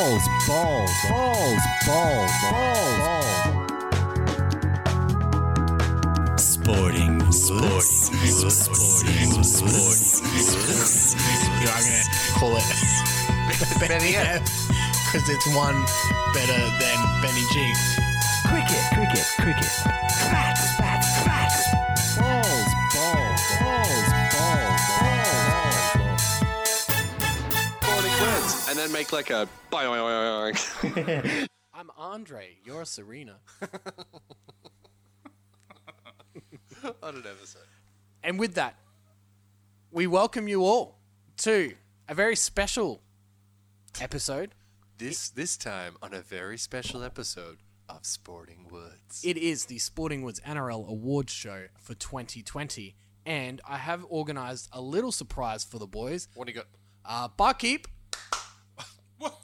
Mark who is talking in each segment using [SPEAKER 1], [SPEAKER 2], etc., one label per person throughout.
[SPEAKER 1] balls, balls, balls, balls,
[SPEAKER 2] Sporting, sporting, sporting, sporting, sporting.
[SPEAKER 3] You know, I'm gonna call it Benny F because it's one better than Benny G.
[SPEAKER 1] cricket, cricket, cricket, bats, bats, bats, balls, balls, balls, balls, balls, balls.
[SPEAKER 4] Morning quiz, and then make like a.
[SPEAKER 5] I'm Andre. You're Serena.
[SPEAKER 4] What an episode.
[SPEAKER 5] And with that, we welcome you all to a very special episode.
[SPEAKER 4] This this time on a very special episode of Sporting Woods.
[SPEAKER 5] It is the Sporting Woods NRL Awards Show for 2020, and I have organised a little surprise for the boys.
[SPEAKER 4] What do you got?
[SPEAKER 5] Uh, barkeep,
[SPEAKER 6] What?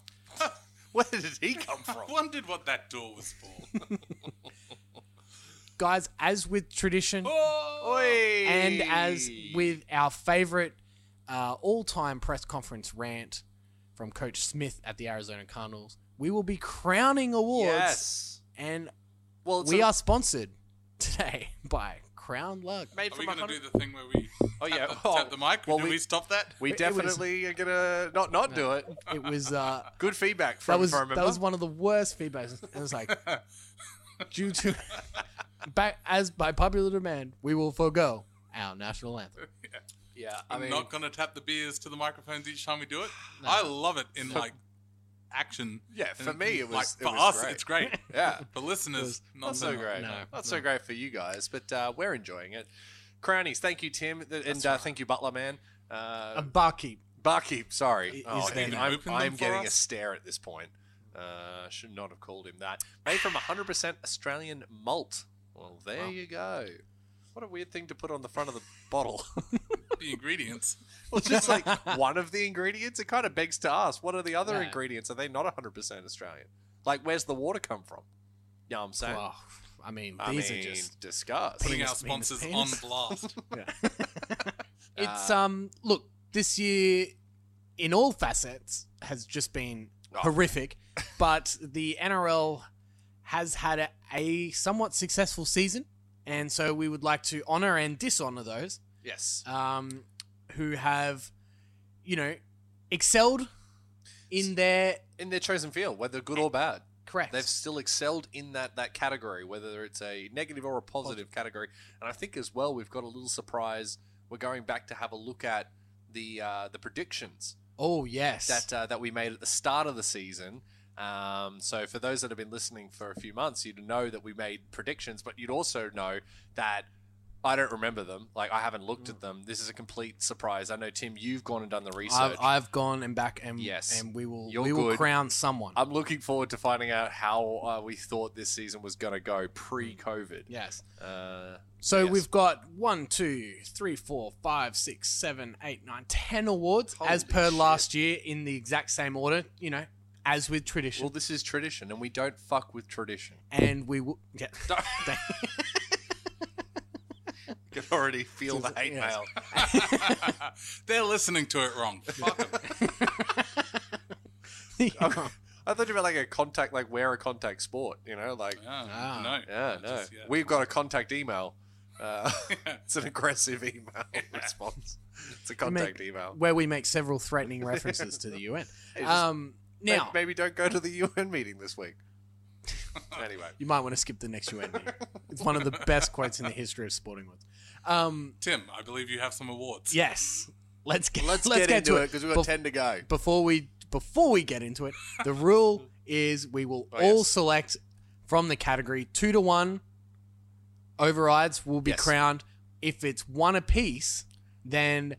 [SPEAKER 4] Where did he come from?
[SPEAKER 6] I wondered what that door was for.
[SPEAKER 5] guys, as with tradition
[SPEAKER 6] Oh!
[SPEAKER 4] Oi!
[SPEAKER 5] and as with our favourite uh, all-time press conference rant from Coach Smith at the Arizona Cardinals, we will be crowning awards,
[SPEAKER 4] yes.
[SPEAKER 5] and
[SPEAKER 4] Well,
[SPEAKER 5] we are sponsored today by Crown Luck.
[SPEAKER 4] made
[SPEAKER 6] Are
[SPEAKER 4] from
[SPEAKER 6] we
[SPEAKER 4] a
[SPEAKER 6] going to
[SPEAKER 4] hundred-
[SPEAKER 6] do the thing where we
[SPEAKER 4] Oh,
[SPEAKER 6] tap,
[SPEAKER 4] yeah.
[SPEAKER 6] the,
[SPEAKER 4] Oh,
[SPEAKER 6] tap the mic?
[SPEAKER 4] well,
[SPEAKER 6] do
[SPEAKER 4] we-
[SPEAKER 6] we, stop that?
[SPEAKER 4] We
[SPEAKER 5] It- it was-
[SPEAKER 4] definitely are gonna not not do it.
[SPEAKER 5] It was uh,
[SPEAKER 4] Good feedback from
[SPEAKER 5] that was
[SPEAKER 4] if I remember.
[SPEAKER 5] that was one of the worst feedbacks. It was like due to back as by popular demand, we will forego our national anthem.
[SPEAKER 4] yeah, I
[SPEAKER 6] I'm
[SPEAKER 4] mean,
[SPEAKER 6] not going to tap the beers to the microphones each time we do it. I love it in like action.
[SPEAKER 4] Yeah, for
[SPEAKER 6] And-
[SPEAKER 4] me,
[SPEAKER 6] and,
[SPEAKER 4] it was-
[SPEAKER 6] like,
[SPEAKER 4] it
[SPEAKER 6] for
[SPEAKER 4] was
[SPEAKER 6] us.
[SPEAKER 4] great.
[SPEAKER 6] It's great.
[SPEAKER 4] yeah.
[SPEAKER 6] For listeners, not,
[SPEAKER 4] Not so
[SPEAKER 6] much.
[SPEAKER 4] great.
[SPEAKER 5] no,
[SPEAKER 4] not so great for you guys, but uh, we're enjoying it. Crownies, thank you, Tim, th- and uh, thank you, Butler man. Uh,
[SPEAKER 5] A barkeep.
[SPEAKER 4] Barkeep, sorry.
[SPEAKER 5] Is
[SPEAKER 4] Oh,
[SPEAKER 5] there-
[SPEAKER 4] and
[SPEAKER 6] You
[SPEAKER 4] I'm,
[SPEAKER 6] opened them
[SPEAKER 4] I'm
[SPEAKER 6] for
[SPEAKER 4] getting a
[SPEAKER 6] us?
[SPEAKER 4] stare at this point. Uh, should not have called him that. Made from 100% Australian malt. Well, there you go. What a weird thing to put on the front of the bottle.
[SPEAKER 6] The ingredients.
[SPEAKER 4] well, just like one of the ingredients. It kind of begs to ask, what are the other
[SPEAKER 5] Yeah.
[SPEAKER 4] ingredients? Are they not 100% Australian? Like, where's the water come from? You know what I'm saying?
[SPEAKER 5] Well, I mean,
[SPEAKER 4] I
[SPEAKER 5] these
[SPEAKER 4] mean,
[SPEAKER 5] are just.
[SPEAKER 4] discuss.
[SPEAKER 6] Putting
[SPEAKER 5] Penis,
[SPEAKER 6] our
[SPEAKER 5] penis,
[SPEAKER 6] sponsors
[SPEAKER 5] penis.
[SPEAKER 6] on blast.
[SPEAKER 5] It's
[SPEAKER 4] Uh,
[SPEAKER 5] um. Look, this year, in all facets, has just been
[SPEAKER 4] Oh.
[SPEAKER 5] horrific, but the NRL has had a, a somewhat successful season, and so we would like to honour and dishonour those.
[SPEAKER 4] Yes.
[SPEAKER 5] um, who have, you know, excelled in their
[SPEAKER 4] In their chosen field, whether good or bad.
[SPEAKER 5] correct.
[SPEAKER 4] they've still excelled in that that category, whether it's a negative or a positive category. And I think as well, we've got a little surprise. We're going back to have a look at the uh, the predictions
[SPEAKER 5] oh yes,
[SPEAKER 4] that uh, that we made at the start of the season. Um, so for those that have been listening for a few months, you'd know that we made predictions, but you'd also know that I don't remember them. Like I haven't looked at them. This is a complete surprise. I know Tim, you've gone and done the research.
[SPEAKER 5] Mm. I've, I've gone and back and
[SPEAKER 4] Yes.
[SPEAKER 5] and we will
[SPEAKER 4] You're
[SPEAKER 5] we will
[SPEAKER 4] good.
[SPEAKER 5] crown someone.
[SPEAKER 4] I'm looking forward to finding out how uh, we thought this season was going to go pre-COVID.
[SPEAKER 5] yes.
[SPEAKER 4] Uh,
[SPEAKER 5] So
[SPEAKER 4] Yes.
[SPEAKER 5] we've got one, two, three, four, five, six, seven, eight, nine, ten awards as
[SPEAKER 4] Holy
[SPEAKER 5] per
[SPEAKER 4] shit.
[SPEAKER 5] last year in the exact same order. You know, as with tradition,
[SPEAKER 4] Well, this is tradition, and we don't fuck with tradition.
[SPEAKER 5] and we will. Yeah.
[SPEAKER 4] I can already feel
[SPEAKER 5] the hate Yes. mail.
[SPEAKER 6] They're listening to it wrong. Fuck 'em.
[SPEAKER 4] I thought you meant like a contact, like we're a contact sport, you know? Like, yeah,
[SPEAKER 6] Ah, no.
[SPEAKER 4] no.
[SPEAKER 6] Just, yeah.
[SPEAKER 4] We've got a contact email. Uh, it's an aggressive email response. It's a
[SPEAKER 5] make-
[SPEAKER 4] contact email.
[SPEAKER 5] where we make several threatening references to the UN.
[SPEAKER 4] just-
[SPEAKER 5] Um,
[SPEAKER 4] May-
[SPEAKER 5] now,
[SPEAKER 4] Maybe don't go to the UN meeting this week. anyway.
[SPEAKER 5] You might want to skip the next UN meeting. It's one of the best quotes in the history of sporting ones. Um,
[SPEAKER 6] Tim, I believe you have some awards.
[SPEAKER 5] yes, let's get
[SPEAKER 4] Let's,
[SPEAKER 5] let's,
[SPEAKER 4] get, into it because we've got
[SPEAKER 5] Bef-
[SPEAKER 4] 10 to go.
[SPEAKER 5] Before we before we get into it, the rule is we will
[SPEAKER 4] Oh,
[SPEAKER 5] all
[SPEAKER 4] yes.
[SPEAKER 5] select from the category two to one. Overrides will be
[SPEAKER 4] Yes.
[SPEAKER 5] crowned. If it's one apiece, then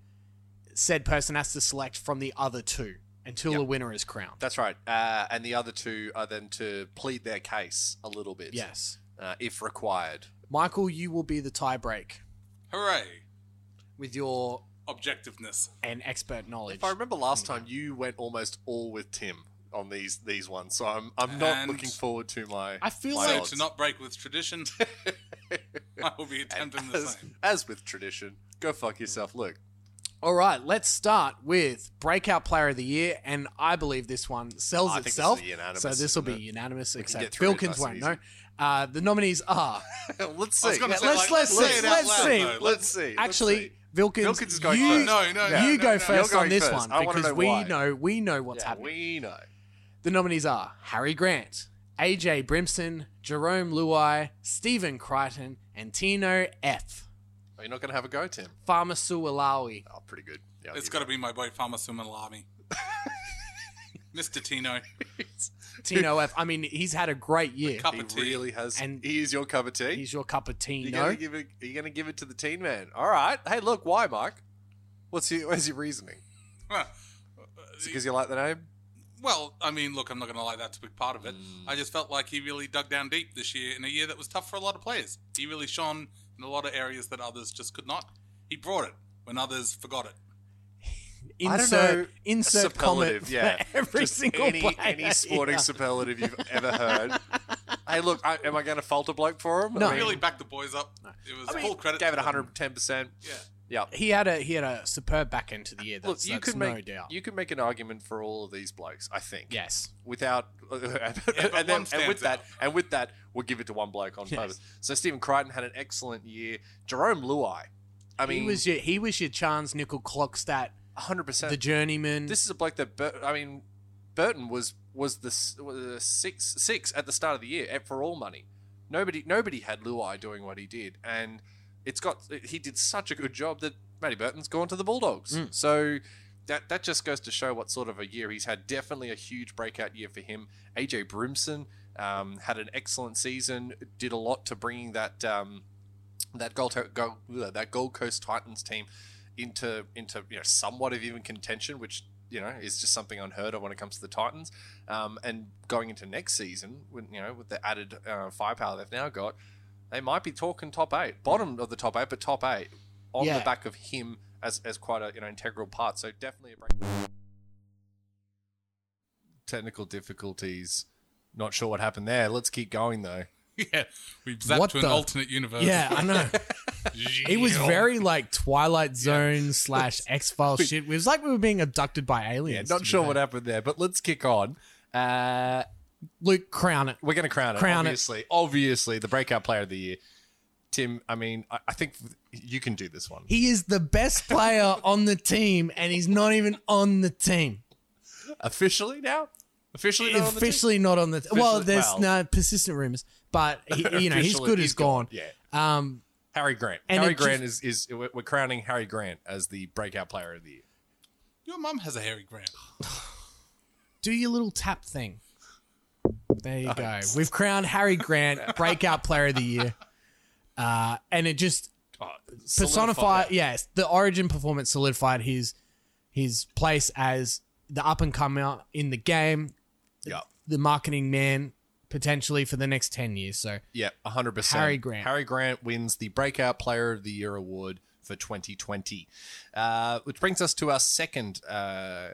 [SPEAKER 5] said person has to select from the other two until
[SPEAKER 4] Yep.
[SPEAKER 5] the winner is crowned.
[SPEAKER 4] That's right. Uh, and the other two are then to plead their case a little bit.
[SPEAKER 5] yes,
[SPEAKER 4] Uh, if required.
[SPEAKER 5] Michael, you will be the tiebreak
[SPEAKER 6] Hooray.
[SPEAKER 5] with your
[SPEAKER 6] Objectiveness.
[SPEAKER 5] and expert knowledge.
[SPEAKER 4] If I remember last time, you went almost all with Tim on these these ones, so I'm I'm not
[SPEAKER 6] And-
[SPEAKER 4] looking forward to my.
[SPEAKER 5] I feel
[SPEAKER 4] my
[SPEAKER 5] like-
[SPEAKER 6] So
[SPEAKER 4] odds.
[SPEAKER 6] to not break with tradition, I will be attempting the
[SPEAKER 4] as,
[SPEAKER 6] same.
[SPEAKER 4] as with tradition, go fuck yourself. Look,
[SPEAKER 5] All right, let's start with breakout player of the year, and I believe this one sells
[SPEAKER 4] I think this
[SPEAKER 5] itself.
[SPEAKER 4] is unanimous,
[SPEAKER 5] so this will
[SPEAKER 4] isn't
[SPEAKER 5] be
[SPEAKER 4] it?
[SPEAKER 5] unanimous,
[SPEAKER 4] get
[SPEAKER 5] except
[SPEAKER 4] through it
[SPEAKER 5] Filkins
[SPEAKER 4] nice
[SPEAKER 5] won't.
[SPEAKER 4] and
[SPEAKER 5] No, uh, the nominees are
[SPEAKER 4] let's
[SPEAKER 6] I was
[SPEAKER 4] see.
[SPEAKER 6] gonna
[SPEAKER 4] Yeah,
[SPEAKER 6] say,
[SPEAKER 5] let's-
[SPEAKER 6] like,
[SPEAKER 5] let's
[SPEAKER 6] say
[SPEAKER 5] see,
[SPEAKER 6] it out
[SPEAKER 5] let's
[SPEAKER 6] loud,
[SPEAKER 5] see.
[SPEAKER 6] though.
[SPEAKER 4] let's see. Let's see.
[SPEAKER 5] actually Vilkins.
[SPEAKER 4] Vilkins is going
[SPEAKER 5] you,
[SPEAKER 4] first.
[SPEAKER 6] No, no, no,
[SPEAKER 5] you
[SPEAKER 6] no,
[SPEAKER 5] go
[SPEAKER 6] no.
[SPEAKER 5] first
[SPEAKER 4] You're
[SPEAKER 5] on
[SPEAKER 4] going
[SPEAKER 5] this
[SPEAKER 4] first.
[SPEAKER 5] one
[SPEAKER 4] I wanna
[SPEAKER 5] because
[SPEAKER 4] know
[SPEAKER 5] we
[SPEAKER 4] why.
[SPEAKER 5] know we know what's
[SPEAKER 4] Yeah,
[SPEAKER 5] happening.
[SPEAKER 4] we know.
[SPEAKER 5] The nominees are Harry Grant, AJ Brimson, Jerome Luai, Stephen Crichton, and Tino F.
[SPEAKER 4] Are you not going to have a go, Tim?
[SPEAKER 5] Famasu Alawi.
[SPEAKER 4] Oh, pretty good. Yeah,
[SPEAKER 6] It's
[SPEAKER 4] you-
[SPEAKER 6] got to be my boy Farmer Sumalami. Mr. Tino.
[SPEAKER 5] Tino F. I mean, he's had a great year.
[SPEAKER 6] Cup
[SPEAKER 4] He
[SPEAKER 6] of tea.
[SPEAKER 4] really has.
[SPEAKER 5] And-
[SPEAKER 4] he is your cup of tea.
[SPEAKER 5] He's your cup of
[SPEAKER 4] You're
[SPEAKER 5] Tino.
[SPEAKER 4] gonna give it. You're gonna give it to the teen man. All right. Hey, look. Why, Mike? What's your What's your reasoning?
[SPEAKER 6] Huh.
[SPEAKER 4] Is it because you like the name?
[SPEAKER 6] Well, I mean, look, I'm not going to lie, that's a big part of it.
[SPEAKER 4] Mm.
[SPEAKER 6] I just felt like he really dug down deep this year in a year that was tough for a lot of players. He really shone in a lot of areas that others just could not. He brought it when others forgot it.
[SPEAKER 4] I don't
[SPEAKER 5] insert
[SPEAKER 4] know,
[SPEAKER 5] insert comment
[SPEAKER 4] superlative, yeah.
[SPEAKER 5] for every
[SPEAKER 4] Just
[SPEAKER 5] single
[SPEAKER 4] any
[SPEAKER 5] player
[SPEAKER 4] any sporting
[SPEAKER 5] here.
[SPEAKER 4] superlative you've ever heard. hey, look. I, am I going to fault a bloke for him?
[SPEAKER 5] No.
[SPEAKER 4] I
[SPEAKER 6] He
[SPEAKER 4] mean,
[SPEAKER 6] really backed the boys up. It was
[SPEAKER 4] I mean,
[SPEAKER 6] full credit.
[SPEAKER 4] Gave it
[SPEAKER 6] to them.
[SPEAKER 4] 110. percent
[SPEAKER 6] Yeah.
[SPEAKER 4] Yeah.
[SPEAKER 5] he had a he had a superb back end to the year.
[SPEAKER 4] Look,
[SPEAKER 5] That's,
[SPEAKER 4] you
[SPEAKER 5] that's
[SPEAKER 4] could
[SPEAKER 5] no
[SPEAKER 4] make
[SPEAKER 5] doubt.
[SPEAKER 4] you could make an argument for all of these blokes. I think.
[SPEAKER 5] yes,
[SPEAKER 4] without and,
[SPEAKER 6] one
[SPEAKER 4] then, and with
[SPEAKER 6] stands
[SPEAKER 4] that
[SPEAKER 6] out.
[SPEAKER 4] and with that we'll give it to one bloke on purpose. So Stephen Crichton had an excellent year. Jerome Luai, I mean,
[SPEAKER 5] he was your he was your Chance Nickel Clockstat,
[SPEAKER 4] 100.
[SPEAKER 5] the
[SPEAKER 4] percent
[SPEAKER 5] journeyman.
[SPEAKER 4] This is a bloke that Bur- I mean, Burton was was the s- was the six six at the start of the year at for all money. Nobody nobody had Luai doing what he did, and it's got he did such a good job that Matty Burton's gone to the Bulldogs. So. That, that just goes to show what sort of a year he's had. Definitely a huge breakout year for him. AJ Brimson um, had an excellent season. Did a lot to bringing that um, that Gold, Gold that Gold Coast Titans team into into you know somewhat of even contention, which you know is just something unheard of when it comes to the Titans. Um, and going into next season, with you know with the added uh, firepower they've now got, they might be talking top eight, bottom of the top eight, but top eight on
[SPEAKER 5] Yeah.
[SPEAKER 4] the back of him as as quite a you know integral part. So definitely a break. Technical difficulties. Not sure what happened there. Let's keep going though.
[SPEAKER 6] Yeah. We zapped
[SPEAKER 5] What
[SPEAKER 6] to an
[SPEAKER 5] the-
[SPEAKER 6] alternate universe.
[SPEAKER 5] yeah, I know. It was very like Twilight Zone slash X Files shit. It was like we were being abducted by aliens.
[SPEAKER 4] Not sure what happened there, but let's kick on. Uh,
[SPEAKER 5] Luke crown it.
[SPEAKER 4] We're going to crown it.
[SPEAKER 5] Crown it.
[SPEAKER 4] obviously, obviously, the breakout player of the year. Tim, I mean, I, I think you can do this one.
[SPEAKER 5] He is the best player on the team, and he's not even on the team.
[SPEAKER 4] Officially now, officially, not on the team?
[SPEAKER 5] officially not on the. well,
[SPEAKER 4] Officially-
[SPEAKER 5] there's
[SPEAKER 4] well.
[SPEAKER 5] no persistent rumors, but he, you know he's
[SPEAKER 4] Officially,
[SPEAKER 5] good
[SPEAKER 4] he's
[SPEAKER 5] as gone.
[SPEAKER 4] Yeah,
[SPEAKER 5] Um,
[SPEAKER 4] Harry Grant.
[SPEAKER 5] And
[SPEAKER 4] Harry
[SPEAKER 5] it just-
[SPEAKER 4] Grant is is we're we're crowning Harry Grant as the breakout player of the year.
[SPEAKER 6] Your mum has a hairy gram.
[SPEAKER 5] do your little tap thing. There you go. We've crowned Harry Grant breakout player of the year, uh, and it just
[SPEAKER 4] Oh,
[SPEAKER 5] personified. Yes, the Origin performance solidified his his place as the up and comer in the game,
[SPEAKER 4] Yeah,
[SPEAKER 5] the marketing man potentially for the next ten years. So
[SPEAKER 4] yeah, hundred percent.
[SPEAKER 5] Harry Grant.
[SPEAKER 4] Harry Grant wins the breakout player of the year award for 2020, uh, which brings us to our second. Uh,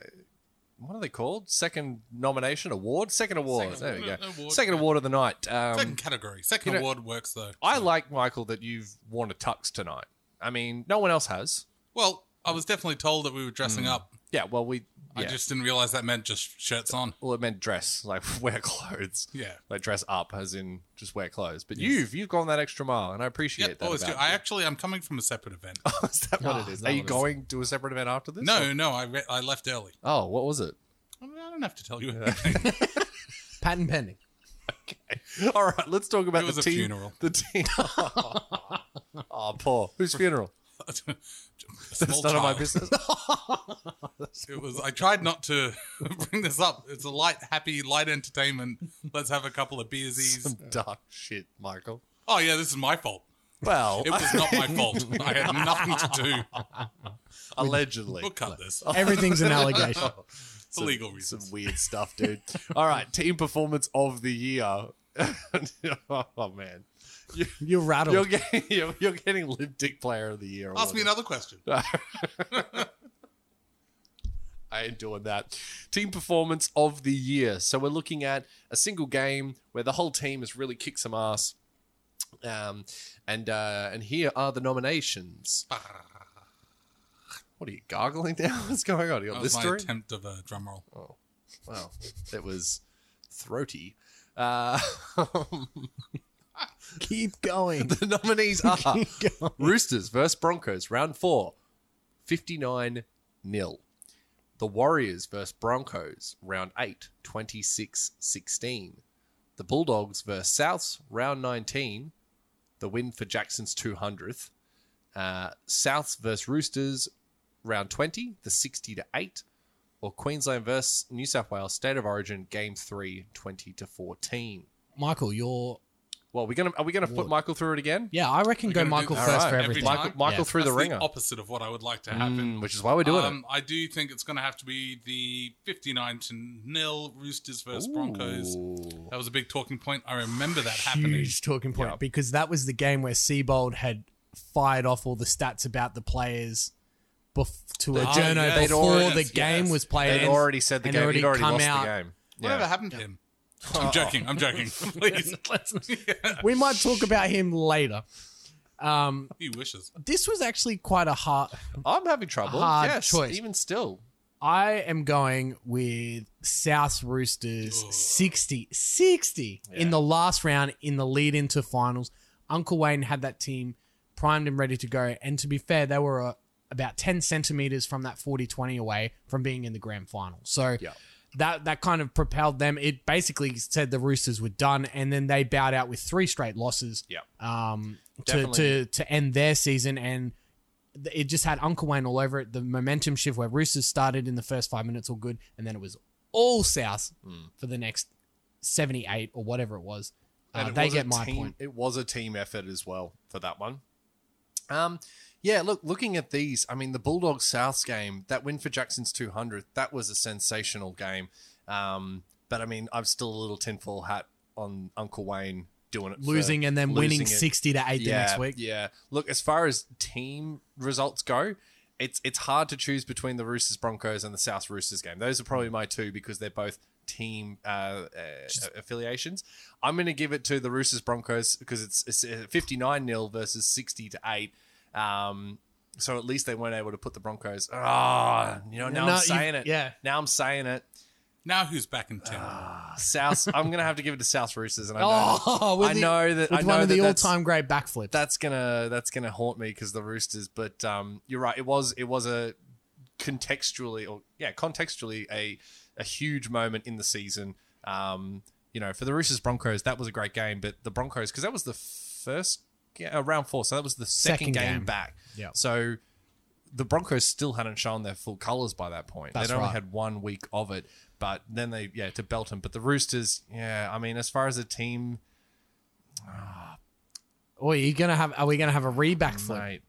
[SPEAKER 4] what are they called? Second nomination award, second award.
[SPEAKER 6] Second
[SPEAKER 4] there we go.
[SPEAKER 6] award. Award.
[SPEAKER 4] Second award of the night. Um,
[SPEAKER 6] Second category. Second
[SPEAKER 4] you know-
[SPEAKER 6] award works, though.
[SPEAKER 4] I like Michael that you've worn a tux tonight. I mean, no one else has.
[SPEAKER 6] Well, I was definitely told that we were dressing up.
[SPEAKER 4] Yeah, well, we.
[SPEAKER 6] I
[SPEAKER 4] Mm. yeah.
[SPEAKER 6] just didn't realize that meant just shirts on.
[SPEAKER 4] well, it meant dress, like wear clothes.
[SPEAKER 6] Yeah.
[SPEAKER 4] like dress up, as in just wear clothes. But you've you've gone that extra mile, and I appreciate
[SPEAKER 6] Yep,
[SPEAKER 4] that.
[SPEAKER 6] always do.
[SPEAKER 4] about
[SPEAKER 6] oh, I
[SPEAKER 4] you. Oh,
[SPEAKER 6] actually, I'm coming from a separate event.
[SPEAKER 4] is that what it is? Are you going to a separate event after this?
[SPEAKER 6] No, no, I, re- I left early.
[SPEAKER 4] Oh, what was it?
[SPEAKER 6] I, mean, I don't have to tell you. anything.
[SPEAKER 5] patent pending.
[SPEAKER 4] All right, let's talk about
[SPEAKER 6] It was
[SPEAKER 4] the
[SPEAKER 6] a
[SPEAKER 4] team.
[SPEAKER 6] funeral.
[SPEAKER 4] The team. oh, poor. Whose funeral?
[SPEAKER 6] A
[SPEAKER 4] It's
[SPEAKER 6] small
[SPEAKER 4] none of my
[SPEAKER 6] child.
[SPEAKER 4] business.
[SPEAKER 6] It was. I tried not to bring this up. It's a light, happy, light entertainment. Let's have a couple of beersies.
[SPEAKER 4] Some dark shit, Michael.
[SPEAKER 6] Oh yeah, this is my fault.
[SPEAKER 4] Well,
[SPEAKER 6] It was not my fault. I had nothing to do.
[SPEAKER 4] allegedly.
[SPEAKER 6] We'll cut this.
[SPEAKER 4] Oh,
[SPEAKER 5] Everything's an allegation.
[SPEAKER 6] It's a legal reason.
[SPEAKER 4] Some weird stuff, dude. All right, team performance of the year. oh man,
[SPEAKER 5] You're rattled.
[SPEAKER 4] you're getting you're, you're getting Lib Dick Player of the Year.
[SPEAKER 6] Oh. Ask me
[SPEAKER 4] award.
[SPEAKER 6] another question.
[SPEAKER 4] Uh, I ain't doing that. Team performance of the year. So we're looking at a single game where the whole team has really kicked some ass.
[SPEAKER 6] Ah.
[SPEAKER 4] Um, and uh, and here are the nominations. What are you gargling now? What's going on? You
[SPEAKER 6] That
[SPEAKER 4] got
[SPEAKER 6] was my
[SPEAKER 4] Listerine?
[SPEAKER 6] attempt of a drum roll.
[SPEAKER 4] Wow, that was throaty. Uh,
[SPEAKER 5] Keep going.
[SPEAKER 4] the nominees are Roosters versus Broncos, round four, 59 nil. The Warriors versus Broncos, round eight, 26 16. The Bulldogs versus Souths, round 19, the win for Jackson's 200th. Uh, Souths versus Roosters, round 20, the 60 to 8. Or Queensland versus New South Wales, State of Origin, game three, 20 to 14.
[SPEAKER 5] Michael, you're.
[SPEAKER 4] Well, we gonna are we gonna put Michael through it again?
[SPEAKER 5] Yeah, I reckon go
[SPEAKER 6] gonna do
[SPEAKER 5] Michael
[SPEAKER 6] this
[SPEAKER 5] first for
[SPEAKER 6] every
[SPEAKER 5] everything.
[SPEAKER 6] time?
[SPEAKER 4] Michael, Michael
[SPEAKER 5] Yeah.
[SPEAKER 4] through
[SPEAKER 6] That's
[SPEAKER 4] the ringer,
[SPEAKER 6] opposite of what I would like to happen.
[SPEAKER 4] Mm, which is why we're doing
[SPEAKER 6] um, I do think it's going to have to be the 59 to nil Roosters
[SPEAKER 4] it.
[SPEAKER 6] versus Broncos.
[SPEAKER 4] Ooh.
[SPEAKER 6] That was a big talking point. I remember that happening.
[SPEAKER 5] Huge talking point because that was the game where Seabold had fired off all the stats about the players bef- to a
[SPEAKER 6] Oh,
[SPEAKER 5] journo
[SPEAKER 6] yes,
[SPEAKER 5] before
[SPEAKER 6] yes,
[SPEAKER 5] the
[SPEAKER 6] yes.
[SPEAKER 5] game was played.
[SPEAKER 4] They'd already said the
[SPEAKER 5] and
[SPEAKER 4] game.
[SPEAKER 5] already
[SPEAKER 4] He'd already
[SPEAKER 5] come
[SPEAKER 4] lost
[SPEAKER 5] out.
[SPEAKER 4] the game.
[SPEAKER 6] Whatever happened to him? I'm joking. I'm joking. Please. Yeah.
[SPEAKER 5] we might talk about him later. Um,
[SPEAKER 6] He wishes.
[SPEAKER 5] this was actually quite a hard.
[SPEAKER 4] I'm having trouble.
[SPEAKER 5] Hard
[SPEAKER 4] yes,
[SPEAKER 5] choice.
[SPEAKER 4] even still.
[SPEAKER 5] I am going with South Roosters 60 60 in the last round in the lead into finals. Uncle Wayne had that team primed and ready to go. And to be fair, they were uh, about 10 centimeters from that 40 20 away from being in the grand final. So
[SPEAKER 4] Yeah.
[SPEAKER 5] that, that kind of propelled them. It basically said the Roosters were done. And then they bowed out with three straight losses
[SPEAKER 4] Yeah.
[SPEAKER 5] um, to,
[SPEAKER 4] Definitely.
[SPEAKER 5] to to end their season, and th- it just had Uncle Wayne all over it. The momentum shift where Roosters started in the first five minutes, all good, and then it was all South
[SPEAKER 4] Hmm.
[SPEAKER 5] for the next seventy-eight or whatever it was. Uh,
[SPEAKER 4] And it
[SPEAKER 5] they
[SPEAKER 4] was a
[SPEAKER 5] get my
[SPEAKER 4] team-
[SPEAKER 5] point.
[SPEAKER 4] It was a team effort as well for that one. Um, yeah. Look, looking at these, I mean, the Bulldogs Souths game, that win for Jackson's 200th, that was a sensational game. Um, but I mean, I'm still a little tinfoil hat on Uncle Wayne doing it, for-
[SPEAKER 5] Losing and then winning
[SPEAKER 4] losing it.
[SPEAKER 5] sixty to eight
[SPEAKER 4] yeah,
[SPEAKER 5] the next week.
[SPEAKER 4] Yeah. Look, as far as team results go, it's it's hard to choose between the Roosters Broncos and the South Roosters game. Those are probably my two because they're both team uh, uh, affiliations. I'm going to give it to the Roosters Broncos because it's 59 0 versus 60 to 8. Um, so at least they weren't able to put the Broncos. Ah, you know, now
[SPEAKER 5] No,
[SPEAKER 4] I'm
[SPEAKER 5] you-
[SPEAKER 4] saying it.
[SPEAKER 5] yeah.
[SPEAKER 4] Now I'm saying it.
[SPEAKER 6] Now who's back in town?
[SPEAKER 4] Ah. South, I'm going to have to give it to South Roosters. And I know,
[SPEAKER 5] Ah. Oh, with
[SPEAKER 4] I
[SPEAKER 5] the-
[SPEAKER 4] know that
[SPEAKER 5] With
[SPEAKER 4] I know
[SPEAKER 5] one of
[SPEAKER 4] that
[SPEAKER 5] the
[SPEAKER 4] that's-
[SPEAKER 5] all-time great backflips.
[SPEAKER 4] that's gonna that's gonna haunt me because the Roosters. But um, you're right. It was it was a contextually or yeah contextually a a huge moment in the season. Um, you know, for the Roosters Broncos, that was a great game. But the Broncos because that was the first yeah, uh, round four, so that was the
[SPEAKER 5] Second
[SPEAKER 4] second, game,
[SPEAKER 5] game.
[SPEAKER 4] back.
[SPEAKER 5] Yeah.
[SPEAKER 4] So the Broncos still hadn't shown their full colors by that point.
[SPEAKER 5] That's
[SPEAKER 4] They'd only
[SPEAKER 5] right.
[SPEAKER 4] had one week of it, but then they yeah to Belton. But the Roosters, yeah, I mean, as far as a team.
[SPEAKER 5] Or are Oh, you gonna have? Are we gonna have a re-backflip?
[SPEAKER 4] Mate,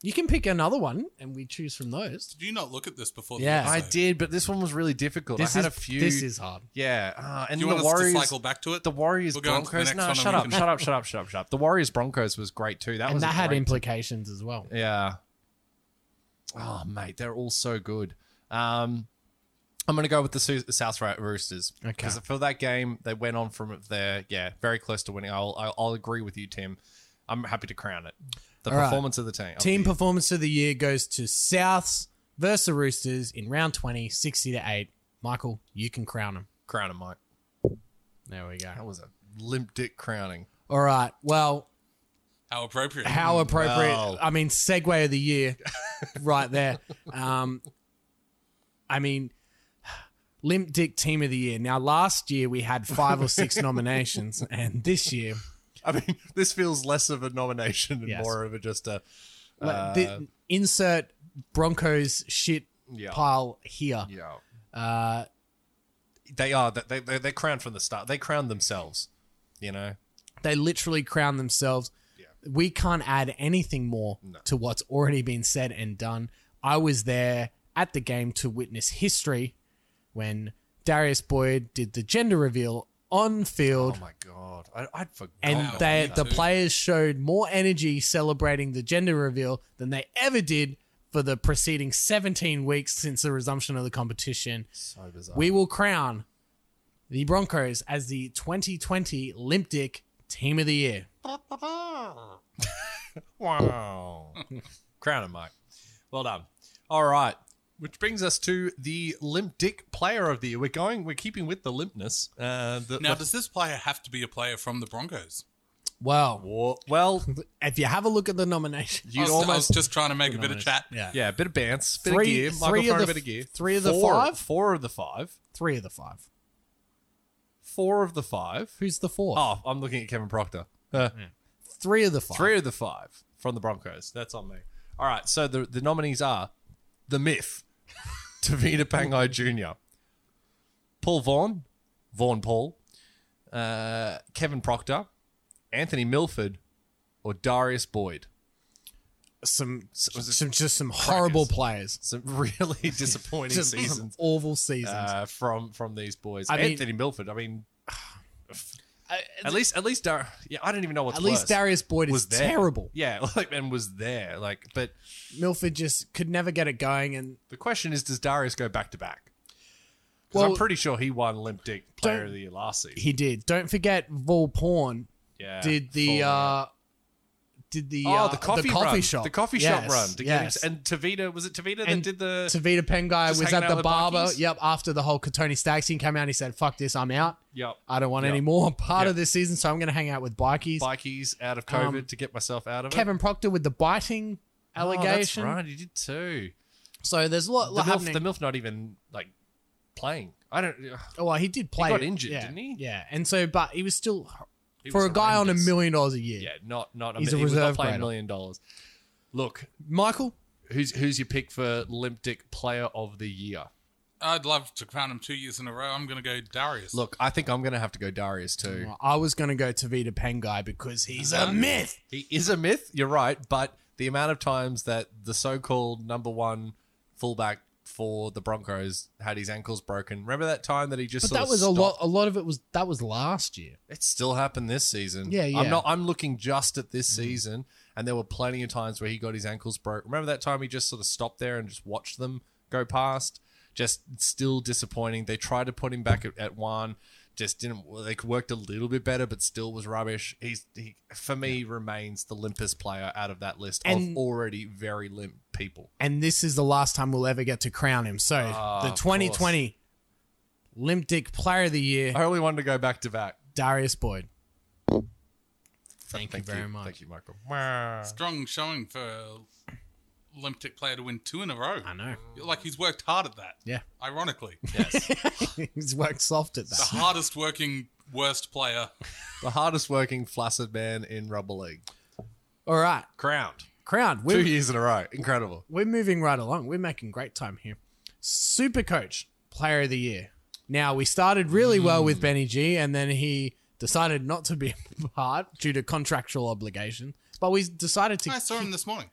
[SPEAKER 5] You can pick another one, and we choose from those.
[SPEAKER 6] Did you not look at this before?
[SPEAKER 5] Yeah.
[SPEAKER 6] the
[SPEAKER 4] I
[SPEAKER 6] episode?
[SPEAKER 4] did, but this one was really difficult.
[SPEAKER 5] This
[SPEAKER 4] I had
[SPEAKER 5] is
[SPEAKER 4] a few.
[SPEAKER 5] this is hard.
[SPEAKER 4] yeah, uh, and
[SPEAKER 6] Do you
[SPEAKER 4] the
[SPEAKER 6] want us
[SPEAKER 4] Warriors.
[SPEAKER 6] to cycle back to it?
[SPEAKER 4] the Warriors
[SPEAKER 6] We'll go on to the
[SPEAKER 4] Broncos.
[SPEAKER 6] next
[SPEAKER 4] No,
[SPEAKER 6] one and
[SPEAKER 4] shut
[SPEAKER 6] we
[SPEAKER 4] up,
[SPEAKER 6] can-
[SPEAKER 4] shut up, shut up, shut up, shut up. The Warriors Broncos was great too. That
[SPEAKER 5] and
[SPEAKER 4] was a
[SPEAKER 5] that had
[SPEAKER 4] great-
[SPEAKER 5] implications as well.
[SPEAKER 4] Yeah. Oh mate, they're all so good. Um, I'm gonna go with the Sou- South Ro- Roosters
[SPEAKER 5] Okay.
[SPEAKER 4] because for that game they went on from there. Yeah, very close to winning. I'll I'll, I'll agree with you, Tim. I'm happy to crown it. The
[SPEAKER 5] All right.
[SPEAKER 4] performance of the team.
[SPEAKER 5] Team
[SPEAKER 4] performance.
[SPEAKER 5] performance of the year goes to Souths versus the Roosters in round 20, 60 to 8. Michael, you can crown them.
[SPEAKER 4] crown him, Mike.
[SPEAKER 5] There we go.
[SPEAKER 4] That was a limp dick crowning.
[SPEAKER 5] All right. Well,
[SPEAKER 6] How appropriate.
[SPEAKER 5] how appropriate.
[SPEAKER 4] Wow.
[SPEAKER 5] I mean, segue of the year right there. Um, I mean, Limp Dick Team of the Year. Now, last year we had five or six nominations, and this year
[SPEAKER 4] I mean, this feels less of a nomination and
[SPEAKER 5] Yes.
[SPEAKER 4] more of a just a
[SPEAKER 5] like, the, insert Broncos shit
[SPEAKER 4] Yeah.
[SPEAKER 5] pile here.
[SPEAKER 4] yeah.
[SPEAKER 5] Uh,
[SPEAKER 4] They are they they they crowned from the start. They crowned themselves. You know.
[SPEAKER 5] They literally crown themselves. We can't add anything more to what's already been said and done. I was there at the game to witness history when Darius Boyd did the gender reveal on field.
[SPEAKER 4] Oh my god, I, I'd forgotten.
[SPEAKER 5] and
[SPEAKER 6] Wow,
[SPEAKER 5] they,
[SPEAKER 6] me
[SPEAKER 5] the
[SPEAKER 6] too.
[SPEAKER 5] players showed more energy celebrating the gender reveal than they ever did for the preceding 17 weeks since the resumption of the competition.
[SPEAKER 4] so bizarre.
[SPEAKER 5] We will crown the Broncos as the 2020 Limp Dick Team of the Year.
[SPEAKER 4] wow. Crown him, Mike. Well done. All right. Which brings us to the limp dick player of the year. We're going, we're keeping with the limpness. Uh, the,
[SPEAKER 6] Now,
[SPEAKER 4] the-
[SPEAKER 6] does this player have to be a player from the Broncos?
[SPEAKER 5] Well,
[SPEAKER 4] Wa- well,
[SPEAKER 5] if you have a look at the nomination,
[SPEAKER 6] I
[SPEAKER 4] you'd
[SPEAKER 6] was, I was
[SPEAKER 4] almost
[SPEAKER 6] just trying to make a bit of chat.
[SPEAKER 5] yeah,
[SPEAKER 4] yeah, a bit of bounce, bit
[SPEAKER 5] Three-
[SPEAKER 4] of gear, Michael
[SPEAKER 5] three of
[SPEAKER 4] Foran,
[SPEAKER 5] the f-
[SPEAKER 4] bit of gear.
[SPEAKER 5] three of the
[SPEAKER 4] Four-
[SPEAKER 5] five?
[SPEAKER 4] four of the five,
[SPEAKER 5] three of the five.
[SPEAKER 4] four of the five.
[SPEAKER 5] Who's the fourth?
[SPEAKER 4] Oh, I'm looking at Kevin Proctor. Uh,
[SPEAKER 5] Three of the five.
[SPEAKER 4] Three of the five from the Broncos. That's on me. All right. So the, the nominees are the myth, Tavita Pangai Jr., Paul Vaughan, Vaughan Paul, uh, Kevin Proctor, Anthony Milford, or Darius Boyd.
[SPEAKER 5] Some, some just some horrible players.
[SPEAKER 4] Some really disappointing
[SPEAKER 5] Just some
[SPEAKER 4] seasons
[SPEAKER 5] awful seasons.
[SPEAKER 4] uh, from from these boys.
[SPEAKER 5] I mean-
[SPEAKER 4] Anthony Milford. I mean,
[SPEAKER 5] Uh,
[SPEAKER 4] at least at least Dar- yeah, I don't even know what's
[SPEAKER 5] at least
[SPEAKER 4] worse.
[SPEAKER 5] Darius Boyd
[SPEAKER 4] was
[SPEAKER 5] is
[SPEAKER 4] there.
[SPEAKER 5] terrible.
[SPEAKER 4] Yeah, like and was there. Like, but
[SPEAKER 5] Milford just could never get it going, and
[SPEAKER 4] The question is, does Darius go back to back? Because
[SPEAKER 5] well,
[SPEAKER 4] I'm pretty sure he won Limp Dick Player
[SPEAKER 5] Don't-
[SPEAKER 4] of the Year last season.
[SPEAKER 5] he did. Don't forget, Vol Porn
[SPEAKER 4] yeah.
[SPEAKER 5] did the
[SPEAKER 4] Full run.
[SPEAKER 5] uh, did the
[SPEAKER 4] oh
[SPEAKER 5] uh,
[SPEAKER 4] the coffee, run.
[SPEAKER 5] shop
[SPEAKER 4] the coffee shop
[SPEAKER 5] Yes,
[SPEAKER 4] run to get him,
[SPEAKER 5] yes.
[SPEAKER 4] and Tavita was it Tavita that
[SPEAKER 5] And
[SPEAKER 4] did the
[SPEAKER 5] Tavita Pengai
[SPEAKER 4] Just
[SPEAKER 5] was at
[SPEAKER 4] hanging out
[SPEAKER 5] the
[SPEAKER 4] with
[SPEAKER 5] barber.
[SPEAKER 4] monkeys?
[SPEAKER 5] Yep, after the whole Tony Staggs thing came out, he said, "Fuck this, I'm out.
[SPEAKER 4] yep
[SPEAKER 5] I don't want
[SPEAKER 4] Yep.
[SPEAKER 5] any more part of
[SPEAKER 4] Yep.
[SPEAKER 5] this season, so I'm going to hang out with bikies."
[SPEAKER 4] bikies out of COVID
[SPEAKER 5] Um,
[SPEAKER 4] to get myself out of it?
[SPEAKER 5] Kevin Proctor with the biting
[SPEAKER 4] Oh,
[SPEAKER 5] allegation.
[SPEAKER 4] that's right, he did too.
[SPEAKER 5] So there's a
[SPEAKER 4] The
[SPEAKER 5] lot, lot
[SPEAKER 4] milf,
[SPEAKER 5] happening.
[SPEAKER 4] the milf not even like playing. I don't. ugh,
[SPEAKER 5] oh, well, he did play.
[SPEAKER 4] got injured,
[SPEAKER 5] yeah,
[SPEAKER 4] didn't he?
[SPEAKER 5] Yeah, and so, but he was still
[SPEAKER 4] he
[SPEAKER 5] for
[SPEAKER 4] was
[SPEAKER 5] a guy on a
[SPEAKER 4] horrendous.
[SPEAKER 5] million dollars a year.
[SPEAKER 4] Yeah, not not. A,
[SPEAKER 5] He's
[SPEAKER 4] He's
[SPEAKER 5] a
[SPEAKER 4] a he was not
[SPEAKER 5] reserve
[SPEAKER 4] playing a
[SPEAKER 5] grader.
[SPEAKER 4] million dollars. Look,
[SPEAKER 5] Michael,
[SPEAKER 4] who's who's your pick for Limp Dick Player of the Year?
[SPEAKER 6] I'd love to crown him two years in a row. I'm going to go Darius.
[SPEAKER 4] Look, I think I'm going to have to go Darius too.
[SPEAKER 5] I was going to go Tavita Pengai because he's a
[SPEAKER 6] Uh-huh.
[SPEAKER 5] myth.
[SPEAKER 4] He is a myth, you're right, but the amount of times that the so-called number one fullback for the Broncos had his ankles broken. Remember that time that he just
[SPEAKER 5] But
[SPEAKER 4] sort
[SPEAKER 5] that
[SPEAKER 4] of
[SPEAKER 5] was
[SPEAKER 4] stopped?
[SPEAKER 5] a lot. A lot of it was that was last year.
[SPEAKER 4] It still happened this season.
[SPEAKER 5] Yeah, yeah. Mm-hmm.
[SPEAKER 4] I'm not. I'm looking just at this season, and there were plenty of times where he got his ankles broke. Remember that time he just sort of stopped there and just watched them go past. Just still disappointing. They tried to put him back at, at one. Just didn't. well, They worked a little bit better, but still was rubbish. He's he, for me remains the limpest player out of that list
[SPEAKER 5] And-
[SPEAKER 4] of already very limp people.
[SPEAKER 5] and this is the last time we'll ever get to crown him. So
[SPEAKER 4] Ah,
[SPEAKER 5] the
[SPEAKER 4] of
[SPEAKER 5] 2020 Limp Dick Player of the Year,
[SPEAKER 4] I only wanted to go back to back.
[SPEAKER 5] Darius Boyd.
[SPEAKER 4] Thank,
[SPEAKER 5] you very much.
[SPEAKER 4] Thank you, Michael.
[SPEAKER 6] Strong showing for a Olympic player to win two in a row.
[SPEAKER 5] I know.
[SPEAKER 6] Like, he's worked hard at that.
[SPEAKER 5] Yeah.
[SPEAKER 6] Ironically,
[SPEAKER 5] He's worked soft at
[SPEAKER 6] the
[SPEAKER 5] that.
[SPEAKER 6] hardest working, worst player.
[SPEAKER 4] The hardest working flaccid man in rubber league.
[SPEAKER 5] All right,
[SPEAKER 4] Crowned.
[SPEAKER 5] crowned.
[SPEAKER 4] Two
[SPEAKER 5] We're,
[SPEAKER 4] years in a row. Incredible.
[SPEAKER 5] we're moving right along. We're making great time here. Super Coach Player of the Year. Now, we started really well
[SPEAKER 4] Mm.
[SPEAKER 5] with Benny G, and then he decided not to be a part due to contractual obligation. But we decided to.
[SPEAKER 6] I saw him this morning.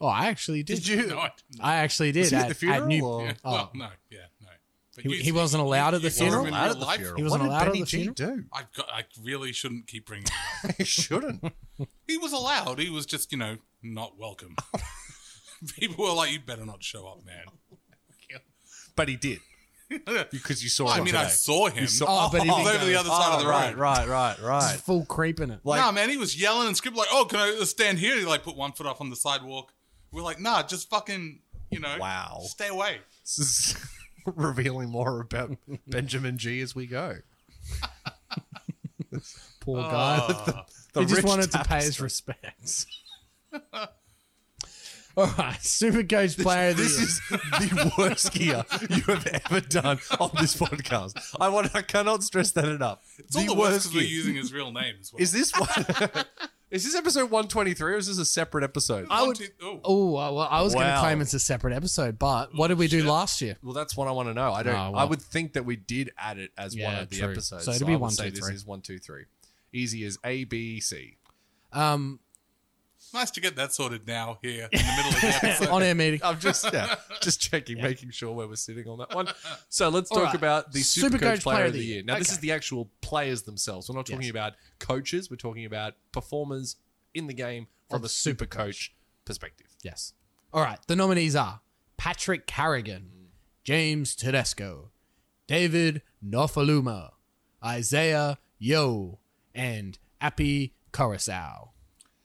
[SPEAKER 5] oh, I actually did.
[SPEAKER 4] you?
[SPEAKER 6] No, I didn't.
[SPEAKER 5] I actually
[SPEAKER 4] Was
[SPEAKER 5] did.
[SPEAKER 4] he at
[SPEAKER 5] at,
[SPEAKER 4] the funeral
[SPEAKER 5] at New-
[SPEAKER 4] or-
[SPEAKER 6] Yeah,
[SPEAKER 5] Oh.
[SPEAKER 6] Well, no. Yeah, no. But
[SPEAKER 5] He-
[SPEAKER 6] you-
[SPEAKER 5] he wasn't allowed at the
[SPEAKER 6] you saw him
[SPEAKER 5] funeral?
[SPEAKER 6] in
[SPEAKER 4] Allowed at
[SPEAKER 6] real
[SPEAKER 4] the
[SPEAKER 6] life?
[SPEAKER 4] funeral.
[SPEAKER 5] He wasn't
[SPEAKER 4] what
[SPEAKER 5] allowed at
[SPEAKER 4] did Benny
[SPEAKER 5] the
[SPEAKER 4] G do?
[SPEAKER 6] I've got, I really shouldn't keep bringing him up.
[SPEAKER 4] He shouldn't.
[SPEAKER 6] He was allowed. He was just, you know, not welcome. People were like, you better not show up, man.
[SPEAKER 4] But he did. Because you saw
[SPEAKER 6] I
[SPEAKER 4] him
[SPEAKER 6] mean,
[SPEAKER 4] today.
[SPEAKER 6] I saw him.
[SPEAKER 5] Oh, but he
[SPEAKER 6] was
[SPEAKER 5] didn't
[SPEAKER 6] over
[SPEAKER 5] go.
[SPEAKER 6] the other side of the road.
[SPEAKER 4] Right, right, right, right.
[SPEAKER 5] full creep in it.
[SPEAKER 4] Like-
[SPEAKER 6] nah, man, he was yelling and screaming like, "Oh, can I stand here?" He like put one foot off on the sidewalk. We're like, "Nah, just fucking, you know,
[SPEAKER 4] Wow.
[SPEAKER 6] stay away."
[SPEAKER 4] This is revealing more about Benjamin G as we go.
[SPEAKER 5] Poor guy.
[SPEAKER 4] Oh. The
[SPEAKER 5] he just
[SPEAKER 4] rich
[SPEAKER 5] wanted to pay
[SPEAKER 4] tapestry.
[SPEAKER 5] his respects. All right, Supercoach Player of the
[SPEAKER 4] This
[SPEAKER 5] Year.
[SPEAKER 4] is the worst gear you have ever done on this podcast. I want. I cannot stress that enough.
[SPEAKER 6] It's all the worst because we're
[SPEAKER 4] gear.
[SPEAKER 6] using his real name as well.
[SPEAKER 4] Is this one? is this episode one twenty three, or is this a separate episode?
[SPEAKER 6] One,
[SPEAKER 5] would-
[SPEAKER 6] two- oh.
[SPEAKER 5] oh, uh, well, I was going to
[SPEAKER 4] Wow.
[SPEAKER 5] claim it's a separate episode, but what did we do last year?
[SPEAKER 4] Well, that's what I want to know. I don't.
[SPEAKER 5] Ah, well.
[SPEAKER 4] I would think that we did add it as one
[SPEAKER 5] Yeah,
[SPEAKER 4] of the
[SPEAKER 5] true.
[SPEAKER 4] episodes.
[SPEAKER 5] So it'd be
[SPEAKER 4] I would
[SPEAKER 5] one,
[SPEAKER 4] say
[SPEAKER 5] two,
[SPEAKER 4] this
[SPEAKER 5] three.
[SPEAKER 4] is one, two, three. Easy as A, B, C.
[SPEAKER 5] Um,
[SPEAKER 6] It's nice to get that sorted now here in the middle of the episode.
[SPEAKER 5] on air meeting.
[SPEAKER 4] I'm just yeah, just checking, making sure where we're sitting on that one. So let's
[SPEAKER 5] All
[SPEAKER 4] talk
[SPEAKER 5] right.
[SPEAKER 4] about the
[SPEAKER 5] Supercoach
[SPEAKER 4] Supercoach player, of the year. Now this
[SPEAKER 5] Okay.
[SPEAKER 4] is the actual players themselves. We're not talking about coaches. We're talking about performers in the game from
[SPEAKER 5] Of
[SPEAKER 4] a Supercoach perspective.
[SPEAKER 5] Yes. All right, the nominees are Patrick Carrigan, James Tedesco, David Nofaluma, Isaiah Yo, and Appy Coruscant.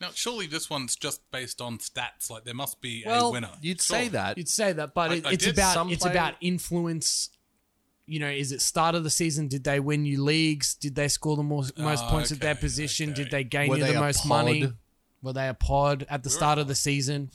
[SPEAKER 6] Now, surely this one's just based on stats. Like, there must be a
[SPEAKER 4] Well,
[SPEAKER 6] winner.
[SPEAKER 4] you'd say that.
[SPEAKER 5] You'd say that, but
[SPEAKER 6] I-
[SPEAKER 5] it,
[SPEAKER 6] I
[SPEAKER 5] it's
[SPEAKER 6] did
[SPEAKER 5] about
[SPEAKER 4] some
[SPEAKER 5] it's
[SPEAKER 4] play-
[SPEAKER 5] about influence. You know, is it start of the season? Did they win you leagues? Did they score the most, most
[SPEAKER 6] Ah,
[SPEAKER 5] points at their
[SPEAKER 6] okay,
[SPEAKER 5] position?
[SPEAKER 6] okay.
[SPEAKER 5] Did they gain
[SPEAKER 4] Were
[SPEAKER 5] you
[SPEAKER 4] they
[SPEAKER 5] the
[SPEAKER 4] a
[SPEAKER 5] most
[SPEAKER 4] pod?
[SPEAKER 5] money? Were they a pod at the
[SPEAKER 6] They were a
[SPEAKER 5] start of the season?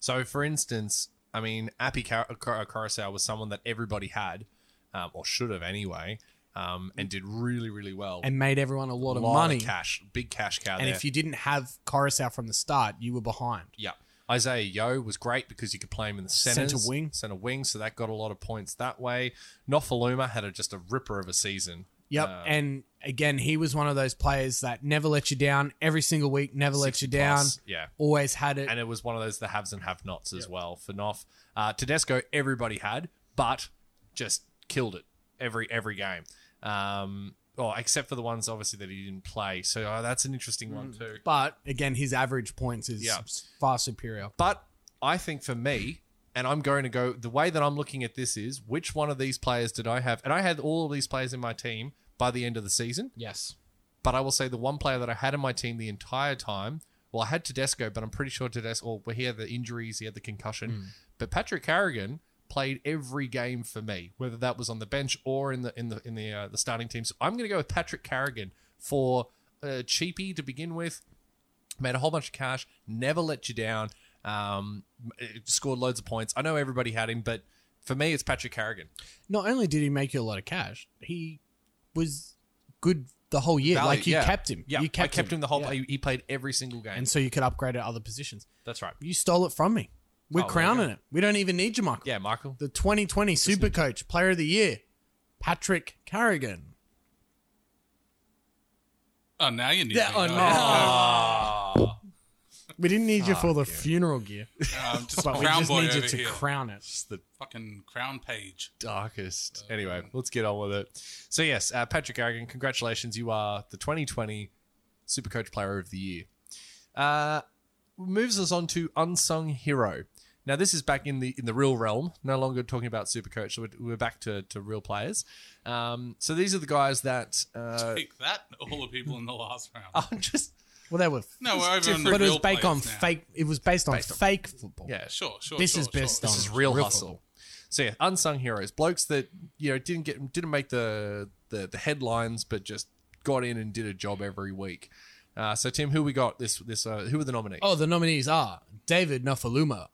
[SPEAKER 4] So, for instance, I mean, Appy Car- Cor- Coruscant was someone that everybody had, um, or should have anyway, um, and did really, really well.
[SPEAKER 5] and made everyone a lot of
[SPEAKER 4] Lot
[SPEAKER 5] money.
[SPEAKER 4] cash, big cash cow.
[SPEAKER 5] and
[SPEAKER 4] there.
[SPEAKER 5] if you didn't have Coruscant from the start, you were behind.
[SPEAKER 4] yeah, Isaiah Yo was great because you could play him in the
[SPEAKER 5] Centre
[SPEAKER 4] center
[SPEAKER 5] wing.
[SPEAKER 4] center wing. So that got a lot of points that way. Nofaluma had a, just a ripper of a season.
[SPEAKER 5] Yep.
[SPEAKER 6] Ah.
[SPEAKER 4] Uh,
[SPEAKER 5] and again, he was one of those players that never let you down every single week, never let you
[SPEAKER 4] 60
[SPEAKER 5] down,
[SPEAKER 4] plus, yeah.
[SPEAKER 5] always had it.
[SPEAKER 4] and it was one of those the haves and have nots as well for Noff. Uh, Tedesco, everybody had, but just killed it every every game. Um, well, except for the ones obviously that he didn't play. So uh, that's an interesting one too.
[SPEAKER 5] but again, his average points is
[SPEAKER 4] Yeah.
[SPEAKER 5] far superior.
[SPEAKER 4] But I think for me, and I'm going to go the way that I'm looking at this is which one of these players did I have? And I had all of these players in my team by the end of the season.
[SPEAKER 5] Yes.
[SPEAKER 4] But I will say the one player that I had in my team the entire time. Well, I had Tedesco, but I'm pretty sure Tedesco. Or well, he had the injuries, he had the concussion.
[SPEAKER 5] Hmm.
[SPEAKER 4] But Patrick Carrigan played every game for me, whether that was on the bench or in the in the in the uh, the starting team. So I'm going to go with Patrick Carrigan for uh, cheapy to begin with. Made a whole bunch of cash, never let you down. Um, it scored loads of points. I know everybody had him, but for me, it's Patrick Carrigan.
[SPEAKER 5] Not only did he make you a lot of cash, he was good the whole year.
[SPEAKER 4] Value,
[SPEAKER 5] like you
[SPEAKER 4] yeah.
[SPEAKER 5] kept him.
[SPEAKER 4] Yeah,
[SPEAKER 5] you kept,
[SPEAKER 4] I kept him, the whole.
[SPEAKER 5] Yeah.
[SPEAKER 4] He, he played every single game.
[SPEAKER 5] And so you could upgrade at other positions.
[SPEAKER 4] That's right.
[SPEAKER 5] You stole it from me. We're
[SPEAKER 4] Oh, there you
[SPEAKER 5] crowning
[SPEAKER 4] go.
[SPEAKER 5] it. We don't even need you, Michael.
[SPEAKER 4] Yeah, Michael.
[SPEAKER 5] the 2020 Super Coach Player of the Year, Patrick Carrigan.
[SPEAKER 6] Oh, now you need
[SPEAKER 5] Yeah,
[SPEAKER 6] me.
[SPEAKER 5] oh, no.
[SPEAKER 6] Ah.
[SPEAKER 5] We didn't need you for the funeral gear,
[SPEAKER 6] Um, just
[SPEAKER 5] but we
[SPEAKER 6] crown
[SPEAKER 5] just
[SPEAKER 6] boy
[SPEAKER 5] need you
[SPEAKER 6] over
[SPEAKER 5] to
[SPEAKER 6] here.
[SPEAKER 5] crown it.
[SPEAKER 6] Fucking crown page.
[SPEAKER 4] darkest. Anyway, let's get on with it. So yes, uh, Patrick Aragon, congratulations. You are the 2020 Supercoach Player of the Year. Uh, moves us on to unsung hero. Now this is back in the in the real realm. No longer talking about Supercoach. So we're, we're back to, to real players. Um, so these are the guys that uh,
[SPEAKER 6] Take that, all the people in the last round.
[SPEAKER 4] I'm just
[SPEAKER 5] Well, they were.
[SPEAKER 6] no, we're over on the
[SPEAKER 5] but it
[SPEAKER 6] real
[SPEAKER 5] was based
[SPEAKER 6] players
[SPEAKER 5] on
[SPEAKER 6] now.
[SPEAKER 5] fake. It was based on
[SPEAKER 4] Based on-
[SPEAKER 5] fake football.
[SPEAKER 4] yeah.
[SPEAKER 6] Sure, sure.
[SPEAKER 5] This
[SPEAKER 6] sure,
[SPEAKER 5] is
[SPEAKER 6] sure.
[SPEAKER 5] best
[SPEAKER 6] This
[SPEAKER 5] on-
[SPEAKER 6] is
[SPEAKER 4] This is real,
[SPEAKER 5] Real
[SPEAKER 4] hustle. So yeah, unsung heroes, blokes that you know didn't get didn't make the the, the headlines, but just got in and did a job every week. Uh, so Tim, who we got this this uh, who were the nominees?
[SPEAKER 5] Oh, the nominees are David Nofaluma,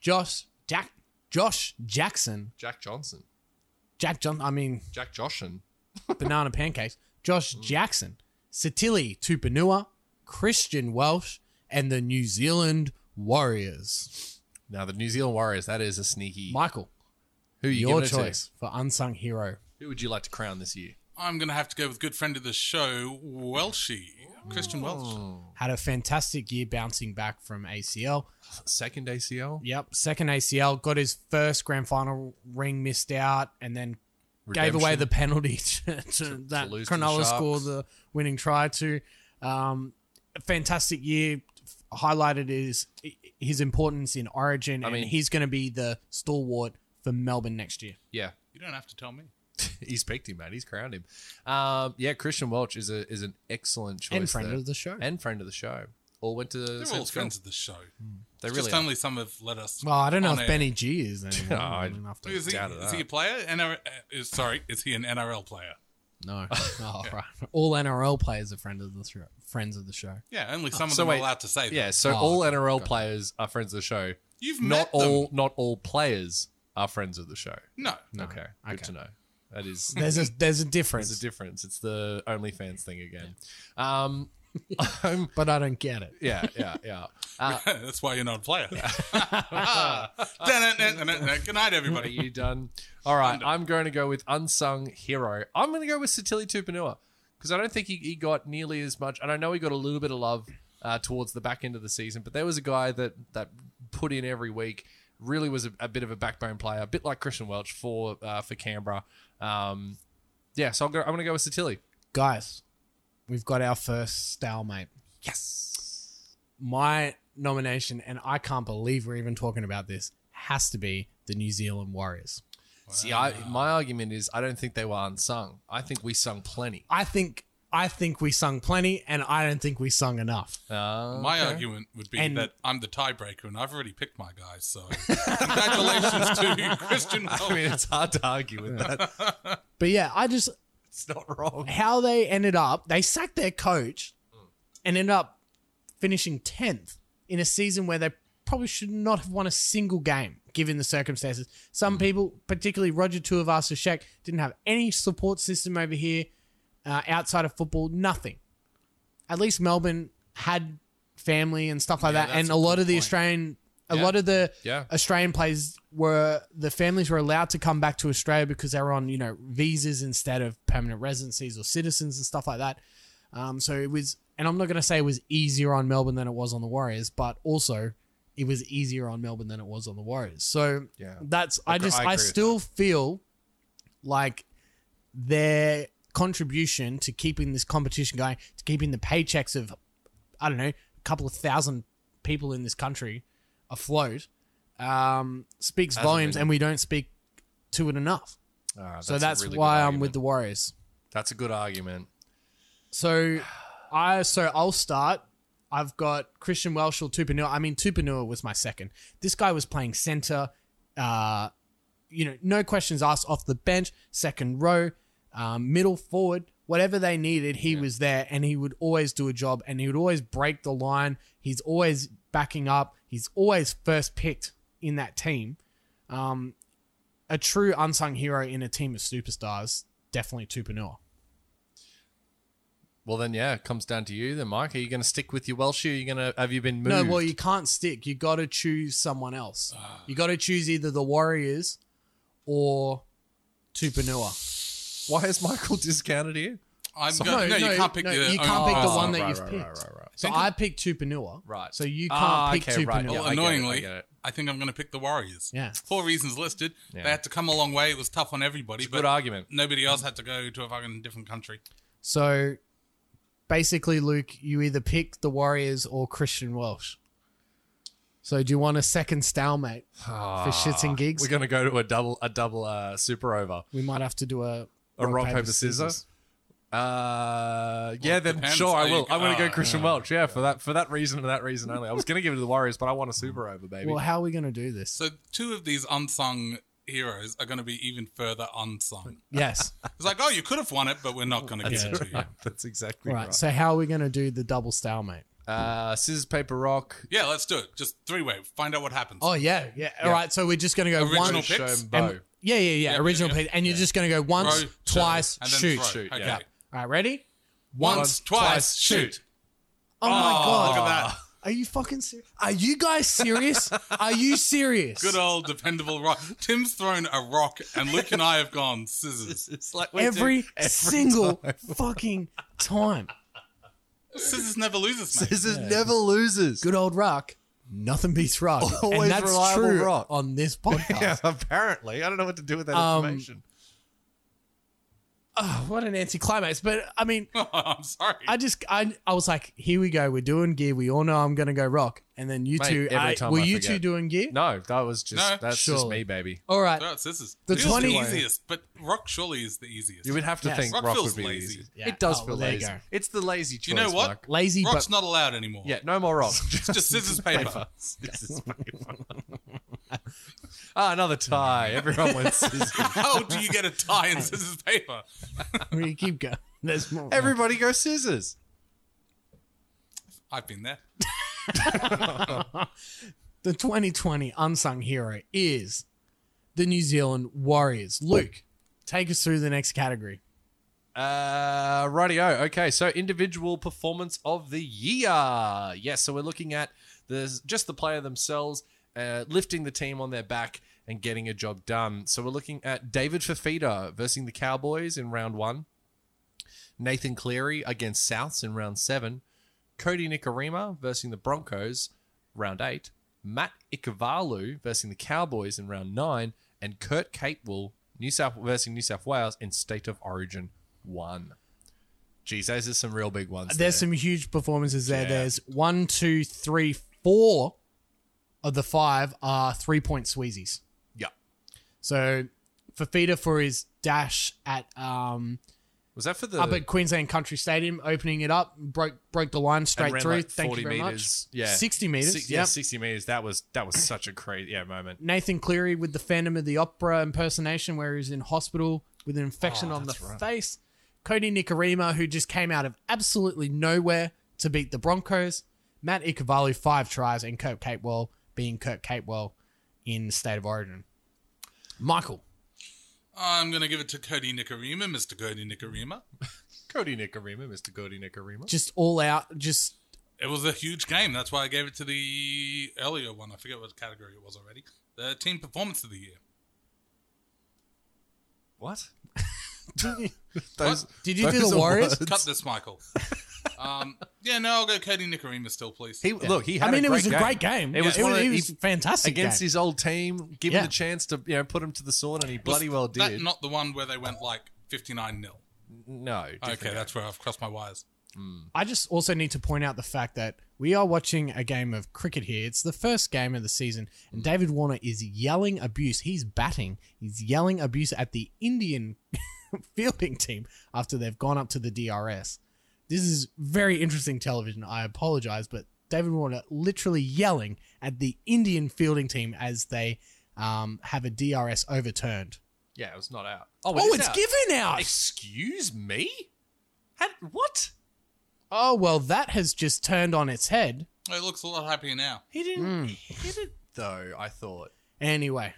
[SPEAKER 5] Josh Jack, Josh Jackson,
[SPEAKER 4] Jack Johnson,
[SPEAKER 5] Jack John. I mean,
[SPEAKER 4] Jack Joshin,
[SPEAKER 5] banana pancakes. Josh Jackson, Satili Tupanua, Christian Welsh, and the New Zealand Warriors.
[SPEAKER 4] now the New Zealand Warriors. That is a sneaky.
[SPEAKER 5] Michael,
[SPEAKER 4] who are you
[SPEAKER 5] your
[SPEAKER 4] giving it to?
[SPEAKER 5] choice for unsung hero.
[SPEAKER 4] Who would you like to crown this year?
[SPEAKER 6] I'm going to have to go with good friend of the show, Welshie. Christian Welsh.
[SPEAKER 5] Had a fantastic year bouncing back from ACL.
[SPEAKER 4] Second ACL.
[SPEAKER 5] Yep, second ACL, got his first grand final ring missed out, and then gave away
[SPEAKER 4] Redemption.
[SPEAKER 5] the penalty to, to that
[SPEAKER 4] lose to the
[SPEAKER 5] Cronulla scored
[SPEAKER 4] Sharks.
[SPEAKER 5] the winning try to. Um, fantastic year, highlighted his his importance in Origin, and
[SPEAKER 4] mean-
[SPEAKER 5] he's going to be the stalwart for Melbourne next year.
[SPEAKER 4] Yeah,
[SPEAKER 6] You don't have to tell me.
[SPEAKER 4] he's picked him, man. He's crowned him. Um, yeah, Christian Welch is a is an excellent choice
[SPEAKER 5] and friend
[SPEAKER 4] there.
[SPEAKER 5] of the show.
[SPEAKER 4] and friend of the show. All went to the
[SPEAKER 6] They're
[SPEAKER 4] same
[SPEAKER 6] all
[SPEAKER 4] school.
[SPEAKER 6] friends of the show.
[SPEAKER 4] They really
[SPEAKER 6] It's Just um,
[SPEAKER 4] are.
[SPEAKER 6] only some have let us.
[SPEAKER 5] well, I don't know
[SPEAKER 6] on
[SPEAKER 5] if
[SPEAKER 6] air.
[SPEAKER 5] Benny G is anymore.
[SPEAKER 4] No, Oh, I-
[SPEAKER 5] I'm gonna have to-
[SPEAKER 6] Is he,
[SPEAKER 4] doubt it
[SPEAKER 6] is
[SPEAKER 4] up.
[SPEAKER 6] he a player? NRL, uh, is- sorry, is he an NRL player?
[SPEAKER 5] No. Oh, right. All NRL players are friend of the show, friends of the show.
[SPEAKER 6] Yeah, only some of
[SPEAKER 4] so
[SPEAKER 6] them
[SPEAKER 4] wait.
[SPEAKER 6] are allowed to say that.
[SPEAKER 4] Yeah, so
[SPEAKER 5] Oh,
[SPEAKER 4] all NRL players are friends of the show.
[SPEAKER 6] You've
[SPEAKER 4] Not
[SPEAKER 6] met them.
[SPEAKER 4] all not all players are friends of the show.
[SPEAKER 6] No.
[SPEAKER 4] Okay. Good
[SPEAKER 5] Okay.
[SPEAKER 4] to know. That is
[SPEAKER 5] There's a there's a difference,
[SPEAKER 4] there's a difference. It's the OnlyFans thing again. Um I'm-
[SPEAKER 5] but I don't get it.
[SPEAKER 4] yeah, yeah, yeah. Uh,
[SPEAKER 6] That's why you're not a player. Good night,
[SPEAKER 4] are
[SPEAKER 6] everybody.
[SPEAKER 4] you done? All right, I'm going to go with unsung hero. I'm going to go with Satili Tupanua because I don't think he, he got nearly as much, and I know he got a little bit of love uh, towards the back end of the season. But there was a guy that that put in every week. Really was a, a bit of a backbone player, a bit like Christian Welch for uh, for Canberra. Um, yeah, so I'll go, I'm going to go with Satili.
[SPEAKER 5] guys, we've got our first stalemate.
[SPEAKER 4] Yes.
[SPEAKER 5] My nomination, and I can't believe we're even talking about this, has to be the New Zealand Warriors.
[SPEAKER 4] See, I, my argument is I don't think they were unsung. I think we sung plenty.
[SPEAKER 5] I think I think we sung plenty, and I don't think we sung enough.
[SPEAKER 4] Uh.
[SPEAKER 6] My argument would be
[SPEAKER 5] And-
[SPEAKER 6] that I'm the tiebreaker and I've already picked my guys. So congratulations to Christian.
[SPEAKER 4] I mean, it's hard to argue with that.
[SPEAKER 5] But yeah, I just
[SPEAKER 4] It's not wrong.
[SPEAKER 5] how they ended up, they sacked their coach and ended up finishing 10th in a season where they probably should not have won a single game given the circumstances. Some
[SPEAKER 4] Mm.
[SPEAKER 5] people, particularly Roger Tuivasa-Sheck, didn't have any support system over here uh, outside of football, nothing. At least Melbourne had family and stuff like that and a, lot of the Australian a lot of the
[SPEAKER 4] Yeah.
[SPEAKER 5] Australian players were the families were allowed to come back to Australia because they were on you know visas instead of permanent residencies or citizens and stuff like that. Um, so it was, and I'm not going to say it was easier on Melbourne than it was on the Warriors, but also it was easier on Melbourne than it was on the Warriors. So
[SPEAKER 4] Yeah.
[SPEAKER 5] that's I
[SPEAKER 4] Agre-
[SPEAKER 5] just
[SPEAKER 4] I
[SPEAKER 5] I,
[SPEAKER 4] agree with
[SPEAKER 5] still feel like their contribution to keeping this competition going, to keeping the paychecks of I don't know a couple of thousand people in this country afloat um, speaks volumes, and we don't speak to it enough. so that's why I'm with the Warriors.
[SPEAKER 4] That's a good argument.
[SPEAKER 5] So I so I'll start. I've got Christian Welshel, Tupanua. I mean, Tupanua was my second. This guy was playing center. Uh, you know, no questions asked off the bench, second row, um, middle forward, whatever they needed, he was there, and he would always do a job, and he would always break the line. He's always backing up. He's always first picked in that team. Um, a true unsung hero in a team of superstars, definitely Tupanua.
[SPEAKER 4] Well, then, yeah, it comes down to you then, Mike. Are you going to stick with your Welsh? Are you going to have you been moved?
[SPEAKER 5] No, well, you can't stick. You got to choose someone else. You got to choose either the Warriors or Tupanua.
[SPEAKER 4] why is Michael discounted here?
[SPEAKER 6] I'm going. No, you can't pick
[SPEAKER 5] no,
[SPEAKER 6] your
[SPEAKER 5] you
[SPEAKER 6] own
[SPEAKER 5] can't pick the
[SPEAKER 6] person.
[SPEAKER 5] one that
[SPEAKER 4] Oh, right,
[SPEAKER 5] you've
[SPEAKER 4] right,
[SPEAKER 5] picked.
[SPEAKER 4] right, right, right.
[SPEAKER 5] So I picked Tupanua.
[SPEAKER 4] Right.
[SPEAKER 5] So you can't
[SPEAKER 4] Ah,
[SPEAKER 5] pick
[SPEAKER 4] okay, right.
[SPEAKER 5] Tupanua.
[SPEAKER 4] Yeah,
[SPEAKER 6] Well,
[SPEAKER 4] I get it, I
[SPEAKER 6] annoyingly, I,
[SPEAKER 4] get it.
[SPEAKER 6] think I'm going to pick the Warriors.
[SPEAKER 5] Yeah.
[SPEAKER 6] Four reasons listed.
[SPEAKER 4] Yeah.
[SPEAKER 6] They had to come a long way. It was tough on everybody.
[SPEAKER 4] Good
[SPEAKER 6] But
[SPEAKER 4] argument.
[SPEAKER 6] nobody else had to go to a fucking different country.
[SPEAKER 5] So basically, Luke, you either pick the Warriors or Christian Welsh. So do you want a second stalemate for shits and gigs?
[SPEAKER 4] We're going to go to a double, a double uh, super over.
[SPEAKER 5] we might have to do a
[SPEAKER 4] A rock, paper,
[SPEAKER 5] scissors.
[SPEAKER 4] scissors. Uh, yeah, then
[SPEAKER 6] depends.
[SPEAKER 4] sure, I
[SPEAKER 6] Are you-
[SPEAKER 4] will. I'm going to
[SPEAKER 6] oh,
[SPEAKER 4] go Christian Welch. uh, Yeah, for that, for that reason and that reason only. I was going to give it to the Warriors, but I want a super over, baby.
[SPEAKER 5] Well, how are we going to do this?
[SPEAKER 6] So two of these unsung heroes are going to be even further unsung.
[SPEAKER 5] yes.
[SPEAKER 6] It's like, oh, you could have won it, but we're not going to give it to you.
[SPEAKER 4] That's exactly
[SPEAKER 5] All
[SPEAKER 4] right.
[SPEAKER 5] right. So how are we going to do the double stalemate?
[SPEAKER 4] Uh, scissors, paper, rock.
[SPEAKER 6] Yeah, let's do it. Just three way. Find out what happens.
[SPEAKER 5] Oh yeah, yeah. All right, so we're just gonna go
[SPEAKER 6] Original
[SPEAKER 5] one.
[SPEAKER 6] picks?
[SPEAKER 4] Shombo.
[SPEAKER 5] and- yeah, yeah, yeah.
[SPEAKER 6] Yep,
[SPEAKER 5] original
[SPEAKER 6] yep,
[SPEAKER 5] pick,
[SPEAKER 6] yep.
[SPEAKER 5] and you're just gonna go once,
[SPEAKER 6] Throw,
[SPEAKER 5] twice,
[SPEAKER 6] and then
[SPEAKER 5] shoot.
[SPEAKER 6] throw.
[SPEAKER 4] Shoot,
[SPEAKER 6] Okay.
[SPEAKER 4] yeah.
[SPEAKER 5] All right, ready?
[SPEAKER 6] Once,
[SPEAKER 4] Once,
[SPEAKER 6] twice,
[SPEAKER 4] twice,
[SPEAKER 6] shoot.
[SPEAKER 5] Oh, my god!
[SPEAKER 6] Look at that.
[SPEAKER 5] Are you fucking serious? Are you guys serious? are you serious?
[SPEAKER 6] Good old dependable rock. Tim's thrown a rock, and Luke and I have gone scissors.
[SPEAKER 4] It's like we do
[SPEAKER 5] every, single fucking time.
[SPEAKER 6] Scissors never loses, mate.
[SPEAKER 4] Scissors never loses.
[SPEAKER 5] Good old rock. Nothing beats rock,
[SPEAKER 4] Always
[SPEAKER 5] and that's
[SPEAKER 4] reliable
[SPEAKER 5] true
[SPEAKER 4] rock.
[SPEAKER 5] on this podcast.
[SPEAKER 4] Yeah, apparently. I don't know what to do with that
[SPEAKER 5] Um,
[SPEAKER 4] information.
[SPEAKER 5] Oh, what an anticlimax! But I mean,
[SPEAKER 6] I'm sorry.
[SPEAKER 5] I just I I was like, here we go, we're doing gear. We all know I'm gonna go rock, and then you
[SPEAKER 4] Mate,
[SPEAKER 5] two,
[SPEAKER 4] every
[SPEAKER 5] I-
[SPEAKER 4] time
[SPEAKER 5] were
[SPEAKER 4] I
[SPEAKER 5] you
[SPEAKER 4] forget.
[SPEAKER 5] two doing gear?
[SPEAKER 4] No, that was just
[SPEAKER 6] No,
[SPEAKER 4] that's just
[SPEAKER 5] surely.
[SPEAKER 4] me, baby.
[SPEAKER 5] All right,
[SPEAKER 6] Throw out scissors.
[SPEAKER 5] The
[SPEAKER 6] This is
[SPEAKER 5] 20
[SPEAKER 6] the easiest, but rock surely is the easiest.
[SPEAKER 4] You would have to
[SPEAKER 5] Yes.
[SPEAKER 4] think
[SPEAKER 6] Rock
[SPEAKER 4] rock,
[SPEAKER 6] feels
[SPEAKER 4] would be
[SPEAKER 6] lazy.
[SPEAKER 4] lazy.
[SPEAKER 5] Yeah.
[SPEAKER 4] It does
[SPEAKER 5] Oh,
[SPEAKER 4] feel
[SPEAKER 5] well, there you
[SPEAKER 4] lazy.
[SPEAKER 5] go.
[SPEAKER 4] It's the lazy choice.
[SPEAKER 6] you know what?
[SPEAKER 4] Mark.
[SPEAKER 5] lazy,
[SPEAKER 6] Rock's
[SPEAKER 5] but
[SPEAKER 6] not allowed anymore.
[SPEAKER 4] Yeah, no more rock.
[SPEAKER 6] It's just scissors, paper.
[SPEAKER 4] Scissors, paper. ah, another tie. Everyone went scissors.
[SPEAKER 6] How do you get a tie in scissors, paper?
[SPEAKER 5] we keep going. There's more.
[SPEAKER 4] Everybody go scissors.
[SPEAKER 6] I've been there.
[SPEAKER 5] the 2020 unsung hero is the New Zealand Warriors. Luke, take us through the next category.
[SPEAKER 4] Uh, rightio. Okay, so individual performance of the year. Yes, so we're looking at the just the player themselves uh, lifting the team on their back and getting a job done. So we're looking at David Fafita versus the Cowboys in round one, Nathan Cleary against Souths in round seven, Cody Nikarima versus the Broncos round eight, Matt Ikavalu versus the Cowboys in round nine, and Kurt Capewell New South versus New South Wales in State of Origin one. Geez, those are some real big ones.
[SPEAKER 5] There's
[SPEAKER 4] there.
[SPEAKER 5] some huge performances there. There's one, two, three, four of the five are three point Sweezies.
[SPEAKER 4] yeah.
[SPEAKER 5] So Fafita for his dash at um,
[SPEAKER 4] Was that for the
[SPEAKER 5] up at Queensland Country Stadium, opening it up, broke broke the line
[SPEAKER 4] and
[SPEAKER 5] straight
[SPEAKER 4] ran
[SPEAKER 5] through.
[SPEAKER 4] like
[SPEAKER 5] Thank
[SPEAKER 4] 40
[SPEAKER 5] you very
[SPEAKER 4] meters.
[SPEAKER 5] much.
[SPEAKER 4] Yeah,
[SPEAKER 5] sixty meters.
[SPEAKER 4] Six-
[SPEAKER 5] yeah,
[SPEAKER 4] yeah, sixty meters. That was that was such a crazy yeah moment.
[SPEAKER 5] Nathan Cleary with the Phantom of the Opera impersonation, where he's in hospital with an infection
[SPEAKER 4] Oh,
[SPEAKER 5] on the
[SPEAKER 4] that's right.
[SPEAKER 5] face. Cody Nikarima, who just came out of absolutely nowhere to beat the Broncos. Matt Ikavalu, five tries, and Kurt Capewell being Kurt Capewell in the state of origin. Michael,
[SPEAKER 6] I'm going to give it to Cody Nikarima, Mr. Cody Nikarima.
[SPEAKER 4] Cody Nikarima, Mr. Cody Nikarima.
[SPEAKER 5] just all out, just
[SPEAKER 6] It was a huge game. That's why I gave it to the earlier one. I forget what category it was already. The team performance of the year.
[SPEAKER 4] What?
[SPEAKER 6] Those-
[SPEAKER 5] Did you do
[SPEAKER 4] those
[SPEAKER 5] the
[SPEAKER 4] are
[SPEAKER 5] Warriors?
[SPEAKER 4] words.
[SPEAKER 6] Cut this, Michael. um, yeah, no, I'll go Cody Nikarima still, please.
[SPEAKER 4] He look. He had.
[SPEAKER 5] I mean,
[SPEAKER 4] a
[SPEAKER 5] it
[SPEAKER 4] great
[SPEAKER 5] was a
[SPEAKER 4] game.
[SPEAKER 5] great game.
[SPEAKER 4] It was one of
[SPEAKER 5] it
[SPEAKER 4] the-
[SPEAKER 5] was
[SPEAKER 4] he-
[SPEAKER 5] fantastic
[SPEAKER 4] against
[SPEAKER 5] game.
[SPEAKER 4] his old team. Give him
[SPEAKER 5] Yeah.
[SPEAKER 4] the chance to you know put him to the sword, and he bloody well
[SPEAKER 6] Was
[SPEAKER 4] did.
[SPEAKER 6] That not the one where they went like 59 0.
[SPEAKER 4] no. different
[SPEAKER 6] Okay,
[SPEAKER 4] game.
[SPEAKER 6] that's where I've crossed my wires.
[SPEAKER 5] I just also need to point out the fact that we are watching a game of cricket here. It's the first game of the season,
[SPEAKER 4] Mm.
[SPEAKER 5] and David Warner is yelling abuse. He's batting. He's yelling abuse at the Indian fielding team after they've gone up to the DRS. This is very interesting television. I apologize, but David Warner literally yelling at the Indian fielding team as they um, have a DRS overturned.
[SPEAKER 4] yeah. It was not out. Oh,
[SPEAKER 5] oh, it's given out.
[SPEAKER 4] Excuse me. Had, what?
[SPEAKER 5] Oh, well, that has just turned on its head.
[SPEAKER 6] It looks a lot happier now.
[SPEAKER 4] He didn't
[SPEAKER 5] Mm.
[SPEAKER 4] hit it though. I thought.
[SPEAKER 5] Anyway,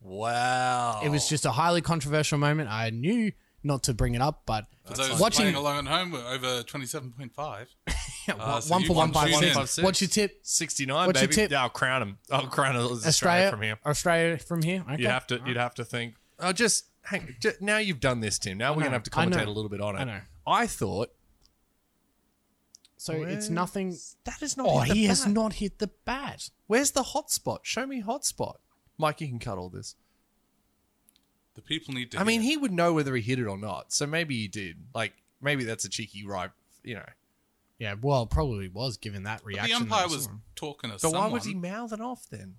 [SPEAKER 4] Wow.
[SPEAKER 5] it was just a highly controversial moment. I knew not to bring it up, but
[SPEAKER 6] For those
[SPEAKER 5] watching
[SPEAKER 6] playing along at home, we're over 27.5.
[SPEAKER 5] Yeah,
[SPEAKER 6] Uh, so
[SPEAKER 5] one
[SPEAKER 6] you
[SPEAKER 5] for one
[SPEAKER 6] won
[SPEAKER 5] by
[SPEAKER 6] two
[SPEAKER 5] one.
[SPEAKER 6] then.
[SPEAKER 5] What's your tip?
[SPEAKER 4] 69,
[SPEAKER 5] What's your
[SPEAKER 4] baby.
[SPEAKER 5] tip?
[SPEAKER 4] Yeah, I'll crown him. I'll crown him as Australia,
[SPEAKER 5] Australia
[SPEAKER 4] from here.
[SPEAKER 5] Australia from here. Okay.
[SPEAKER 4] You'd have to. You'd have to think. Oh, just hang. ju- now you've done this, Tim. Now we're gonna have to
[SPEAKER 5] I know.
[SPEAKER 4] commentate a little bit on it.
[SPEAKER 5] I know.
[SPEAKER 4] I thought
[SPEAKER 5] So it's nothing.
[SPEAKER 4] that is not.
[SPEAKER 5] Oh,
[SPEAKER 4] hit the
[SPEAKER 5] he has
[SPEAKER 4] bat.
[SPEAKER 5] not hit the bat.
[SPEAKER 4] Where's the hot spot? Show me hot spot. Mike, you can cut all this.
[SPEAKER 6] The people need to.
[SPEAKER 4] I mean,
[SPEAKER 6] hear.
[SPEAKER 4] he would know whether he hit it or not. So maybe he did. Like maybe that's a cheeky right. You know.
[SPEAKER 5] Yeah, well, probably was given that
[SPEAKER 6] But the
[SPEAKER 5] reaction. that I
[SPEAKER 6] umpire was
[SPEAKER 5] saw.
[SPEAKER 6] talking to
[SPEAKER 4] But
[SPEAKER 6] someone.
[SPEAKER 4] why would he mouth it off then?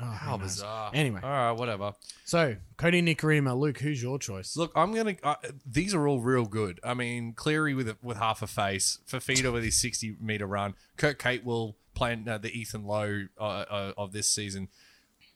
[SPEAKER 5] Oh, who
[SPEAKER 4] How
[SPEAKER 5] knows?
[SPEAKER 4] bizarre.
[SPEAKER 5] Anyway,
[SPEAKER 4] All right, whatever.
[SPEAKER 5] so Cody Nikarima, Luke, who's your choice?
[SPEAKER 4] Look, I'm gonna. Uh, these are all real good. I mean, Cleary with with half a face, Fafita with his 60 meter run, Kurt Catewell playing uh, the Ethan Lowe uh, uh, of this season.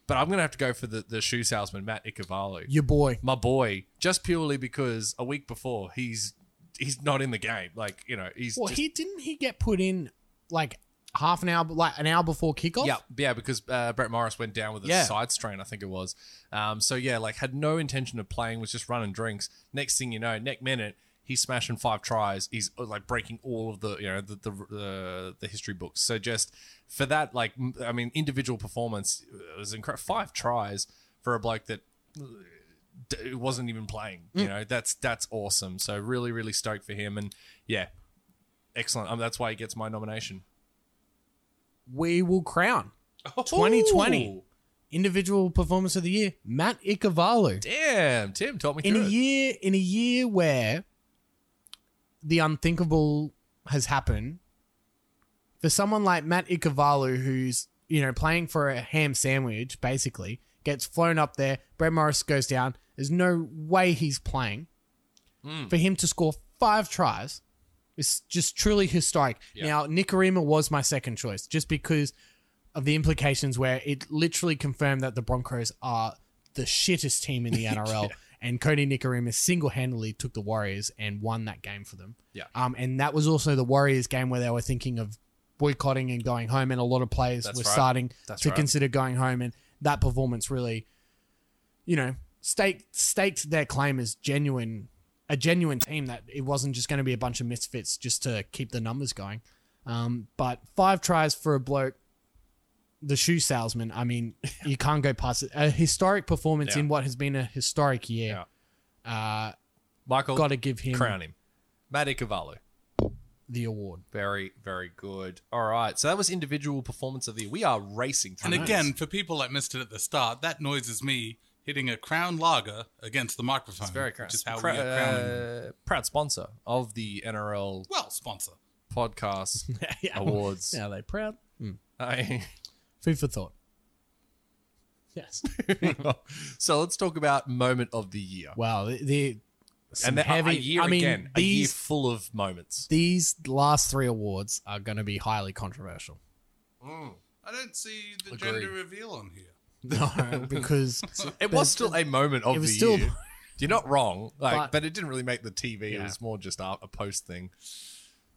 [SPEAKER 4] But I'm gonna have to go for the the shoe salesman Matt Ikevalu,
[SPEAKER 5] Your boy.
[SPEAKER 4] my boy, just purely because a week before he's he's not in the game. Like you know, he's
[SPEAKER 5] Well,
[SPEAKER 4] just-
[SPEAKER 5] he didn't he get put in like half an hour, like an hour before kickoff.
[SPEAKER 4] Yeah, yeah, because uh, Brett Morris went down with a
[SPEAKER 5] Yeah.
[SPEAKER 4] side strain, I think it was. Um, so yeah, like had no intention of playing, was just running drinks. Next thing you know, next minute he's smashing five tries. He's uh, like breaking all of the you know the the the, the history books. So just for that, like m- I mean, individual performance uh, was incredible. Five tries for a bloke that uh, d- wasn't even playing. You know, that's that's awesome. So really, really stoked for him, and yeah. Excellent. Um, that's why he gets my nomination.
[SPEAKER 5] we will crown 2020 individual performance of the year Matt Ikavalu
[SPEAKER 4] Damn, Tim, taught me
[SPEAKER 5] in
[SPEAKER 4] through
[SPEAKER 5] a
[SPEAKER 4] it.
[SPEAKER 5] year in a year where the unthinkable has happened for someone like Matt Ikavalu who's you know playing for a ham sandwich basically gets flown up there Brett Morris goes down there's no way he's playing
[SPEAKER 4] Hmm.
[SPEAKER 5] for him to score 5 tries it's just truly historic. Now, Nicarima was my second choice just because of the implications where it literally confirmed that the Broncos are the shittest team in the NRL. And Cody Nicarima single handedly took the Warriors and won that game for them.
[SPEAKER 4] Yeah.
[SPEAKER 5] Um, and that was also the Warriors game where they were thinking of boycotting and going home, and a lot of players
[SPEAKER 4] That's
[SPEAKER 5] were
[SPEAKER 4] right.
[SPEAKER 5] starting
[SPEAKER 4] That's
[SPEAKER 5] to
[SPEAKER 4] right.
[SPEAKER 5] consider going home. And that performance really, you know, staked staked their claim as genuine a genuine team that it wasn't just going to be a bunch of misfits just to keep the numbers going. Um, but five tries for a bloke, the shoe salesman. I mean, you can't go past it. A historic performance
[SPEAKER 4] Yeah.
[SPEAKER 5] in what has been a historic year. Uh,
[SPEAKER 4] Michael,
[SPEAKER 5] Got to give him
[SPEAKER 4] crown him. Matt Ikavalu.
[SPEAKER 5] the award.
[SPEAKER 4] Very, very good. All right. So that was individual performance of the year. We are racing through
[SPEAKER 6] And
[SPEAKER 4] this.
[SPEAKER 6] again, for people that missed it at the start, that noise is me hitting a crown lager against the microphone.
[SPEAKER 4] it's very crown.
[SPEAKER 6] Which is how
[SPEAKER 4] Crou-
[SPEAKER 6] we are crowning.
[SPEAKER 4] uh, proud sponsor of the NRL
[SPEAKER 6] Well, sponsor.
[SPEAKER 4] podcast
[SPEAKER 5] yeah.
[SPEAKER 4] awards.
[SPEAKER 5] Are they proud?
[SPEAKER 4] I-
[SPEAKER 5] Food for thought. Yes.
[SPEAKER 4] so let's talk about moment of the year.
[SPEAKER 5] Wow. The, the some
[SPEAKER 4] and then,
[SPEAKER 5] heavy.
[SPEAKER 4] a year
[SPEAKER 5] I mean,
[SPEAKER 4] again, a year
[SPEAKER 5] these
[SPEAKER 4] full of moments.
[SPEAKER 5] these last three awards are going to be highly controversial.
[SPEAKER 6] I don't see the
[SPEAKER 4] Agree.
[SPEAKER 6] gender reveal on here.
[SPEAKER 5] No, because
[SPEAKER 4] It was still a moment of
[SPEAKER 5] it was
[SPEAKER 4] the
[SPEAKER 5] still-
[SPEAKER 4] year. You're not wrong, like, but,
[SPEAKER 5] But-
[SPEAKER 4] it didn't really make the TV. It
[SPEAKER 5] Yeah.
[SPEAKER 4] was more just a, a post thing.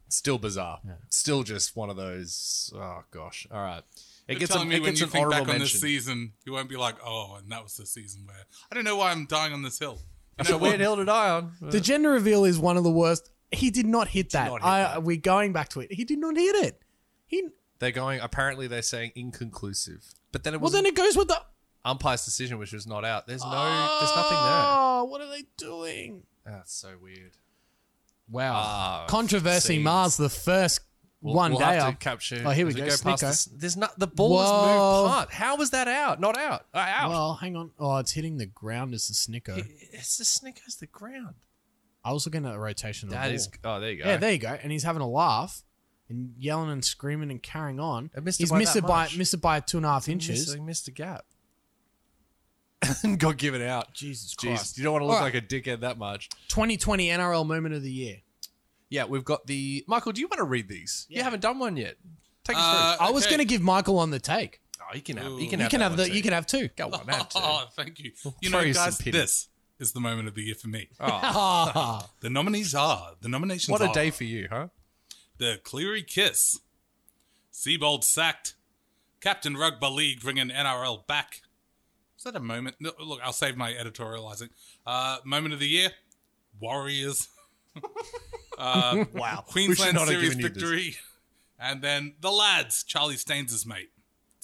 [SPEAKER 4] Still bizarre. Still just one of those. Oh gosh. All right. It
[SPEAKER 6] You're
[SPEAKER 4] gets
[SPEAKER 6] telling
[SPEAKER 4] an,
[SPEAKER 6] me
[SPEAKER 4] it
[SPEAKER 6] when
[SPEAKER 4] gets
[SPEAKER 6] you
[SPEAKER 4] an
[SPEAKER 6] think back
[SPEAKER 4] honorable
[SPEAKER 6] on this
[SPEAKER 4] mention.
[SPEAKER 6] season, you won't be like, oh, and that was the season where I don't know why I'm dying on this hill. You
[SPEAKER 4] It's a
[SPEAKER 6] know
[SPEAKER 4] weird
[SPEAKER 6] what?
[SPEAKER 4] hill to die on.
[SPEAKER 5] the gender reveal is one of the worst. He did not hit that.
[SPEAKER 4] not hit
[SPEAKER 5] I,
[SPEAKER 4] that.
[SPEAKER 5] We're going back to it. He did not hit it. He
[SPEAKER 4] They're going. Apparently, they're saying inconclusive. But then it
[SPEAKER 5] well,
[SPEAKER 4] was
[SPEAKER 5] then it goes with the.
[SPEAKER 4] umpire's decision, which was not out. There's no. there's nothing there.
[SPEAKER 5] Oh, what are they doing?
[SPEAKER 4] That's so weird.
[SPEAKER 5] Wow,
[SPEAKER 4] Ah,
[SPEAKER 5] controversy
[SPEAKER 4] scenes.
[SPEAKER 5] mars the first one
[SPEAKER 4] we'll
[SPEAKER 5] day
[SPEAKER 4] have to
[SPEAKER 5] up.
[SPEAKER 4] capture.
[SPEAKER 5] Oh, here we
[SPEAKER 4] as
[SPEAKER 5] go.
[SPEAKER 4] go past
[SPEAKER 5] Sneaker.
[SPEAKER 4] this- there's not the ball has
[SPEAKER 5] Whoa.
[SPEAKER 4] moved part. How was that out? Not out. Uh, out.
[SPEAKER 5] Well, hang on. Oh, it's hitting the ground as a snicker.
[SPEAKER 4] it's the Snickers, the ground.
[SPEAKER 5] I was looking at the rotation. Of
[SPEAKER 4] That
[SPEAKER 5] the
[SPEAKER 4] is.
[SPEAKER 5] ball.
[SPEAKER 4] Oh, there you go.
[SPEAKER 5] Yeah, there you go. And he's having a laugh and yelling and screaming and carrying on.
[SPEAKER 4] I missed it
[SPEAKER 5] he's
[SPEAKER 4] by
[SPEAKER 5] missed
[SPEAKER 4] that
[SPEAKER 5] it by
[SPEAKER 4] much.
[SPEAKER 5] missed it by two and a half inches.
[SPEAKER 4] Missed, missed a gap. and got given out.
[SPEAKER 5] Jesus Christ.
[SPEAKER 4] Jeez, you don't want to look
[SPEAKER 5] All
[SPEAKER 4] like
[SPEAKER 5] right.
[SPEAKER 4] a dickhead that much.
[SPEAKER 5] 2020 NRL moment of the year.
[SPEAKER 4] Yeah, we've got the Michael. Do you want to read these? You
[SPEAKER 5] Yeah.
[SPEAKER 4] haven't done one yet. Take us
[SPEAKER 6] Uh,
[SPEAKER 5] I was
[SPEAKER 6] okay.
[SPEAKER 5] going to give Michael on the take.
[SPEAKER 4] through. Oh, you can have.
[SPEAKER 6] Ooh.
[SPEAKER 4] You can
[SPEAKER 5] You
[SPEAKER 4] have.
[SPEAKER 5] can
[SPEAKER 4] that
[SPEAKER 5] have
[SPEAKER 4] one
[SPEAKER 5] the.
[SPEAKER 4] too.
[SPEAKER 5] You can have two.
[SPEAKER 4] Go on, man. too.
[SPEAKER 6] Oh, thank you. You
[SPEAKER 4] throw
[SPEAKER 6] know,
[SPEAKER 4] you some
[SPEAKER 6] guys,
[SPEAKER 4] pity.
[SPEAKER 6] this is the moment of the year for me.
[SPEAKER 5] Ah,
[SPEAKER 6] The nominees are the nominations.
[SPEAKER 4] What a
[SPEAKER 6] are
[SPEAKER 4] day for you, huh?
[SPEAKER 6] The Cleary Kiss, Seabold sacked, Captain Rugby League bringing NRL back. Is that a moment? No, look, I'll save my editorializing. Uh, moment of the year, Warriors. uh, wow,
[SPEAKER 4] should
[SPEAKER 6] Queensland
[SPEAKER 4] not have
[SPEAKER 6] Series
[SPEAKER 4] given you this.
[SPEAKER 6] victory, and then the lads, Charlie Staines' mate.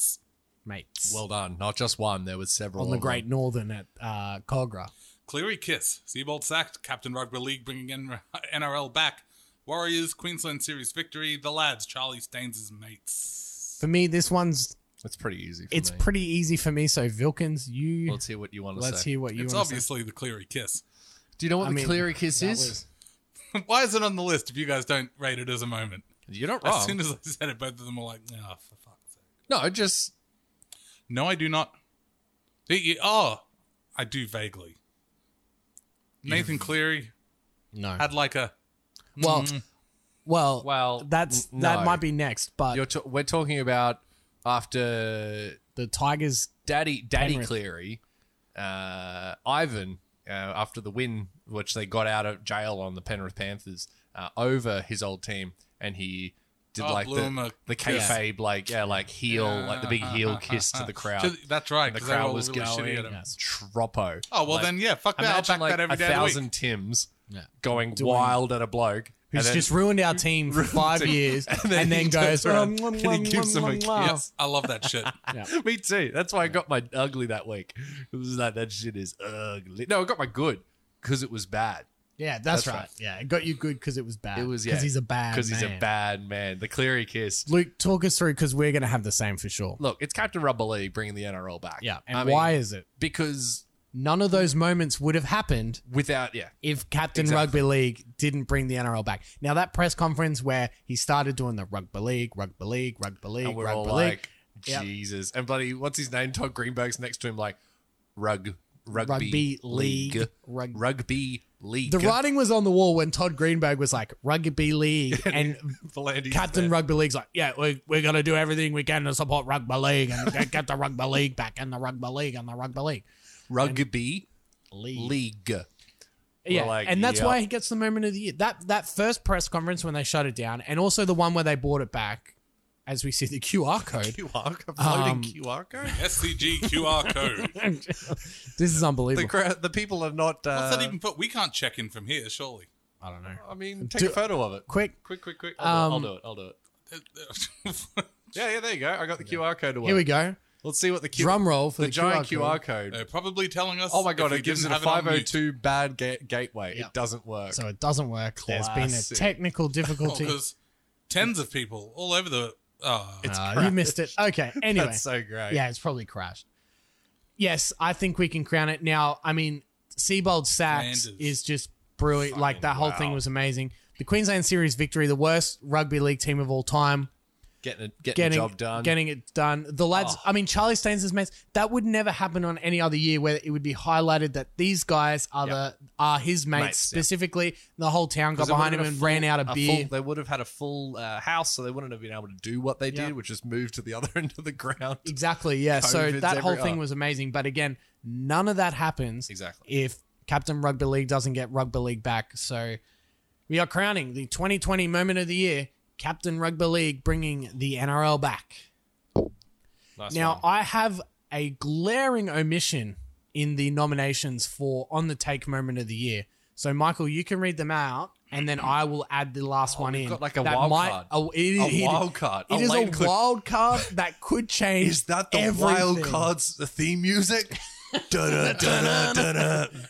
[SPEAKER 5] mates.
[SPEAKER 4] Well done. Not just one. There was several.
[SPEAKER 5] on the
[SPEAKER 4] of them.
[SPEAKER 5] Great Northern at uh, Cogra.
[SPEAKER 6] Cleary Kiss, Seabold sacked, Captain Rugby League bringing N- NRL back, Warriors, Queensland Series victory, the lads, Charlie Staines' mates.
[SPEAKER 5] For me, this one's
[SPEAKER 4] It's pretty easy. For
[SPEAKER 5] it's
[SPEAKER 4] me.
[SPEAKER 5] pretty easy for me. So Vilkins, you
[SPEAKER 4] Let's hear what you want to
[SPEAKER 5] let's
[SPEAKER 4] say.
[SPEAKER 5] hear what you.
[SPEAKER 6] It's
[SPEAKER 5] wanna say.
[SPEAKER 6] obviously the Cleary Kiss.
[SPEAKER 4] Do you know what
[SPEAKER 5] I
[SPEAKER 4] the
[SPEAKER 5] mean,
[SPEAKER 4] Cleary kiss
[SPEAKER 5] that
[SPEAKER 4] is?
[SPEAKER 5] was-
[SPEAKER 6] Why is it on the list if you guys don't rate it as a moment?
[SPEAKER 4] You're not
[SPEAKER 6] As
[SPEAKER 4] wrong.
[SPEAKER 6] soon as I said it, both of them were like, "Ah, for fuck's sake."
[SPEAKER 4] Oh, no, just
[SPEAKER 6] No, I do not. Do you- oh, I do vaguely. Nathan Cleary
[SPEAKER 5] No.
[SPEAKER 6] had like a
[SPEAKER 5] Well, well,
[SPEAKER 4] Well,
[SPEAKER 5] That's
[SPEAKER 4] n- no.
[SPEAKER 5] that might be next, but
[SPEAKER 4] you're t- we're talking about after
[SPEAKER 5] the Tigers.
[SPEAKER 4] Daddy Daddy
[SPEAKER 5] Penrith.
[SPEAKER 4] Cleary, uh, Ivan, uh, after the win which they got out of jail on the Penrith Panthers uh, over his old team, and he did
[SPEAKER 6] Oh,
[SPEAKER 4] like
[SPEAKER 6] blew him
[SPEAKER 4] the
[SPEAKER 6] a
[SPEAKER 4] the
[SPEAKER 6] kiss.
[SPEAKER 4] kayfabe like yeah like heel like the big heel kiss to the crowd.
[SPEAKER 6] To the- that's right.
[SPEAKER 4] And the
[SPEAKER 6] 'cause they were
[SPEAKER 4] crowd
[SPEAKER 6] all
[SPEAKER 4] was
[SPEAKER 6] really shitty
[SPEAKER 4] going
[SPEAKER 6] at him.
[SPEAKER 4] troppo.
[SPEAKER 6] Oh well,
[SPEAKER 4] Like,
[SPEAKER 6] then yeah, fuck that. I'll
[SPEAKER 4] Imagine
[SPEAKER 6] back
[SPEAKER 4] like
[SPEAKER 6] that every
[SPEAKER 4] a
[SPEAKER 6] day of the week.
[SPEAKER 4] thousand Tims
[SPEAKER 5] Yeah.
[SPEAKER 4] going wild at a bloke
[SPEAKER 5] Who's
[SPEAKER 4] and then-
[SPEAKER 5] just ruined our team for five years and then,
[SPEAKER 4] he turns
[SPEAKER 5] goes
[SPEAKER 4] around
[SPEAKER 5] "Um,
[SPEAKER 4] and he
[SPEAKER 5] um, um,
[SPEAKER 4] gives them a
[SPEAKER 5] um, um,
[SPEAKER 6] Yes, I love that shit.
[SPEAKER 4] Me too. That's why I got my ugly that week. It was like that shit is ugly. No, I got my good because it was bad.
[SPEAKER 5] Yeah, that's,
[SPEAKER 4] That's
[SPEAKER 5] right.
[SPEAKER 4] right.
[SPEAKER 5] Yeah, it got you good because it was bad.
[SPEAKER 4] It was yeah.
[SPEAKER 5] because he's a bad
[SPEAKER 4] because he's a
[SPEAKER 5] man.
[SPEAKER 4] bad man. The Cleary kiss.
[SPEAKER 5] Luke, talk us through because we're gonna have the same for sure.
[SPEAKER 4] Look, it's Captain Rubber League bringing the NRL back.
[SPEAKER 5] Yeah, and
[SPEAKER 4] I mean,
[SPEAKER 5] why is it?
[SPEAKER 4] Because
[SPEAKER 5] None of those moments would have happened
[SPEAKER 4] without yeah,
[SPEAKER 5] if Captain
[SPEAKER 4] Exactly.
[SPEAKER 5] Rugby League didn't bring the NRL back. Now that press conference where he started doing the rugby league, rugby league, rugby league,
[SPEAKER 4] and we're
[SPEAKER 5] rugby
[SPEAKER 4] all
[SPEAKER 5] league.
[SPEAKER 4] like
[SPEAKER 5] Yep.
[SPEAKER 4] Jesus and bloody what's his name? Todd Greenberg's next to him like rug rugby,
[SPEAKER 5] Rugby league, rug-
[SPEAKER 4] rugby league.
[SPEAKER 5] the writing was on the wall when Todd Greenberg was like rugby league and
[SPEAKER 4] Volandi's
[SPEAKER 5] Captain
[SPEAKER 4] there.
[SPEAKER 5] Rugby League's like, yeah, we, we're going to do everything we can to support rugby league and get- get the rugby league back and the rugby league and the rugby league.
[SPEAKER 4] rugby
[SPEAKER 5] League.
[SPEAKER 4] league.
[SPEAKER 5] Yeah,
[SPEAKER 4] We're like,
[SPEAKER 5] and that's
[SPEAKER 4] yeah.
[SPEAKER 5] why he gets the moment of the year. That that first press conference when they shut it down, and also the one where they bought it back, as we see the QR code.
[SPEAKER 4] QR floating
[SPEAKER 5] Um,
[SPEAKER 4] QR code.
[SPEAKER 6] SCG QR code.
[SPEAKER 5] this is
[SPEAKER 4] The
[SPEAKER 5] unbelievable.
[SPEAKER 4] crowd, the people have not. Uh,
[SPEAKER 6] What's that even put? We can't check in from here, surely.
[SPEAKER 5] I don't know.
[SPEAKER 4] I mean, take
[SPEAKER 5] Do-
[SPEAKER 4] a photo of it.
[SPEAKER 5] Quick,
[SPEAKER 4] Quick, quick, quick. I'll,
[SPEAKER 5] Um,
[SPEAKER 4] do it. I'll do it. I'll do it. Yeah, yeah. There you go. I got the QR code away.
[SPEAKER 5] here we go.
[SPEAKER 4] Let's see what the Q-
[SPEAKER 5] Drum roll for
[SPEAKER 4] the,
[SPEAKER 5] the,
[SPEAKER 4] giant QR,
[SPEAKER 5] code.
[SPEAKER 4] code.
[SPEAKER 6] They're probably telling us.
[SPEAKER 4] Oh my god!
[SPEAKER 6] if we
[SPEAKER 4] It gives it
[SPEAKER 6] didn't
[SPEAKER 4] a
[SPEAKER 6] have on mute.
[SPEAKER 4] 502 bad ga- gateway.
[SPEAKER 5] Yeah.
[SPEAKER 4] It doesn't work.
[SPEAKER 5] So it doesn't work. There's been a
[SPEAKER 4] Classic. Oh,
[SPEAKER 5] technical difficulty.
[SPEAKER 6] because tens of people all over the. Uh,
[SPEAKER 5] Ah, you missed it. Okay. Anyway,
[SPEAKER 4] That's so great.
[SPEAKER 5] yeah, it's probably crashed. Yes, I think we can crown it now. I mean, Seabold sacks
[SPEAKER 6] Flanders.
[SPEAKER 5] is just brilliant. Like that whole thing was amazing. The Queensland Series victory, the worst rugby league team of all time.
[SPEAKER 4] getting a, getting,
[SPEAKER 5] getting
[SPEAKER 4] the job done. Oh.
[SPEAKER 5] getting it done. The lads, I mean, Charlie Staines' mess that would never happen on any other year where it would be highlighted that these guys are the are his mates,
[SPEAKER 4] Mates, yeah.
[SPEAKER 5] specifically. The whole town got
[SPEAKER 4] Because they
[SPEAKER 5] behind him
[SPEAKER 4] would've
[SPEAKER 5] and
[SPEAKER 4] had a
[SPEAKER 5] ran
[SPEAKER 4] full-
[SPEAKER 5] out of
[SPEAKER 4] a
[SPEAKER 5] beer.
[SPEAKER 4] full- they would have had a full uh, house, so they wouldn't have been able to do what they
[SPEAKER 5] Yeah.
[SPEAKER 4] did, which is move to the other end of the ground.
[SPEAKER 5] exactly, yeah. So
[SPEAKER 4] COVID's
[SPEAKER 5] that whole
[SPEAKER 4] every-
[SPEAKER 5] thing
[SPEAKER 4] oh.
[SPEAKER 5] was amazing, but again, none of that happens
[SPEAKER 4] Exactly.
[SPEAKER 5] if Captain Rugby League doesn't get Rugby League back. So we are crowning the 2020 moment of the year, Captain Rugby League bringing the NRL back.
[SPEAKER 4] Nice
[SPEAKER 5] Now,
[SPEAKER 4] one.
[SPEAKER 5] I have a glaring omission in the nominations for On the Take Moment of the Year. So, Michael, you can read them out, and then I will add the last one in.
[SPEAKER 4] Oh, got like a wild card.
[SPEAKER 5] oh, it-
[SPEAKER 4] A
[SPEAKER 5] it-
[SPEAKER 4] wild card.
[SPEAKER 5] It
[SPEAKER 4] A
[SPEAKER 5] is a
[SPEAKER 4] lame clip.
[SPEAKER 5] wild card that could change.
[SPEAKER 4] is that the
[SPEAKER 5] everything.
[SPEAKER 4] wild cards the theme music? Dun-dun, dun-dun, dun-dun.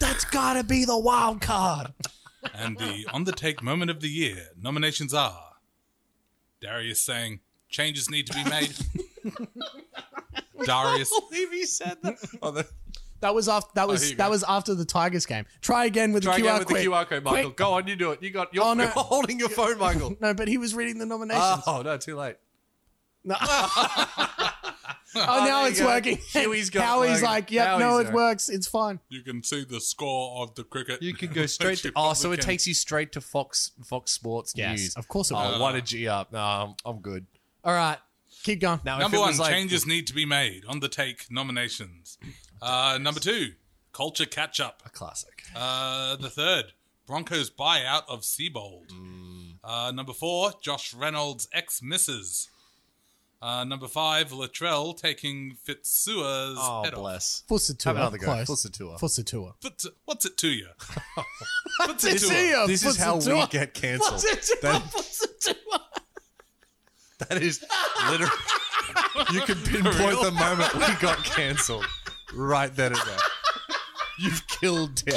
[SPEAKER 5] That's gotta be the wild card.
[SPEAKER 6] And the on the take moment of the year nominations are Darius saying changes need to be made. Darius,
[SPEAKER 4] Oh, the-
[SPEAKER 5] That was after that was
[SPEAKER 4] Oh, you
[SPEAKER 5] that
[SPEAKER 4] go.
[SPEAKER 5] was after the Tigers game. Try again with
[SPEAKER 4] Try
[SPEAKER 5] the QR
[SPEAKER 4] again with
[SPEAKER 5] quick.
[SPEAKER 4] the QR code, Michael.
[SPEAKER 5] Quick.
[SPEAKER 4] Go on, you do it. You got. You're,
[SPEAKER 5] Oh, no.
[SPEAKER 4] you're holding your phone, Michael.
[SPEAKER 5] No, but he was reading the nominations.
[SPEAKER 4] oh no, too late.
[SPEAKER 5] No. oh, now
[SPEAKER 4] there
[SPEAKER 5] Oh, it's
[SPEAKER 4] you go.
[SPEAKER 5] working.
[SPEAKER 4] Huey's got it
[SPEAKER 5] Howie's
[SPEAKER 4] working.
[SPEAKER 5] like, yep,
[SPEAKER 4] Now
[SPEAKER 5] no,
[SPEAKER 4] he's
[SPEAKER 5] it
[SPEAKER 4] there.
[SPEAKER 5] works. It's fine.
[SPEAKER 6] you can see the score of the cricket.
[SPEAKER 4] You could go straight to.
[SPEAKER 6] You
[SPEAKER 4] Oh, so it
[SPEAKER 6] probably
[SPEAKER 4] takes you straight to Fox Fox Sports
[SPEAKER 5] Yes,
[SPEAKER 4] News.
[SPEAKER 5] of course it
[SPEAKER 4] Oh,
[SPEAKER 5] will.
[SPEAKER 4] what a G up. No, I'm, I'm good.
[SPEAKER 5] All right, keep going.
[SPEAKER 4] Now,
[SPEAKER 6] Number
[SPEAKER 4] if it
[SPEAKER 6] one,
[SPEAKER 4] was like,
[SPEAKER 6] changes need to be made on the take nominations. Uh, number two, culture catch up.
[SPEAKER 4] A classic.
[SPEAKER 6] Uh, the third, Broncos buyout of Seabold.
[SPEAKER 4] Mm.
[SPEAKER 6] Uh, number four, Josh Reynolds' ex misses. Uh, number five, Latrell taking Fitzsua's
[SPEAKER 4] Oh,
[SPEAKER 6] head off.
[SPEAKER 4] bless.
[SPEAKER 5] Fussatua.
[SPEAKER 4] Have another go.
[SPEAKER 5] close.
[SPEAKER 4] Fussatua.
[SPEAKER 5] Fussatua.
[SPEAKER 6] Fitz- what's it to you? what's it
[SPEAKER 5] This
[SPEAKER 6] to
[SPEAKER 5] is-
[SPEAKER 6] you?
[SPEAKER 4] This is how we
[SPEAKER 5] Fussatua.
[SPEAKER 4] get cancelled. That is literally. you can pinpoint the moment we got cancelled. Right then and there. You've killed Tim.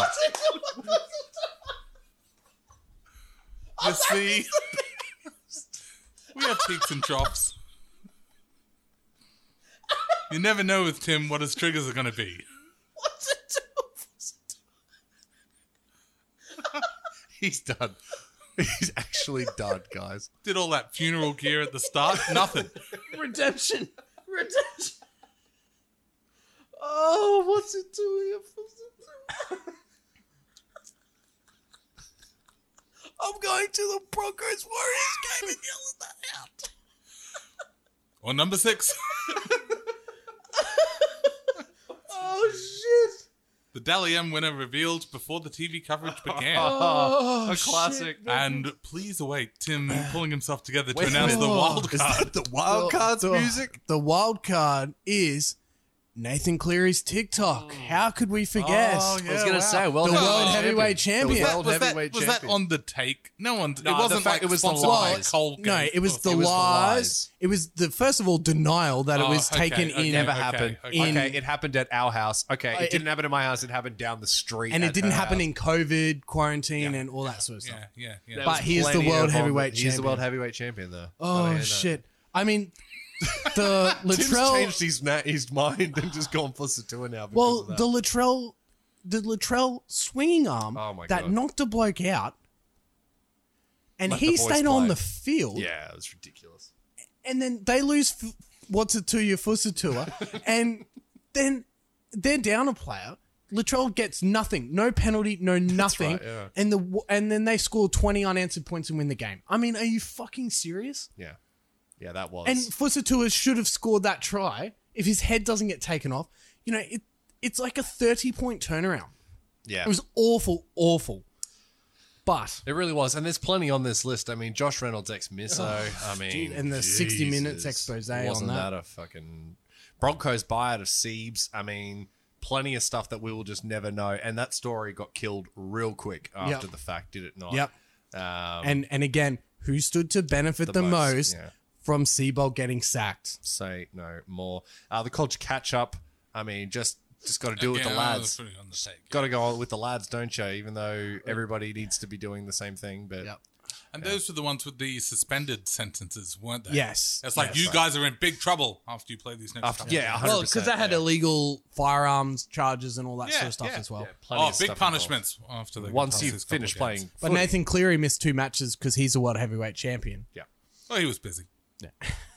[SPEAKER 6] You see, we have peaks and troughs. You never know with Tim what his triggers are going to be.
[SPEAKER 4] He's done. He's actually done, guys.
[SPEAKER 6] Did all that funeral gear at the start? Nothing.
[SPEAKER 5] Redemption. Redemption. Oh, what's it doing? I'm going to the Broncos Warriors game and yelling that out.
[SPEAKER 6] Or number six,
[SPEAKER 5] Oh shit!
[SPEAKER 6] the Dally M winner revealed before the TV coverage began.
[SPEAKER 5] Oh,
[SPEAKER 4] a classic.
[SPEAKER 6] And please await Tim pulling himself together to
[SPEAKER 4] Wait a
[SPEAKER 6] announce the
[SPEAKER 5] minute.
[SPEAKER 6] wild
[SPEAKER 4] Is
[SPEAKER 6] card.
[SPEAKER 4] that the wild cards music?
[SPEAKER 5] The wild card is Nathan Cleary's TikTok.
[SPEAKER 4] Oh.
[SPEAKER 5] How could we forget?
[SPEAKER 4] I was gonna say, well,
[SPEAKER 5] the
[SPEAKER 4] done.
[SPEAKER 5] world
[SPEAKER 6] Oh,
[SPEAKER 5] heavyweight champion.
[SPEAKER 4] The world
[SPEAKER 6] was that,
[SPEAKER 4] heavyweight
[SPEAKER 6] was that
[SPEAKER 4] champion.
[SPEAKER 6] on the take? No one.
[SPEAKER 4] No,
[SPEAKER 6] it
[SPEAKER 4] the
[SPEAKER 6] wasn't
[SPEAKER 4] fact
[SPEAKER 6] like
[SPEAKER 4] it was the
[SPEAKER 6] sponsored by
[SPEAKER 4] lies.
[SPEAKER 6] Colgate.
[SPEAKER 5] No, it was the
[SPEAKER 4] was the
[SPEAKER 5] lies.
[SPEAKER 4] lies.
[SPEAKER 5] It was the first of all denial that it
[SPEAKER 6] Oh,
[SPEAKER 5] was
[SPEAKER 6] okay,
[SPEAKER 5] taken
[SPEAKER 6] okay,
[SPEAKER 5] in,
[SPEAKER 6] Never
[SPEAKER 4] Never happened.
[SPEAKER 6] okay.
[SPEAKER 4] Okay,
[SPEAKER 5] in-
[SPEAKER 4] it happened at our house. Okay, it
[SPEAKER 5] Mm. it-
[SPEAKER 4] didn't happen at my house. It happened down the street,
[SPEAKER 5] and
[SPEAKER 4] at
[SPEAKER 5] it didn't
[SPEAKER 4] her
[SPEAKER 5] happen
[SPEAKER 4] house.
[SPEAKER 5] in COVID quarantine and all that sort of stuff.
[SPEAKER 6] Yeah, yeah, yeah.
[SPEAKER 4] There
[SPEAKER 5] But
[SPEAKER 4] was
[SPEAKER 5] he's the
[SPEAKER 4] plenty
[SPEAKER 5] world
[SPEAKER 4] of-
[SPEAKER 5] heavyweight
[SPEAKER 4] He's the world
[SPEAKER 5] champion.
[SPEAKER 4] heavyweight champion, though. Gotta
[SPEAKER 5] Oh
[SPEAKER 4] hand that.
[SPEAKER 5] shit! I mean, the
[SPEAKER 4] Tim's changed
[SPEAKER 5] Latrell.
[SPEAKER 4] his, na- his mind and just gone for Satua now. because
[SPEAKER 5] Well,
[SPEAKER 4] of that.
[SPEAKER 5] the Latrell, the Latrell swinging arm
[SPEAKER 4] Oh my
[SPEAKER 5] that
[SPEAKER 4] God.
[SPEAKER 5] knocked a bloke out, and
[SPEAKER 4] Let the
[SPEAKER 5] he
[SPEAKER 4] boys
[SPEAKER 5] stayed on
[SPEAKER 4] play.
[SPEAKER 5] the field.
[SPEAKER 4] yeah, it was ridiculous.
[SPEAKER 5] and then they lose f- what's it to your Fusatua, and then they're down a player. Latrell gets nothing, no penalty, no nothing,
[SPEAKER 4] right, yeah.
[SPEAKER 5] and the w- and then they score twenty unanswered points and win the game. I mean, are you fucking serious?
[SPEAKER 4] Yeah, yeah, that was.
[SPEAKER 5] And Fusatua should have scored that try if his head doesn't get taken off. You know, it it's like a thirty point turnaround.
[SPEAKER 4] yeah,
[SPEAKER 5] It was awful, awful. But
[SPEAKER 4] It really was, and there's plenty on this list. I mean, Josh Reynolds ex Misso. I mean,
[SPEAKER 5] dude, and the 60 minutes expose on
[SPEAKER 4] Wasn't
[SPEAKER 5] that.
[SPEAKER 4] a fucking Broncos buyout of Siebes? I mean, plenty of stuff that we will just never know. And that story got killed real quick after
[SPEAKER 5] Yep.
[SPEAKER 4] the fact, did it not?
[SPEAKER 5] yep,
[SPEAKER 4] Um,
[SPEAKER 5] and and again, who stood to benefit the, most,
[SPEAKER 4] yeah.
[SPEAKER 5] from Seabold getting sacked?
[SPEAKER 4] say no more. Uh, the culture catch up. I mean, just just got to do it with
[SPEAKER 6] Yeah,
[SPEAKER 4] the
[SPEAKER 6] no, that's
[SPEAKER 4] lads.
[SPEAKER 6] pretty on the take.
[SPEAKER 4] Got to go on with the lads, don't you? Even though everybody needs to be doing the same thing, but
[SPEAKER 5] Yep.
[SPEAKER 6] And those were the ones with the suspended sentences, weren't they?
[SPEAKER 5] Yes.
[SPEAKER 6] It's like
[SPEAKER 4] Yes.
[SPEAKER 6] you guys are in big trouble after you play these next
[SPEAKER 4] After-
[SPEAKER 6] couple.
[SPEAKER 4] yeah,
[SPEAKER 6] of games.
[SPEAKER 4] 100%,
[SPEAKER 5] Well, because they had
[SPEAKER 4] yeah.
[SPEAKER 5] illegal firearms charges and all that
[SPEAKER 6] Yeah,
[SPEAKER 5] sort of stuff
[SPEAKER 6] yeah,
[SPEAKER 5] as well.
[SPEAKER 4] Yeah, plenty
[SPEAKER 6] Oh,
[SPEAKER 4] of
[SPEAKER 6] big
[SPEAKER 4] stuff involved.
[SPEAKER 6] punishments after they
[SPEAKER 4] Once
[SPEAKER 6] past
[SPEAKER 4] you
[SPEAKER 6] these couple
[SPEAKER 4] finish
[SPEAKER 6] of games.
[SPEAKER 4] playing,
[SPEAKER 5] But
[SPEAKER 4] footy.
[SPEAKER 5] Nathan Cleary missed two matches because he's a world heavyweight champion.
[SPEAKER 4] yeah.
[SPEAKER 6] Oh, he was busy.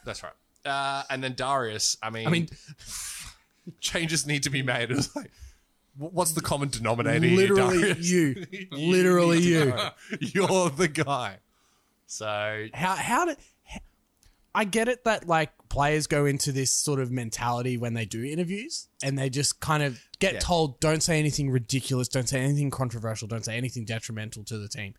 [SPEAKER 4] That's right. Uh, and then Darius, I mean,
[SPEAKER 5] I mean,
[SPEAKER 4] changes need to be made. It was like, wh- what's the common denominator? here,
[SPEAKER 5] literally
[SPEAKER 4] Darius?
[SPEAKER 5] you, literally you.
[SPEAKER 4] You're the guy. So
[SPEAKER 5] How how did? I get it that like players go into this sort of mentality when they do interviews, and they just kind of get
[SPEAKER 4] Yeah.
[SPEAKER 5] told, "Don't say anything ridiculous, don't say anything controversial, don't say anything detrimental to the team."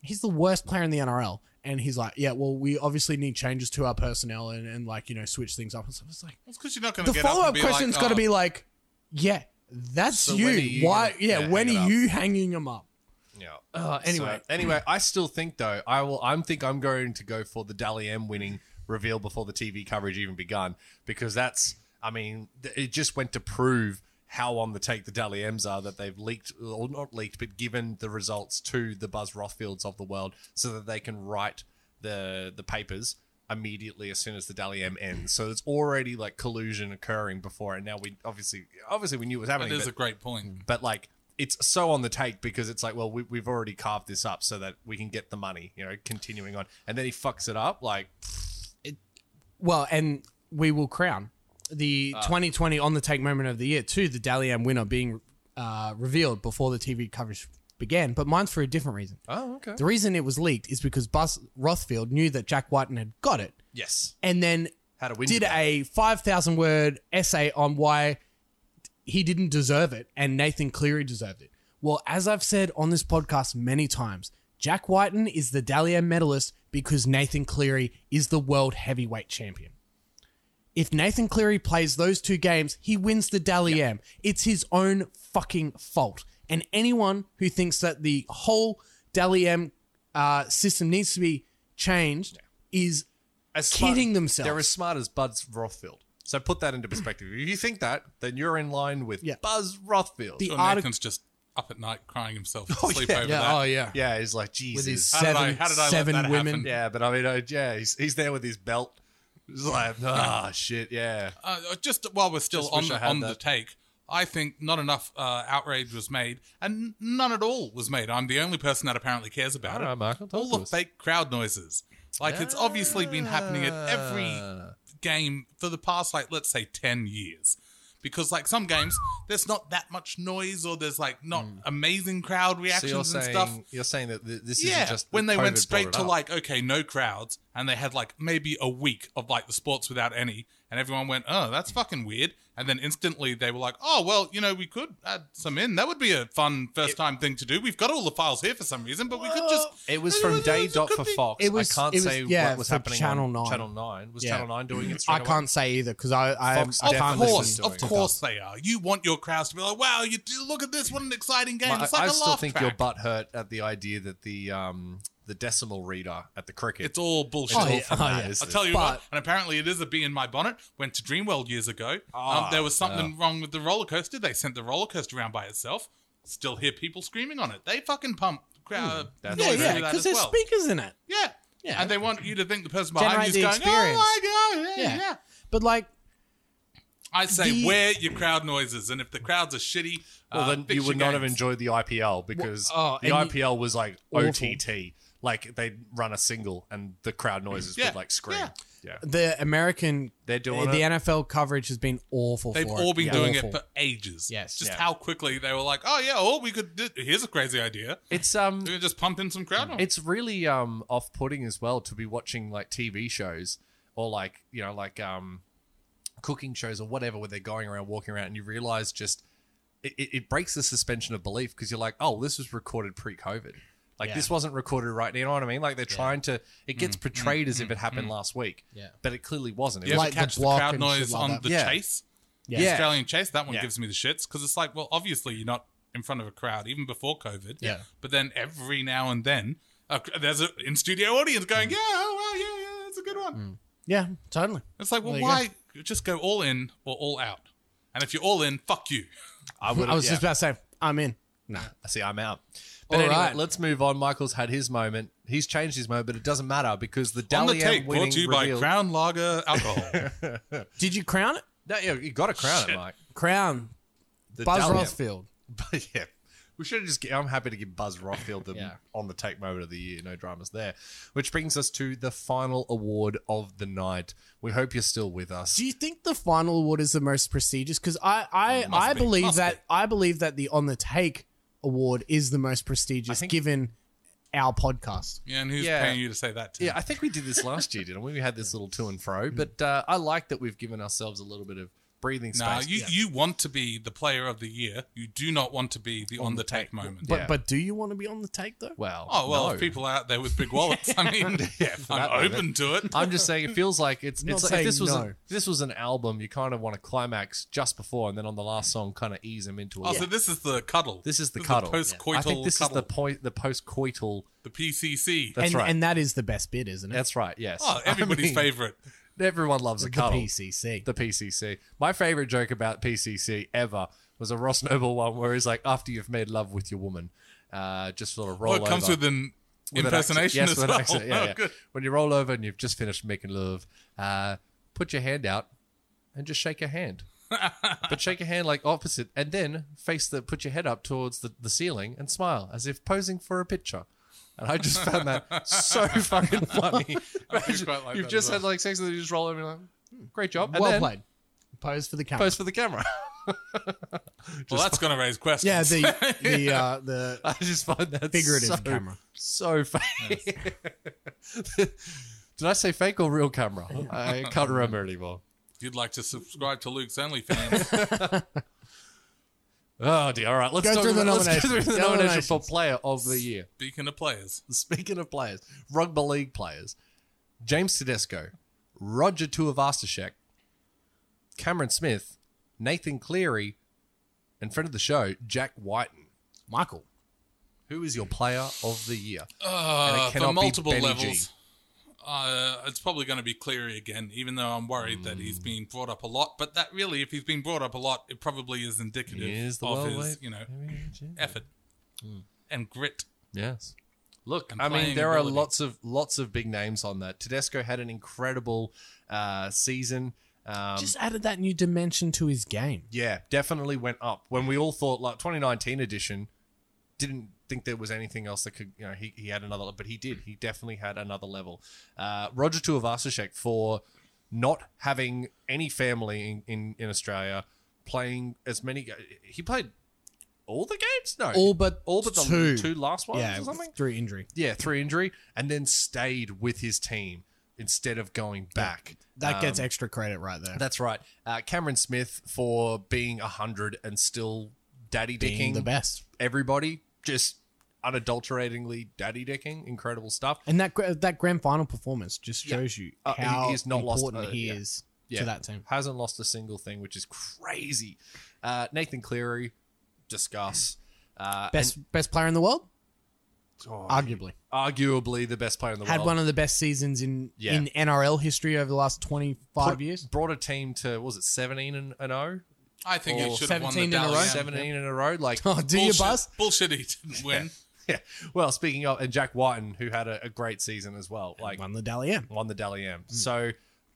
[SPEAKER 5] He's the worst player in the NRL, and he's like, "Yeah, well, we obviously need changes to our personnel and, and like you know switch things up." And so it's like
[SPEAKER 6] It's because you're not going
[SPEAKER 5] the
[SPEAKER 6] to get up and
[SPEAKER 5] follow up
[SPEAKER 6] be
[SPEAKER 5] question's
[SPEAKER 6] like,
[SPEAKER 5] got to
[SPEAKER 6] "Oh,
[SPEAKER 5] be like, "Yeah, that's
[SPEAKER 4] So
[SPEAKER 5] you.
[SPEAKER 4] when are you
[SPEAKER 5] Why?
[SPEAKER 4] gonna-
[SPEAKER 5] Yeah,
[SPEAKER 4] yeah,
[SPEAKER 5] when
[SPEAKER 4] hang it
[SPEAKER 5] are
[SPEAKER 4] up."
[SPEAKER 5] you hanging him up?"
[SPEAKER 4] Yeah. Uh, anyway, anyway, I still think though I will. I'm think I'm going to go for the Dally M winning reveal before the TV coverage even begun because that's. I mean, th- it just went to prove how on the take the Dally M's are that they've leaked or not leaked, but given the results to the Buzz Rothfields of the world so that they can write the the papers immediately as soon as the Dally M ends. So it's already like collusion occurring before, and now we obviously obviously we knew it was happening.
[SPEAKER 6] That is
[SPEAKER 4] but-
[SPEAKER 6] a great point.
[SPEAKER 4] but like it's so on the take because it's like well we, we've already carved this up so that we can get the money you know continuing on and then he fucks it up like
[SPEAKER 5] Well, and we will crown the 2020 on the take moment of the year to the Dalian winner being uh, revealed before the TV coverage began. But mine's for a different reason.
[SPEAKER 4] oh okay
[SPEAKER 5] The reason it was leaked is because Bus Rothfield knew that Jack Whiten had got it,
[SPEAKER 4] yes
[SPEAKER 5] and then
[SPEAKER 4] how to win
[SPEAKER 5] did
[SPEAKER 4] the game.
[SPEAKER 5] a 5,000 word essay on why he didn't deserve it and Nathan Cleary deserved it. Well, as I've said on this podcast many times, Jack Whiten is the Dalian medalist because Nathan Cleary is the world heavyweight champion. If Nathan Cleary plays those two games, he wins the Dally M. It's his own fucking fault. And anyone who thinks that the whole Dally M uh, system needs to be changed is
[SPEAKER 4] As
[SPEAKER 5] kidding themselves.
[SPEAKER 4] they're as smart as Buzz Rothfield so put that into perspective if you think that then you're in line with
[SPEAKER 5] Yeah.
[SPEAKER 4] Buzz Rothfield
[SPEAKER 5] the
[SPEAKER 6] So
[SPEAKER 5] article.
[SPEAKER 6] Nathan's just up at night crying himself to sleep over that.
[SPEAKER 5] Yeah, oh yeah.
[SPEAKER 4] yeah he's like Jesus
[SPEAKER 5] With
[SPEAKER 4] Um,
[SPEAKER 5] his
[SPEAKER 6] How did I-
[SPEAKER 5] seven,
[SPEAKER 6] how did I let
[SPEAKER 5] seven
[SPEAKER 6] that
[SPEAKER 5] women.
[SPEAKER 6] happen?
[SPEAKER 4] yeah but I mean uh, yeah he's, he's there with his belt he's like ah shit yeah
[SPEAKER 6] Uh, just while we're still
[SPEAKER 4] Just
[SPEAKER 6] on
[SPEAKER 4] wish I
[SPEAKER 6] the,
[SPEAKER 4] had
[SPEAKER 6] on the
[SPEAKER 4] that.
[SPEAKER 6] take, I think not enough uh, outrage was made, and none at all was made. I'm the only person that apparently cares about it.
[SPEAKER 4] Michael
[SPEAKER 6] all the fake crowd noises, like it's obviously been happening at
[SPEAKER 4] Ah.
[SPEAKER 6] every game for the past, like let's say, ten years. Because like some games, there's not that much noise, or there's like not amazing crowd
[SPEAKER 4] Hmm. so you're
[SPEAKER 6] reactions and
[SPEAKER 4] saying
[SPEAKER 6] stuff.
[SPEAKER 4] you're saying that th- this
[SPEAKER 6] Yeah,
[SPEAKER 4] is just that
[SPEAKER 6] when they
[SPEAKER 4] COVID
[SPEAKER 6] went
[SPEAKER 4] brought
[SPEAKER 6] straight
[SPEAKER 4] it
[SPEAKER 6] to
[SPEAKER 4] up.
[SPEAKER 6] like okay, no crowds, and they had like maybe a week of like the sports without any, and everyone went, oh, that's fucking weird, and then instantly they were like, oh well, you know, we could add some in. That would be a fun first time thing to do. We've got all the files here for some reason, but we could just.
[SPEAKER 4] It was from day dot for Fox.
[SPEAKER 5] It was-
[SPEAKER 4] I can't
[SPEAKER 5] it was-
[SPEAKER 4] say
[SPEAKER 5] yeah,
[SPEAKER 4] what was
[SPEAKER 5] for
[SPEAKER 4] happening
[SPEAKER 5] Channel
[SPEAKER 4] on
[SPEAKER 5] 9.
[SPEAKER 4] Channel Nine. Was
[SPEAKER 5] Yeah.
[SPEAKER 4] Channel Nine doing it?
[SPEAKER 5] I
[SPEAKER 4] straight away?
[SPEAKER 5] can't say either because I, I,
[SPEAKER 4] Fox
[SPEAKER 5] I can't
[SPEAKER 6] Of
[SPEAKER 4] definitely
[SPEAKER 6] course,
[SPEAKER 5] listen to
[SPEAKER 6] of
[SPEAKER 5] it.
[SPEAKER 6] course they are. You want your crowds to be like, "Wow, you do, look at this! What an exciting game!"
[SPEAKER 4] My-
[SPEAKER 6] It's like
[SPEAKER 4] I
[SPEAKER 6] a
[SPEAKER 4] still
[SPEAKER 6] laugh
[SPEAKER 4] think
[SPEAKER 6] track.
[SPEAKER 4] your butt hurt at the idea that the um the decimal reader at the cricket.
[SPEAKER 6] It's all bullshit.
[SPEAKER 4] It's all
[SPEAKER 5] yeah.
[SPEAKER 4] from
[SPEAKER 5] Oh,
[SPEAKER 4] that,
[SPEAKER 5] yeah.
[SPEAKER 4] isn't
[SPEAKER 6] I'll
[SPEAKER 4] it?
[SPEAKER 6] tell you
[SPEAKER 5] But-
[SPEAKER 6] what, and apparently it is a bee in my bonnet. Went to Dreamworld years ago. um, there was something wrong with the roller coaster. They sent the roller coaster around by itself. Still hear people screaming on it. They fucking pump crowd
[SPEAKER 4] that's
[SPEAKER 5] Yeah,
[SPEAKER 6] noise
[SPEAKER 4] They
[SPEAKER 5] yeah,
[SPEAKER 6] through that
[SPEAKER 5] because
[SPEAKER 6] as
[SPEAKER 5] there's
[SPEAKER 6] well.
[SPEAKER 5] speakers in it.
[SPEAKER 6] yeah,
[SPEAKER 5] Yeah.
[SPEAKER 6] and they want you to think the person behind
[SPEAKER 5] Generate
[SPEAKER 6] you is
[SPEAKER 5] the
[SPEAKER 6] going,
[SPEAKER 5] experience.
[SPEAKER 6] "Oh my god, yeah,
[SPEAKER 5] Yeah.
[SPEAKER 6] yeah."
[SPEAKER 5] But like,
[SPEAKER 6] I say,
[SPEAKER 5] The-
[SPEAKER 6] wear your crowd noises, and if the crowds are shitty,
[SPEAKER 4] Well,
[SPEAKER 6] uh,
[SPEAKER 4] then
[SPEAKER 6] fix
[SPEAKER 4] you would
[SPEAKER 6] your
[SPEAKER 4] not have
[SPEAKER 6] games.
[SPEAKER 4] enjoyed the IPL because
[SPEAKER 5] oh,
[SPEAKER 4] the
[SPEAKER 5] and you-
[SPEAKER 4] IPL was like
[SPEAKER 5] Awful.
[SPEAKER 4] OTT. Like they'd run a single and the crowd noises
[SPEAKER 6] Yeah,
[SPEAKER 4] would like scream.
[SPEAKER 6] yeah.
[SPEAKER 4] Yeah.
[SPEAKER 5] the American,
[SPEAKER 4] They're
[SPEAKER 5] the
[SPEAKER 4] doing it.
[SPEAKER 5] NFL coverage has been awful.
[SPEAKER 6] They've
[SPEAKER 5] for
[SPEAKER 6] all
[SPEAKER 5] it.
[SPEAKER 6] been doing it
[SPEAKER 5] Awful.
[SPEAKER 6] for ages.
[SPEAKER 5] Yes.
[SPEAKER 6] Just
[SPEAKER 4] Yeah.
[SPEAKER 6] how quickly they were like, oh, yeah, oh, we could do, here's a crazy idea.
[SPEAKER 4] It's um
[SPEAKER 6] We could just pump in some crowd noise.
[SPEAKER 4] it's really um off-putting as well to be watching like TV shows or like you know like um cooking shows or whatever where they're going around walking around and you realize just it, it, it breaks the suspension of belief because you're like oh this was recorded pre-COVID like this wasn't recorded right now you know what I mean like they're trying to it
[SPEAKER 6] Mm.
[SPEAKER 4] gets portrayed as if it happened last week
[SPEAKER 5] Yeah.
[SPEAKER 4] but it clearly wasn't it
[SPEAKER 6] You ever
[SPEAKER 4] was
[SPEAKER 5] Like the
[SPEAKER 6] catch the,
[SPEAKER 5] block
[SPEAKER 6] crowd
[SPEAKER 5] and shit
[SPEAKER 6] noise
[SPEAKER 5] like
[SPEAKER 6] on
[SPEAKER 5] that.
[SPEAKER 6] the
[SPEAKER 4] Yeah.
[SPEAKER 6] chase?
[SPEAKER 5] Yeah.
[SPEAKER 6] The
[SPEAKER 4] Yeah.
[SPEAKER 6] Australian chase? That one
[SPEAKER 4] Yeah.
[SPEAKER 6] gives me the shits because it's like, well, obviously you're not in front of a crowd, even before COVID.
[SPEAKER 5] Yeah.
[SPEAKER 6] But then every now and then, uh, there's an in studio audience going, yeah, oh, wow, yeah, yeah, that's a good one.
[SPEAKER 5] yeah, totally.
[SPEAKER 6] It's like, well,
[SPEAKER 5] There you
[SPEAKER 6] why just go all in or all out? And if you're all in, fuck you.
[SPEAKER 4] I, would
[SPEAKER 5] I was just about to say, I'm in.
[SPEAKER 4] see I'm out but
[SPEAKER 5] All
[SPEAKER 4] anyway
[SPEAKER 5] right.
[SPEAKER 4] let's move on Michael's had his moment he's changed his moment but it doesn't matter because the
[SPEAKER 6] On the
[SPEAKER 4] Dally M
[SPEAKER 6] take,
[SPEAKER 4] winning
[SPEAKER 6] brought to you
[SPEAKER 4] reveal-
[SPEAKER 6] by Crown Lager Alcohol.
[SPEAKER 5] Did you crown it?
[SPEAKER 4] no, yeah, you got to crown it
[SPEAKER 6] Shit.
[SPEAKER 4] Mike
[SPEAKER 5] Crown
[SPEAKER 4] the
[SPEAKER 5] Buzz
[SPEAKER 4] Dally M.
[SPEAKER 5] Rothfield.
[SPEAKER 4] But yeah, We should have just. gi- I'm happy to give Buzz Rothfield the
[SPEAKER 5] Yeah.
[SPEAKER 4] on the take moment of the year. No dramas there, which brings us to the final award of the night. We hope you're still with us.
[SPEAKER 5] Do you think the final award is the most prestigious? Because I, I,
[SPEAKER 6] Must
[SPEAKER 5] I
[SPEAKER 6] be,
[SPEAKER 5] believe
[SPEAKER 6] must
[SPEAKER 5] that
[SPEAKER 6] be.
[SPEAKER 5] I believe that the on the take award is the most prestigious,
[SPEAKER 4] think-
[SPEAKER 5] given our podcast.
[SPEAKER 6] Yeah, and who's
[SPEAKER 4] Yeah.
[SPEAKER 6] paying you to say that? To
[SPEAKER 4] Yeah, I think we did this last year, didn't we? We had this little to and fro, but uh, I like that we've given ourselves a little bit of breathing space.
[SPEAKER 6] No, you,
[SPEAKER 4] Yeah.
[SPEAKER 6] you want to be the player of the year. You do not want to be the on, the take, moment.
[SPEAKER 5] But
[SPEAKER 4] Yeah.
[SPEAKER 5] but do you want to be on the take though?
[SPEAKER 4] well,
[SPEAKER 6] Oh well,
[SPEAKER 4] no.
[SPEAKER 6] if people are out there with big wallets, I mean,
[SPEAKER 4] that Oh,
[SPEAKER 6] I'm
[SPEAKER 4] moment.
[SPEAKER 6] open to it.
[SPEAKER 4] I'm just saying, it feels like it's.
[SPEAKER 5] Not
[SPEAKER 4] it's like if this
[SPEAKER 5] saying
[SPEAKER 4] was
[SPEAKER 5] no.
[SPEAKER 4] a, if this was an album. You kind of want to climax just before, and then on the last song, kind of ease them into it.
[SPEAKER 6] Oh, so this is the cuddle.
[SPEAKER 4] This is the cuddle.
[SPEAKER 6] post-coital
[SPEAKER 4] I think this
[SPEAKER 6] cuddle.
[SPEAKER 4] is the point. The post-coital.
[SPEAKER 6] the PCC.
[SPEAKER 4] That's
[SPEAKER 5] and
[SPEAKER 4] right.
[SPEAKER 5] and that is the best bit, isn't it?
[SPEAKER 4] That's right. Yes.
[SPEAKER 6] oh,
[SPEAKER 4] I
[SPEAKER 6] everybody's
[SPEAKER 4] mean,
[SPEAKER 6] favorite.
[SPEAKER 4] Everyone loves a
[SPEAKER 5] the
[SPEAKER 4] cuddle.
[SPEAKER 5] PCC.
[SPEAKER 4] The PCC. My favorite joke about PCC ever was a Ross Noble one where he's like, after you've made love with your woman, uh, just sort of roll
[SPEAKER 6] Well, it comes
[SPEAKER 4] over.
[SPEAKER 6] with an
[SPEAKER 4] with an accent.
[SPEAKER 6] impersonation
[SPEAKER 4] Yes,
[SPEAKER 6] as
[SPEAKER 4] with an
[SPEAKER 6] well.
[SPEAKER 4] accent. Yeah,
[SPEAKER 6] oh,
[SPEAKER 4] yeah.
[SPEAKER 6] good.
[SPEAKER 4] When you roll over and you've just finished making love, uh, put your hand out and just shake your hand. but shake your hand like opposite, and then face the put your head up towards the, the ceiling and smile as if posing for a picture. And I just found that so fucking funny. Imagine
[SPEAKER 6] quite like
[SPEAKER 4] you've
[SPEAKER 6] that
[SPEAKER 4] just
[SPEAKER 6] as
[SPEAKER 4] had like sex, and then you just roll over and you're like, "Hmm, great job. And
[SPEAKER 5] well
[SPEAKER 4] then
[SPEAKER 5] played. Pose for the camera.
[SPEAKER 4] pose for the camera.
[SPEAKER 6] Well, that's going to raise questions.
[SPEAKER 5] yeah, the the uh, the
[SPEAKER 4] I just find that
[SPEAKER 5] figurative
[SPEAKER 4] so,
[SPEAKER 5] camera.
[SPEAKER 4] so fake. Did I say fake or real camera? I can't remember anymore.
[SPEAKER 6] If you'd like to subscribe to Luke's OnlyFans,
[SPEAKER 4] Oh dear! All right, let's
[SPEAKER 5] Go
[SPEAKER 4] talk
[SPEAKER 5] through the
[SPEAKER 4] about, let's go
[SPEAKER 5] nominations.
[SPEAKER 4] through the
[SPEAKER 5] Go
[SPEAKER 4] nomination for
[SPEAKER 5] nominations.
[SPEAKER 4] player of the year.
[SPEAKER 6] speaking of players,
[SPEAKER 4] Speaking of players, rugby league players, James Tedesco, Roger Tuivasa-Sheck, Cameron Smith, Nathan Cleary, and friend of the show Jack Whiten.
[SPEAKER 5] Michael.
[SPEAKER 4] Who is your player of the year? And it
[SPEAKER 6] uh, for
[SPEAKER 4] cannot be
[SPEAKER 6] multiple
[SPEAKER 4] Benny G.
[SPEAKER 6] levels, uh, it's probably going to be Cleary again. Even though I'm worried that
[SPEAKER 4] Mm.
[SPEAKER 6] he's been brought up a lot, but that really, if he's been brought up a lot, it probably is indicative
[SPEAKER 4] He is the
[SPEAKER 6] of
[SPEAKER 4] world
[SPEAKER 6] his,
[SPEAKER 4] weight-
[SPEAKER 6] you know, effort and grit.
[SPEAKER 4] Yes. Look,
[SPEAKER 6] And
[SPEAKER 4] I mean,
[SPEAKER 6] playing
[SPEAKER 4] there
[SPEAKER 6] ability.
[SPEAKER 4] are lots of lots of big names on that. Tedesco had an incredible uh, season. Um,
[SPEAKER 5] Just added that new dimension to his game.
[SPEAKER 4] yeah, definitely went up when we all thought like 2019 edition didn't think there was anything else that could you know he, he had another but he did he definitely had another level. Uh, Roger Tuivasa-Sheck for not having any family in, in in Australia playing as many he played all the games no
[SPEAKER 5] All but
[SPEAKER 4] all but the
[SPEAKER 5] two.
[SPEAKER 4] two last ones
[SPEAKER 5] Yeah,
[SPEAKER 4] or something
[SPEAKER 5] through injury.
[SPEAKER 4] yeah, through injury, and then stayed with his team instead of going back.
[SPEAKER 5] That
[SPEAKER 4] Um,
[SPEAKER 5] gets extra credit right there.
[SPEAKER 4] That's right. Uh, Cameron Smith for being hundred and still daddy
[SPEAKER 5] Being
[SPEAKER 4] dicking
[SPEAKER 5] the best.
[SPEAKER 4] everybody, just unadulteratingly daddy dicking. Incredible stuff.
[SPEAKER 5] And that gra- that grand final performance just
[SPEAKER 4] Yeah.
[SPEAKER 5] shows you
[SPEAKER 4] Uh, he-
[SPEAKER 5] how
[SPEAKER 4] he's not lost,
[SPEAKER 5] important
[SPEAKER 4] uh,
[SPEAKER 5] he
[SPEAKER 4] yeah.
[SPEAKER 5] is
[SPEAKER 4] Yeah.
[SPEAKER 5] to that team.
[SPEAKER 4] Hasn't lost a single thing, which is crazy. Uh, Nathan Cleary, discuss. Uh,
[SPEAKER 5] Best best player in the world,
[SPEAKER 4] and- oh,
[SPEAKER 5] arguably.
[SPEAKER 4] arguably the best player in the
[SPEAKER 5] Had
[SPEAKER 4] world.
[SPEAKER 5] one of the best seasons in
[SPEAKER 4] Yeah.
[SPEAKER 5] in NRL history over the last twenty five
[SPEAKER 4] Put-
[SPEAKER 5] years.
[SPEAKER 4] Brought a team to what was it seventeen and, and oh?
[SPEAKER 6] I think he
[SPEAKER 4] Or
[SPEAKER 6] should have won
[SPEAKER 5] 17
[SPEAKER 6] the
[SPEAKER 5] in a
[SPEAKER 6] Dally
[SPEAKER 5] row?
[SPEAKER 6] M.
[SPEAKER 4] seventeen in a row. Like
[SPEAKER 5] Oh, do you
[SPEAKER 6] Bullshit.
[SPEAKER 5] buzz?
[SPEAKER 6] Bullshit. He didn't win.
[SPEAKER 4] Yeah. Well, speaking of, and Jack Whiten, who had a, a great season as well, like
[SPEAKER 5] Won
[SPEAKER 4] won,
[SPEAKER 5] Mm. the Dally M.
[SPEAKER 4] the Dally M. So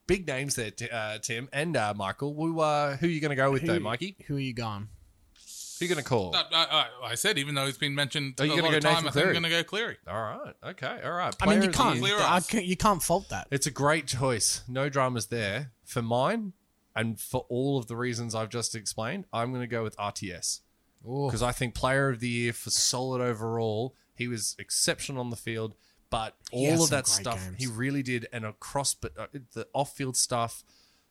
[SPEAKER 4] big names there, Ti- uh, Tim and uh, Michael. Who, uh, who are you going to go with, though, Mikey?
[SPEAKER 5] Who are you going?
[SPEAKER 4] Who you going to call?
[SPEAKER 6] I, uh, I- I- I said, even though he's been mentioned
[SPEAKER 4] Are you
[SPEAKER 6] a
[SPEAKER 4] gonna
[SPEAKER 6] lot of
[SPEAKER 4] go
[SPEAKER 6] time,
[SPEAKER 4] Nathan
[SPEAKER 6] I think I'm
[SPEAKER 4] Cleary?
[SPEAKER 6] going to go Cleary.
[SPEAKER 4] All right. Okay. All right.
[SPEAKER 5] I mean,
[SPEAKER 4] Player
[SPEAKER 5] you
[SPEAKER 4] of the
[SPEAKER 5] can't,
[SPEAKER 4] year.
[SPEAKER 6] Clear
[SPEAKER 5] I
[SPEAKER 6] us.
[SPEAKER 5] can't you can't fault that.
[SPEAKER 4] It's a great choice. No dramas there. For mine, and for all of the reasons I've just explained, I'm going to go with RTS. Because I think player of the year for solid overall, he was exceptional on the field, but
[SPEAKER 5] had
[SPEAKER 4] all of
[SPEAKER 5] some
[SPEAKER 4] that
[SPEAKER 5] great
[SPEAKER 4] stuff
[SPEAKER 5] games.
[SPEAKER 4] he really did, and across but uh, the off-field stuff,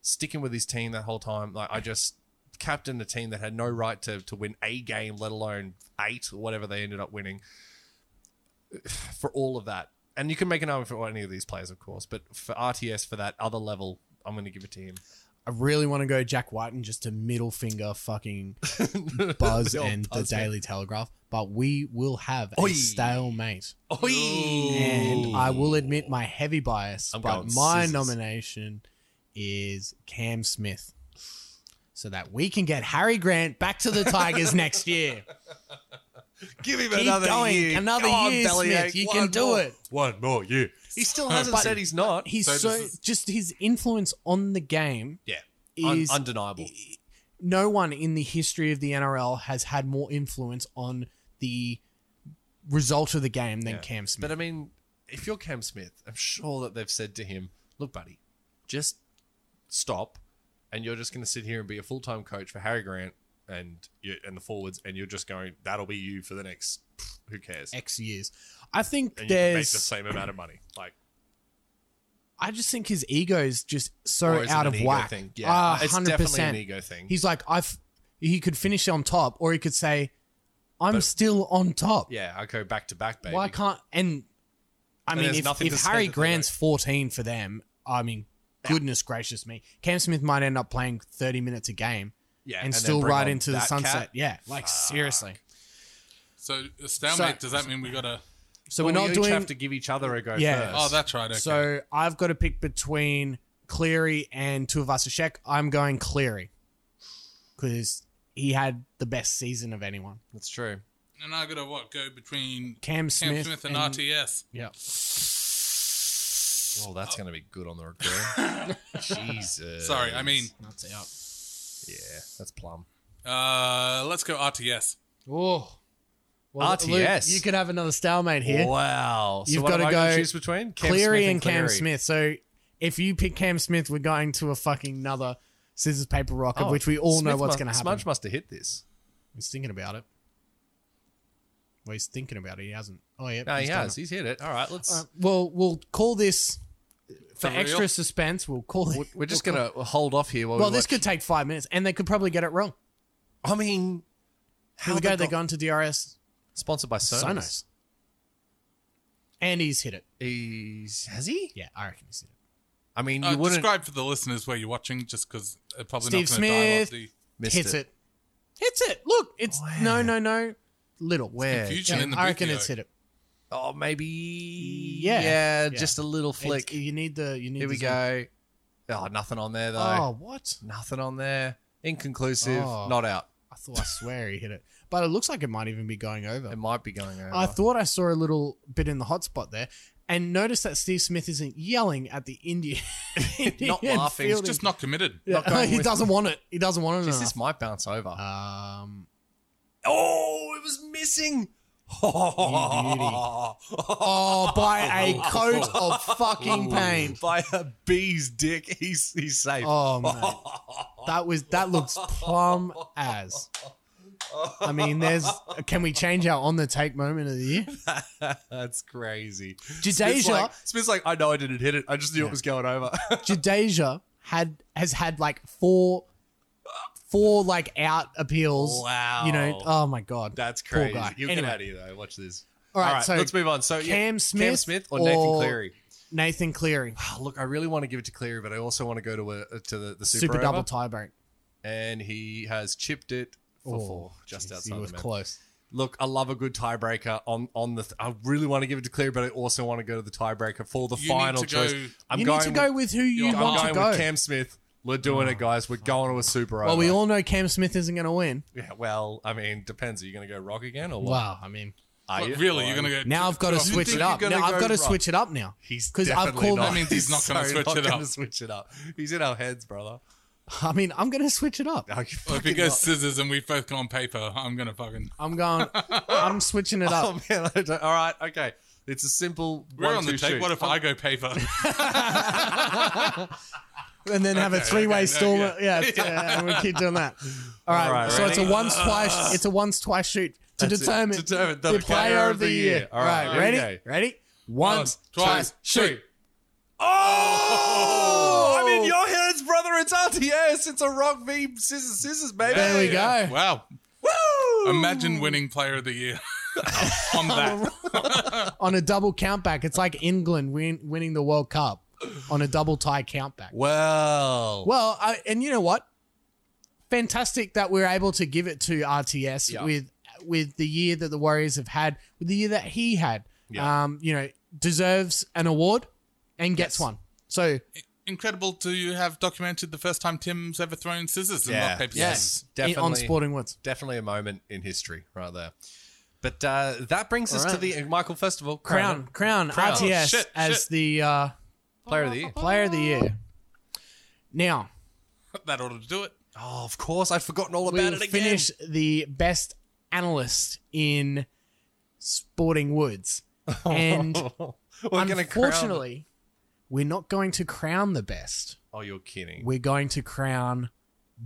[SPEAKER 4] sticking with his team that whole time. Like I just captained a team that had no right to to win a game, let alone eight or whatever they ended up winning for all of that. And you can make an argument for any of these players, of course, but for RTS for that other level, I'm going to give it to him.
[SPEAKER 5] I really want to go Jack White and just a middle finger fucking Buzz
[SPEAKER 4] The old
[SPEAKER 5] and
[SPEAKER 4] Buzz,
[SPEAKER 5] the
[SPEAKER 4] yeah.
[SPEAKER 5] Daily Telegraph, but we will have
[SPEAKER 4] Oi.
[SPEAKER 5] a stalemate.
[SPEAKER 4] Oi!
[SPEAKER 5] And I will admit my heavy bias,
[SPEAKER 4] I'm
[SPEAKER 5] but
[SPEAKER 4] going
[SPEAKER 5] my
[SPEAKER 4] scissors.
[SPEAKER 5] nomination is Cam Smith. So that we can get Harry Grant back to the Tigers next year.
[SPEAKER 4] Give him
[SPEAKER 5] Keep
[SPEAKER 4] another
[SPEAKER 5] going.
[SPEAKER 4] year.
[SPEAKER 5] Another
[SPEAKER 4] Come on,
[SPEAKER 5] year,
[SPEAKER 4] bellyache.
[SPEAKER 5] Smith. You
[SPEAKER 4] One
[SPEAKER 5] can do
[SPEAKER 4] more.
[SPEAKER 5] it.
[SPEAKER 4] One more year. He still hasn't
[SPEAKER 5] But-
[SPEAKER 4] said he's not.
[SPEAKER 5] He's
[SPEAKER 6] So
[SPEAKER 5] so,
[SPEAKER 6] this is-
[SPEAKER 5] just his influence on the game.
[SPEAKER 4] yeah, Un-
[SPEAKER 5] Is e-
[SPEAKER 4] undeniable.
[SPEAKER 5] no one in the history of the NRL has had more influence on the result of the game than Cam Smith.
[SPEAKER 4] But I mean, if you're Cam Smith, I'm sure that they've said to him, "Look, buddy, just stop, and you're just going to sit here and be a full time coach for Harry Grant and you, and the forwards, and you're just going that'll be you for the next pff, who cares."
[SPEAKER 5] X years. I think
[SPEAKER 4] And you make the
[SPEAKER 5] there's.
[SPEAKER 4] same amount of money. Like,
[SPEAKER 5] I just think his ego's just so
[SPEAKER 4] Or is it
[SPEAKER 5] out
[SPEAKER 4] an
[SPEAKER 5] of
[SPEAKER 4] ego
[SPEAKER 5] whack.
[SPEAKER 4] thing? Yeah.
[SPEAKER 5] Yeah,
[SPEAKER 4] It's
[SPEAKER 5] hundred
[SPEAKER 4] definitely
[SPEAKER 5] percent
[SPEAKER 4] an ego thing.
[SPEAKER 5] He's like, I've. He could finish on top, or he could say, "I'm
[SPEAKER 4] But-
[SPEAKER 5] still on top."
[SPEAKER 4] yeah, I go back to back, baby.
[SPEAKER 5] Why can't and I
[SPEAKER 4] And
[SPEAKER 5] mean,
[SPEAKER 4] there's
[SPEAKER 5] if,
[SPEAKER 4] nothing to
[SPEAKER 5] if
[SPEAKER 4] say
[SPEAKER 5] Harry
[SPEAKER 4] that they
[SPEAKER 5] Grant's fourteen for them, I mean, goodness gracious me, Cam Smith might end up playing thirty minutes a game
[SPEAKER 4] Yeah,
[SPEAKER 5] and,
[SPEAKER 4] and then
[SPEAKER 5] still
[SPEAKER 4] bring
[SPEAKER 5] right
[SPEAKER 4] on
[SPEAKER 5] into the
[SPEAKER 4] that
[SPEAKER 5] sunset.
[SPEAKER 4] cat?
[SPEAKER 5] Yeah, like seriously.
[SPEAKER 6] So a stalemate.
[SPEAKER 5] So-
[SPEAKER 6] does that mean we got to?
[SPEAKER 5] So
[SPEAKER 4] Well,
[SPEAKER 5] we're
[SPEAKER 4] we
[SPEAKER 5] not
[SPEAKER 4] each
[SPEAKER 5] doing.
[SPEAKER 4] have to give each other a go
[SPEAKER 5] Yeah.
[SPEAKER 4] first.
[SPEAKER 6] Oh, that's right. Okay.
[SPEAKER 5] So I've got to pick between Cleary and Tuivasa-Sheck. I'm going Cleary because he had the best season of anyone.
[SPEAKER 4] that's true.
[SPEAKER 6] and I got to what go between
[SPEAKER 5] Cam Smith,
[SPEAKER 6] Cam Smith and, RTS.
[SPEAKER 5] Yeah.
[SPEAKER 4] Well, that's going to be good on the record. Jesus.
[SPEAKER 6] Sorry, I mean,
[SPEAKER 5] That's out.
[SPEAKER 4] yeah, that's plum.
[SPEAKER 6] uh, let's go RTS.
[SPEAKER 5] Oh. Well, Luke,
[SPEAKER 4] RTS.
[SPEAKER 5] you could have another stalemate here.
[SPEAKER 4] Wow.
[SPEAKER 5] You've
[SPEAKER 4] so what
[SPEAKER 5] gotta
[SPEAKER 4] have I gotta
[SPEAKER 5] go
[SPEAKER 4] choose between Cam
[SPEAKER 5] Cleary
[SPEAKER 4] Smith
[SPEAKER 5] and Cam
[SPEAKER 4] Cleary.
[SPEAKER 5] Smith. So if you pick Cam Smith, we're going to a fucking another scissors paper rock, of
[SPEAKER 4] Oh,
[SPEAKER 5] which we all know
[SPEAKER 4] Smith
[SPEAKER 5] what's
[SPEAKER 4] must-
[SPEAKER 5] going to happen.
[SPEAKER 4] Smudge must have hit this.
[SPEAKER 5] He's thinking about it. Well, he's thinking about it. He hasn't. Oh yeah,
[SPEAKER 4] No, he
[SPEAKER 5] done
[SPEAKER 4] has.
[SPEAKER 5] it.
[SPEAKER 4] He's hit it. All right, let's.
[SPEAKER 5] Uh, well, we'll call this for,
[SPEAKER 6] real?
[SPEAKER 5] extra suspense. We'll call it.
[SPEAKER 4] we're just gonna hold off here. While
[SPEAKER 5] Well,
[SPEAKER 4] we
[SPEAKER 5] this
[SPEAKER 4] watch.
[SPEAKER 5] could take five minutes, and they could probably get it wrong.
[SPEAKER 4] I mean,
[SPEAKER 5] Here we
[SPEAKER 4] they
[SPEAKER 5] go. They're going
[SPEAKER 4] got-
[SPEAKER 5] to DRS.
[SPEAKER 4] sponsored by Sonos.
[SPEAKER 5] Sonos. And he's hit it.
[SPEAKER 4] He's, has he?
[SPEAKER 5] Yeah, I reckon he's hit it.
[SPEAKER 4] I mean, you
[SPEAKER 6] Uh,
[SPEAKER 4] wouldn't
[SPEAKER 6] describe for the listeners where you're watching, just because they're probably
[SPEAKER 5] Steve
[SPEAKER 6] not going to dial
[SPEAKER 5] Smith.
[SPEAKER 6] up the
[SPEAKER 4] missed
[SPEAKER 5] hits it. Hits it. Look, it's no, no, no. Little.
[SPEAKER 4] Where?
[SPEAKER 6] confusion
[SPEAKER 5] Yeah,
[SPEAKER 6] in the
[SPEAKER 5] I reckon
[SPEAKER 6] booth,
[SPEAKER 5] it's
[SPEAKER 6] yo.
[SPEAKER 5] hit it.
[SPEAKER 4] Oh, maybe.
[SPEAKER 5] Yeah.
[SPEAKER 4] Yeah,
[SPEAKER 5] Yeah.
[SPEAKER 4] just a little flick.
[SPEAKER 5] It's- You need the. You need.
[SPEAKER 4] here we
[SPEAKER 5] the-
[SPEAKER 4] go. Oh, nothing on there though.
[SPEAKER 5] Oh, what?
[SPEAKER 4] Nothing on there. Inconclusive.
[SPEAKER 5] Oh.
[SPEAKER 4] Not out.
[SPEAKER 5] I thought I swear he hit it, but it looks like it might even be going over.
[SPEAKER 4] It might be going over.
[SPEAKER 5] I thought I saw a little bit in the hotspot there, and notice that Steve Smith isn't yelling at the Indian.
[SPEAKER 4] Not
[SPEAKER 5] Indian
[SPEAKER 4] laughing, he's
[SPEAKER 5] fielding.
[SPEAKER 6] Just not committed.
[SPEAKER 5] Yeah,
[SPEAKER 4] not going
[SPEAKER 5] he
[SPEAKER 4] with-
[SPEAKER 5] doesn't want it. He doesn't want it.
[SPEAKER 4] Jeez,
[SPEAKER 5] Enough.
[SPEAKER 4] this might bounce over.
[SPEAKER 5] Um,
[SPEAKER 4] oh, it was missing.
[SPEAKER 5] oh, by a coat of fucking paint.
[SPEAKER 4] By a bee's dick, he's he's safe.
[SPEAKER 5] Oh man, that was that looks plum as. I mean, there's. Can we change our on the take moment of the year?
[SPEAKER 4] That's crazy. Smith's
[SPEAKER 5] Jadeja,
[SPEAKER 4] like, Smith's like, I know I didn't hit it. I just knew it was going over.
[SPEAKER 5] Jadeja had has had like four, four like out appeals.
[SPEAKER 4] Wow.
[SPEAKER 5] You know, oh my god,
[SPEAKER 4] That's
[SPEAKER 5] Poor
[SPEAKER 4] crazy.
[SPEAKER 5] guy.
[SPEAKER 4] You'll
[SPEAKER 5] Anyway.
[SPEAKER 4] get out of here though. Watch this.
[SPEAKER 5] All right, so
[SPEAKER 4] let's move on. So yeah,
[SPEAKER 5] Cam
[SPEAKER 4] Cam
[SPEAKER 5] Smith
[SPEAKER 4] Smith or,
[SPEAKER 5] or-
[SPEAKER 4] Nathan Cleary.
[SPEAKER 5] Nathan Cleary,
[SPEAKER 4] Oh, look, I really want to give it to Cleary, but I also want to go to a, uh, to the, the super,
[SPEAKER 5] super
[SPEAKER 4] over.
[SPEAKER 5] double tie break.
[SPEAKER 4] and he has chipped it for
[SPEAKER 5] Oh,
[SPEAKER 4] four, just
[SPEAKER 5] jeez,
[SPEAKER 4] outside
[SPEAKER 5] He
[SPEAKER 4] the
[SPEAKER 5] was
[SPEAKER 4] man.
[SPEAKER 5] close.
[SPEAKER 4] Look, I love a good tiebreaker on on the. Th- I really want to give it to Cleary, but I also want to go to the tiebreaker for the
[SPEAKER 6] You need
[SPEAKER 4] final
[SPEAKER 6] to go-
[SPEAKER 4] choice. I'm
[SPEAKER 5] you
[SPEAKER 4] going
[SPEAKER 5] need to go with who you
[SPEAKER 6] You're-
[SPEAKER 4] I'm
[SPEAKER 5] want
[SPEAKER 4] going
[SPEAKER 5] to
[SPEAKER 4] with
[SPEAKER 5] go.
[SPEAKER 4] Cam Smith. We're doing it, guys. We're going to a super.
[SPEAKER 5] Well,
[SPEAKER 4] over.
[SPEAKER 5] we all know Cam Smith isn't going to win.
[SPEAKER 4] Yeah, well, I mean, depends. Are you going to go rock again or what?
[SPEAKER 5] Wow, I mean,
[SPEAKER 4] Are
[SPEAKER 6] Like,
[SPEAKER 4] you? Oh,
[SPEAKER 6] really, you're
[SPEAKER 4] Or-
[SPEAKER 6] going to go
[SPEAKER 5] now I've got to switch it up.
[SPEAKER 4] you're
[SPEAKER 5] Now
[SPEAKER 4] gonna
[SPEAKER 5] I've got
[SPEAKER 4] go
[SPEAKER 5] to
[SPEAKER 4] wrong?
[SPEAKER 5] switch it up now.
[SPEAKER 4] He's
[SPEAKER 5] 'Cause I've
[SPEAKER 4] definitely
[SPEAKER 5] called-
[SPEAKER 4] not.
[SPEAKER 5] That
[SPEAKER 6] means he's not gonna
[SPEAKER 4] so
[SPEAKER 6] switch
[SPEAKER 4] not
[SPEAKER 6] it up.
[SPEAKER 4] gonna switch it up. He's in our heads, brother.
[SPEAKER 5] I mean, I'm going to switch it up.
[SPEAKER 4] No, you
[SPEAKER 6] Well, if it
[SPEAKER 4] fucking
[SPEAKER 6] goes
[SPEAKER 4] not.
[SPEAKER 6] scissors and we've both gone paper, I'm gonna fucking.
[SPEAKER 5] I'm going. I'm switching it up.
[SPEAKER 4] Oh man! I don't, all right, okay. It's a simple.
[SPEAKER 6] We're
[SPEAKER 4] one,
[SPEAKER 6] on the
[SPEAKER 4] two,
[SPEAKER 6] tape.
[SPEAKER 4] shoot.
[SPEAKER 6] What if I go paper?
[SPEAKER 5] and then have a
[SPEAKER 6] Okay,
[SPEAKER 5] three-way
[SPEAKER 6] okay, no,
[SPEAKER 5] storm.
[SPEAKER 6] yeah.
[SPEAKER 5] yeah, yeah, and we keep doing that. All right,
[SPEAKER 4] right,
[SPEAKER 5] so it's a
[SPEAKER 4] ready?
[SPEAKER 5] once twice. It's a once twice shoot to
[SPEAKER 4] That's it.
[SPEAKER 5] determine,
[SPEAKER 4] Determine
[SPEAKER 5] the, player of the year. All right,
[SPEAKER 4] here we
[SPEAKER 5] ready,
[SPEAKER 4] go.
[SPEAKER 5] ready. Once,
[SPEAKER 6] twice,
[SPEAKER 5] twice, shoot.
[SPEAKER 4] Oh! I'm in your heads, brother. It's RTS. It's a rock v scissors, scissors, baby.
[SPEAKER 5] There we go.
[SPEAKER 6] wow!
[SPEAKER 4] Woo!
[SPEAKER 6] Imagine winning player of the year on that.
[SPEAKER 5] On a double countback, it's like England win, winning the World Cup on a double tie countback.
[SPEAKER 4] Well,
[SPEAKER 5] Well, I, and you know what? Fantastic that we're able to give it to RTS
[SPEAKER 4] Yeah.
[SPEAKER 5] with with the year that the Warriors have had, with the year that he had.
[SPEAKER 4] Yeah.
[SPEAKER 5] Um, you know, deserves an award and gets one. So
[SPEAKER 6] Incredible to have documented the first time Tim's ever thrown scissors and
[SPEAKER 4] yeah,
[SPEAKER 6] rock paper scissors.
[SPEAKER 4] yes,
[SPEAKER 5] in-
[SPEAKER 4] definitely
[SPEAKER 5] on Sporting Woods.
[SPEAKER 4] definitely a moment in history right there. But uh, that brings us to the Michael Festival
[SPEAKER 5] Crown, crown,
[SPEAKER 4] Crown. Oh,
[SPEAKER 5] RTS
[SPEAKER 6] Shit, shit.
[SPEAKER 5] as the uh,
[SPEAKER 4] Player of the Year.
[SPEAKER 5] player of the year. Now
[SPEAKER 6] That ought to do it.
[SPEAKER 4] Oh, of course, I'd forgotten all
[SPEAKER 5] we
[SPEAKER 4] about it again.
[SPEAKER 5] finish the best analyst in Sporting Woods. And
[SPEAKER 4] We're gonna crown-
[SPEAKER 5] unfortunately, we're not going to crown the best.
[SPEAKER 4] Oh, you're kidding.
[SPEAKER 5] We're going to crown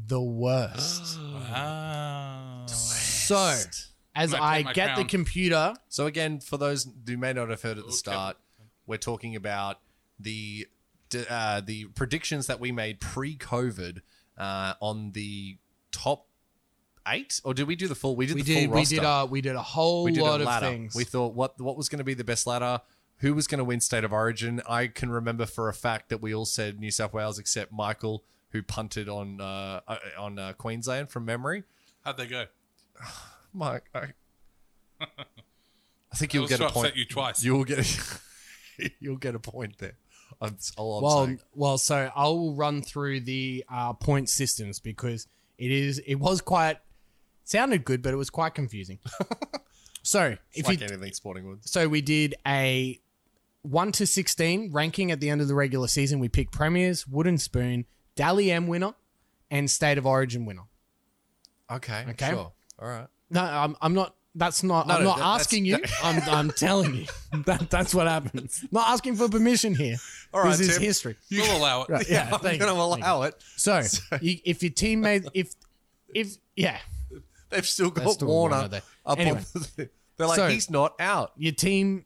[SPEAKER 5] the worst.
[SPEAKER 6] Wow.
[SPEAKER 5] so, as
[SPEAKER 6] I'm gonna
[SPEAKER 5] I
[SPEAKER 6] take my
[SPEAKER 5] get the
[SPEAKER 6] crown.
[SPEAKER 5] computer,
[SPEAKER 4] So again, for those who may not have heard at the start, we're talking about the d- uh, the predictions that we made pre-COVID uh, on the top eight, or did we do the full? We did
[SPEAKER 5] we
[SPEAKER 4] the
[SPEAKER 5] did
[SPEAKER 4] full
[SPEAKER 5] we
[SPEAKER 4] roster.
[SPEAKER 5] did a we did a whole
[SPEAKER 4] we did
[SPEAKER 5] lot
[SPEAKER 4] a
[SPEAKER 5] of
[SPEAKER 4] ladder.
[SPEAKER 5] things.
[SPEAKER 4] We thought what what was going to be the best ladder, who was going to win state of origin. I can remember for a fact that we all said New South Wales, except Michael, who punted on uh, uh, on uh, Queensland from memory.
[SPEAKER 6] How'd they go?
[SPEAKER 4] Mike, I, I think
[SPEAKER 6] I
[SPEAKER 4] you'll
[SPEAKER 6] was
[SPEAKER 4] get
[SPEAKER 6] to
[SPEAKER 4] a
[SPEAKER 6] upset
[SPEAKER 4] point.
[SPEAKER 6] you twice.
[SPEAKER 4] You'll get you'll get a point there. I'm, all I'm
[SPEAKER 5] well,
[SPEAKER 4] saying.
[SPEAKER 5] well, so I will run through the uh, point systems because it is it was quite sounded good, but it was quite confusing. so if
[SPEAKER 4] like
[SPEAKER 5] you
[SPEAKER 4] anything sporting woods.
[SPEAKER 5] so we did a one to sixteen ranking at the end of the regular season. We picked premiers, wooden spoon, Dally M winner, and state of origin winner.
[SPEAKER 4] Okay.
[SPEAKER 5] Okay.
[SPEAKER 4] Sure. All right.
[SPEAKER 5] No, I'm, I'm not. That's not.
[SPEAKER 4] No,
[SPEAKER 5] I'm
[SPEAKER 4] no,
[SPEAKER 5] not
[SPEAKER 4] that- that's-
[SPEAKER 5] asking you. I'm, I'm telling you. That, that's what happens. Not asking for permission here.
[SPEAKER 4] All right,
[SPEAKER 5] this is
[SPEAKER 4] Tim.
[SPEAKER 5] history.
[SPEAKER 6] We'll allow it.
[SPEAKER 5] Right, yeah,
[SPEAKER 4] I'm
[SPEAKER 5] thank
[SPEAKER 4] going
[SPEAKER 5] you,
[SPEAKER 4] to
[SPEAKER 5] thank you.
[SPEAKER 4] allow it.
[SPEAKER 5] So, you, if your teammate, if, if, yeah,
[SPEAKER 4] They've still got
[SPEAKER 5] still
[SPEAKER 4] Warner.
[SPEAKER 5] Warner there.
[SPEAKER 4] up
[SPEAKER 5] Anyway.
[SPEAKER 4] on the- they're like
[SPEAKER 5] So-
[SPEAKER 4] he's not out.
[SPEAKER 5] your team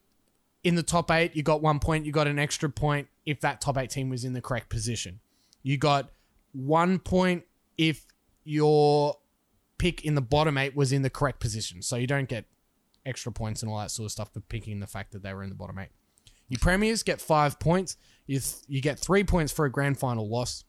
[SPEAKER 5] in the top eight, you got one point, you got an extra point if that top eight team was in the correct position. You got one point if your pick in the bottom eight was in the correct position. So you don't get extra points and all that sort of stuff for picking the fact that they were in the bottom eight. Your premiers get five points. You th- you get three points for a grand final loss.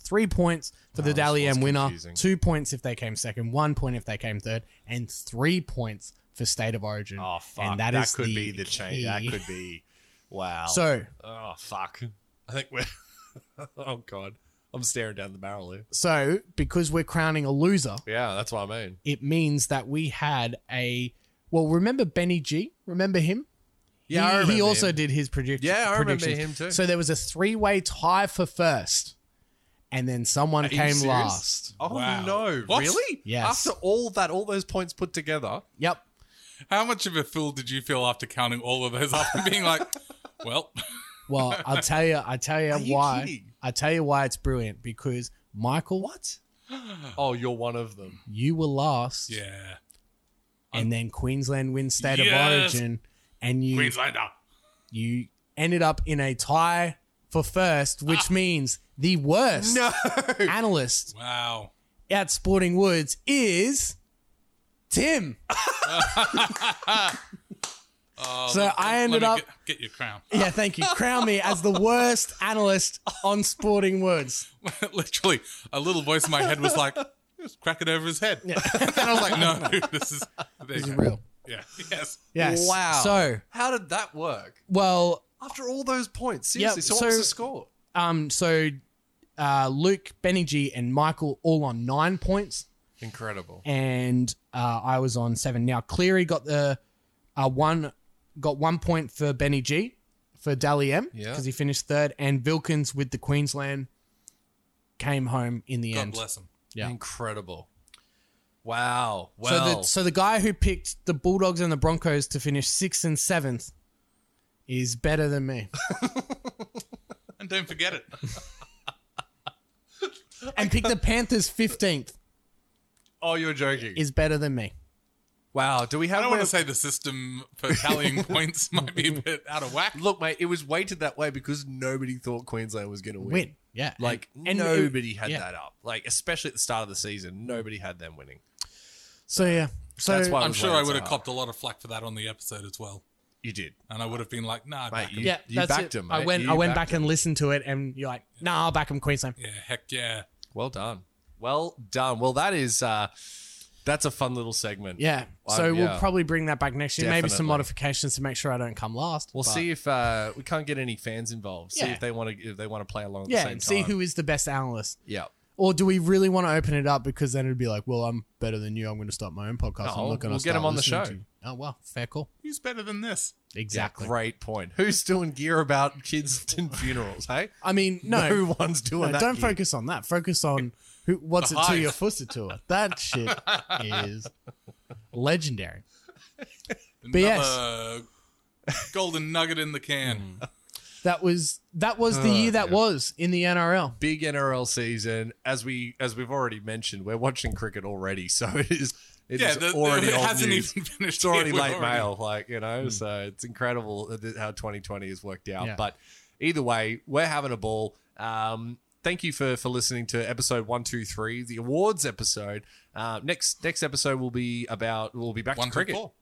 [SPEAKER 5] Three points for the Dally M winner.
[SPEAKER 4] confusing.
[SPEAKER 5] Two points if they came second. One point if they came third. And three points for state of origin.
[SPEAKER 4] Oh fuck!
[SPEAKER 5] And
[SPEAKER 4] that
[SPEAKER 5] is
[SPEAKER 4] could be
[SPEAKER 5] key.
[SPEAKER 4] the change. That could be. Wow.
[SPEAKER 5] So
[SPEAKER 4] Oh fuck! I think we're. oh god, I'm staring down the barrel here.
[SPEAKER 5] so because we're crowning a loser,
[SPEAKER 4] Yeah, that's what I mean.
[SPEAKER 5] it means that we had a well. Remember Benny G? Remember him?
[SPEAKER 4] Yeah,
[SPEAKER 5] he,
[SPEAKER 4] I
[SPEAKER 5] he
[SPEAKER 4] remember
[SPEAKER 5] also
[SPEAKER 4] him.
[SPEAKER 5] did his predict-
[SPEAKER 4] Yeah, I remember
[SPEAKER 5] predictions.
[SPEAKER 4] him too.
[SPEAKER 5] So there was a three-way tie for first, and then someone
[SPEAKER 4] you
[SPEAKER 5] came
[SPEAKER 4] serious?
[SPEAKER 5] last.
[SPEAKER 4] Oh
[SPEAKER 6] Wow.
[SPEAKER 4] no!
[SPEAKER 6] What?
[SPEAKER 4] Really?
[SPEAKER 5] Yes.
[SPEAKER 4] After all that, all those points put together.
[SPEAKER 5] Yep.
[SPEAKER 6] How much of a fool did you feel after counting all of those after being like, well,
[SPEAKER 5] Well, I'll tell you. I tell you
[SPEAKER 4] you
[SPEAKER 5] why.
[SPEAKER 4] kidding?
[SPEAKER 5] I tell you why it's brilliant because Michael,
[SPEAKER 4] What? Oh, you're one of them.
[SPEAKER 5] you were last,
[SPEAKER 6] yeah,
[SPEAKER 5] and then Queensland wins state
[SPEAKER 6] Yes.
[SPEAKER 5] of origin, and you
[SPEAKER 6] Queenslander.
[SPEAKER 5] you ended up in a tie for first,
[SPEAKER 6] Ah.
[SPEAKER 5] which means the worst analyst
[SPEAKER 6] Wow.
[SPEAKER 5] at Sporting Woods is Tim.
[SPEAKER 6] Oh,
[SPEAKER 5] So
[SPEAKER 6] let-
[SPEAKER 5] I
[SPEAKER 6] let
[SPEAKER 5] ended
[SPEAKER 6] me
[SPEAKER 5] up-
[SPEAKER 6] get, get your crown.
[SPEAKER 5] Yeah, thank you. Crown me as the worst analyst on Sporting Woods.
[SPEAKER 6] Literally, a little voice in my head was like, just crack it over his head. and I was like, no, this is there you go.
[SPEAKER 5] Real.
[SPEAKER 6] Yeah. Yes.
[SPEAKER 5] Yes.
[SPEAKER 4] Wow.
[SPEAKER 5] So,
[SPEAKER 4] How did that work?
[SPEAKER 5] well,
[SPEAKER 4] After all those points,
[SPEAKER 5] Yeah,
[SPEAKER 4] seriously. so, what was
[SPEAKER 5] so-
[SPEAKER 4] the score?
[SPEAKER 5] um, so uh, Luke, Benny G, and Michael all on nine points.
[SPEAKER 4] Incredible.
[SPEAKER 5] and uh, I was on seven. Now Cleary got the uh, one got one point for Benny G for Dally M
[SPEAKER 4] Yeah.
[SPEAKER 5] because he finished third, and Vilkins with the Queensland came home in the
[SPEAKER 6] God
[SPEAKER 5] end.
[SPEAKER 6] bless him.
[SPEAKER 5] Yeah.
[SPEAKER 4] Incredible. Wow.
[SPEAKER 5] So
[SPEAKER 4] Well,
[SPEAKER 5] the so the guy who picked the Bulldogs and the Broncos to finish sixth and seventh is better than me,
[SPEAKER 4] Oh
[SPEAKER 6] And don't forget it.
[SPEAKER 5] and picked the Panthers fifteenth
[SPEAKER 4] oh, you're joking.
[SPEAKER 5] is better than me.
[SPEAKER 4] wow. Do we
[SPEAKER 6] I
[SPEAKER 4] have?
[SPEAKER 6] don't want
[SPEAKER 4] a-
[SPEAKER 6] to say the system for tallying points might be a bit out of whack.
[SPEAKER 4] Look, mate, it was weighted that way because nobody thought Queensland was going to win.
[SPEAKER 5] Win, yeah,
[SPEAKER 4] Like
[SPEAKER 5] and it-
[SPEAKER 4] nobody had
[SPEAKER 5] yeah.
[SPEAKER 4] that up. Like especially at the start of the season, nobody had them winning.
[SPEAKER 5] So yeah, so
[SPEAKER 4] That's why
[SPEAKER 6] I'm
[SPEAKER 4] was
[SPEAKER 6] sure
[SPEAKER 4] weighted
[SPEAKER 6] I would
[SPEAKER 4] so
[SPEAKER 6] have
[SPEAKER 4] hard.
[SPEAKER 6] copped a lot of flack for that on the episode as well.
[SPEAKER 4] You did,
[SPEAKER 6] And I would have been like, nah,
[SPEAKER 4] mate.
[SPEAKER 6] back
[SPEAKER 4] You,
[SPEAKER 6] 'em.
[SPEAKER 5] Yeah,
[SPEAKER 4] you
[SPEAKER 5] that's
[SPEAKER 4] backed
[SPEAKER 5] it.
[SPEAKER 4] him.
[SPEAKER 5] I went. I went back and listened to it, and you're like, "Nah, I'll back him Queensland."
[SPEAKER 6] yeah, heck yeah.
[SPEAKER 4] Well done. Well done. Well, that is. uh That's a fun little segment.
[SPEAKER 5] Yeah.
[SPEAKER 4] Um,
[SPEAKER 5] So
[SPEAKER 4] yeah.
[SPEAKER 5] we'll probably bring that back next year. Maybe some
[SPEAKER 4] Definitely.
[SPEAKER 5] modifications to make sure I don't come last.
[SPEAKER 4] We'll
[SPEAKER 5] but-
[SPEAKER 4] see if uh we can't get any fans involved. See
[SPEAKER 5] Yeah.
[SPEAKER 4] if they want to. If they want to play along. At
[SPEAKER 5] Yeah,
[SPEAKER 4] the same
[SPEAKER 5] and see
[SPEAKER 4] time.
[SPEAKER 5] who is the best analyst.
[SPEAKER 4] Yeah.
[SPEAKER 5] Or do we really want to open it up because then it'd be like, well, I'm better than you. I'm going to start my own podcast. I'm not
[SPEAKER 4] No,
[SPEAKER 5] going
[SPEAKER 4] Oh, we'll
[SPEAKER 5] to
[SPEAKER 4] get
[SPEAKER 5] start
[SPEAKER 4] him on the
[SPEAKER 5] listening
[SPEAKER 4] show.
[SPEAKER 5] to you." Oh well, fair call.
[SPEAKER 6] Who's better than this?
[SPEAKER 5] Exactly.
[SPEAKER 4] Great point. Who's doing gear about kids and funerals? Hey,
[SPEAKER 5] I mean, no,
[SPEAKER 4] no one's doing
[SPEAKER 5] no,
[SPEAKER 4] that.
[SPEAKER 5] don't
[SPEAKER 4] gear.
[SPEAKER 5] focus on that. Focus on who. What's
[SPEAKER 6] The
[SPEAKER 5] it to
[SPEAKER 6] hive.
[SPEAKER 5] your? What's it to it? That shit is legendary.
[SPEAKER 6] Another
[SPEAKER 5] yes.
[SPEAKER 6] golden nugget in the can.
[SPEAKER 4] Mm-hmm.
[SPEAKER 5] That was that was
[SPEAKER 4] Uh,
[SPEAKER 5] the year that was in the NRL.
[SPEAKER 4] Big NRL season, as we as we've already mentioned, we're watching cricket already, so it is it is
[SPEAKER 6] Yeah, the, the-
[SPEAKER 4] already
[SPEAKER 6] it
[SPEAKER 4] old
[SPEAKER 6] hasn't
[SPEAKER 4] news.
[SPEAKER 6] even finished.
[SPEAKER 4] it's already
[SPEAKER 6] yet. We're Mm.
[SPEAKER 4] late mail, like you know. So it's incredible that- how 2020 has worked out.
[SPEAKER 5] Yeah.
[SPEAKER 4] But either way, we're having a ball. Um, thank you for for listening to episode one, two, three, the awards episode. Uh, next next episode will be about we'll be back
[SPEAKER 6] One
[SPEAKER 4] to
[SPEAKER 6] two,
[SPEAKER 4] cricket.
[SPEAKER 6] four.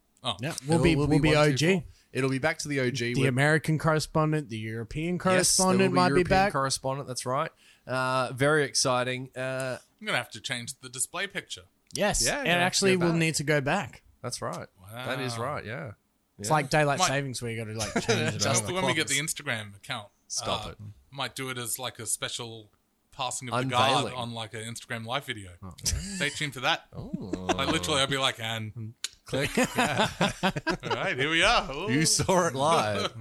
[SPEAKER 5] Yeah, we'll be
[SPEAKER 4] It'll-
[SPEAKER 5] we'll,
[SPEAKER 4] it'll
[SPEAKER 5] be
[SPEAKER 4] one,
[SPEAKER 5] OG.
[SPEAKER 4] two, four. It'll be back to the OG.
[SPEAKER 5] the American correspondent, the European correspondent
[SPEAKER 4] yes, there will
[SPEAKER 5] might
[SPEAKER 4] European
[SPEAKER 5] be back.
[SPEAKER 4] Correspondent, that's right. Uh, very exciting. Uh,
[SPEAKER 6] I'm gonna have to change the display picture.
[SPEAKER 5] yes,
[SPEAKER 4] Yeah,
[SPEAKER 5] and
[SPEAKER 4] yeah,
[SPEAKER 5] actually
[SPEAKER 4] go
[SPEAKER 5] we'll
[SPEAKER 4] back.
[SPEAKER 5] need to go back.
[SPEAKER 4] that's right. That is
[SPEAKER 6] Wow.
[SPEAKER 4] right. Yeah.
[SPEAKER 5] It's like daylight
[SPEAKER 6] Might-
[SPEAKER 5] savings where you got to like change it.
[SPEAKER 6] Just
[SPEAKER 5] over.
[SPEAKER 6] for when we get the Instagram account. Uh,
[SPEAKER 4] Stop it.
[SPEAKER 6] I might do it as like a special passing of the guard
[SPEAKER 4] Unveiling.
[SPEAKER 6] on like an Instagram live video. Stay tuned for that. Like literally, I'll be like, and
[SPEAKER 4] Click.
[SPEAKER 6] all right, here we are. Ooh.
[SPEAKER 4] You saw it live.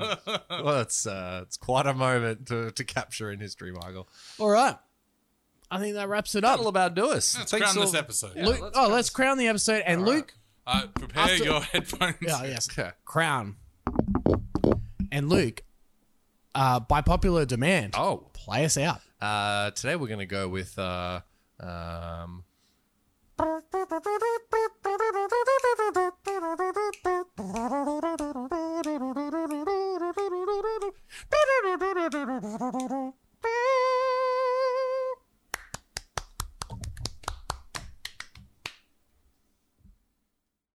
[SPEAKER 4] well, it's uh, it's quite a moment to, to capture in history, Michael.
[SPEAKER 5] All right, I think that wraps it
[SPEAKER 4] All
[SPEAKER 5] up.
[SPEAKER 4] about do us.
[SPEAKER 6] Let's
[SPEAKER 4] Thanks
[SPEAKER 6] crown this
[SPEAKER 4] all-
[SPEAKER 6] episode.
[SPEAKER 5] Luke, oh, let's crown the episode and Luke.
[SPEAKER 6] Uh, prepare
[SPEAKER 5] After-
[SPEAKER 6] your headphones.
[SPEAKER 5] Yeah, yes,
[SPEAKER 4] Okay.
[SPEAKER 5] crown and Luke. Uh, by popular demand,
[SPEAKER 4] Oh,
[SPEAKER 5] play us out.
[SPEAKER 4] uh, today we're gonna go with uh, um,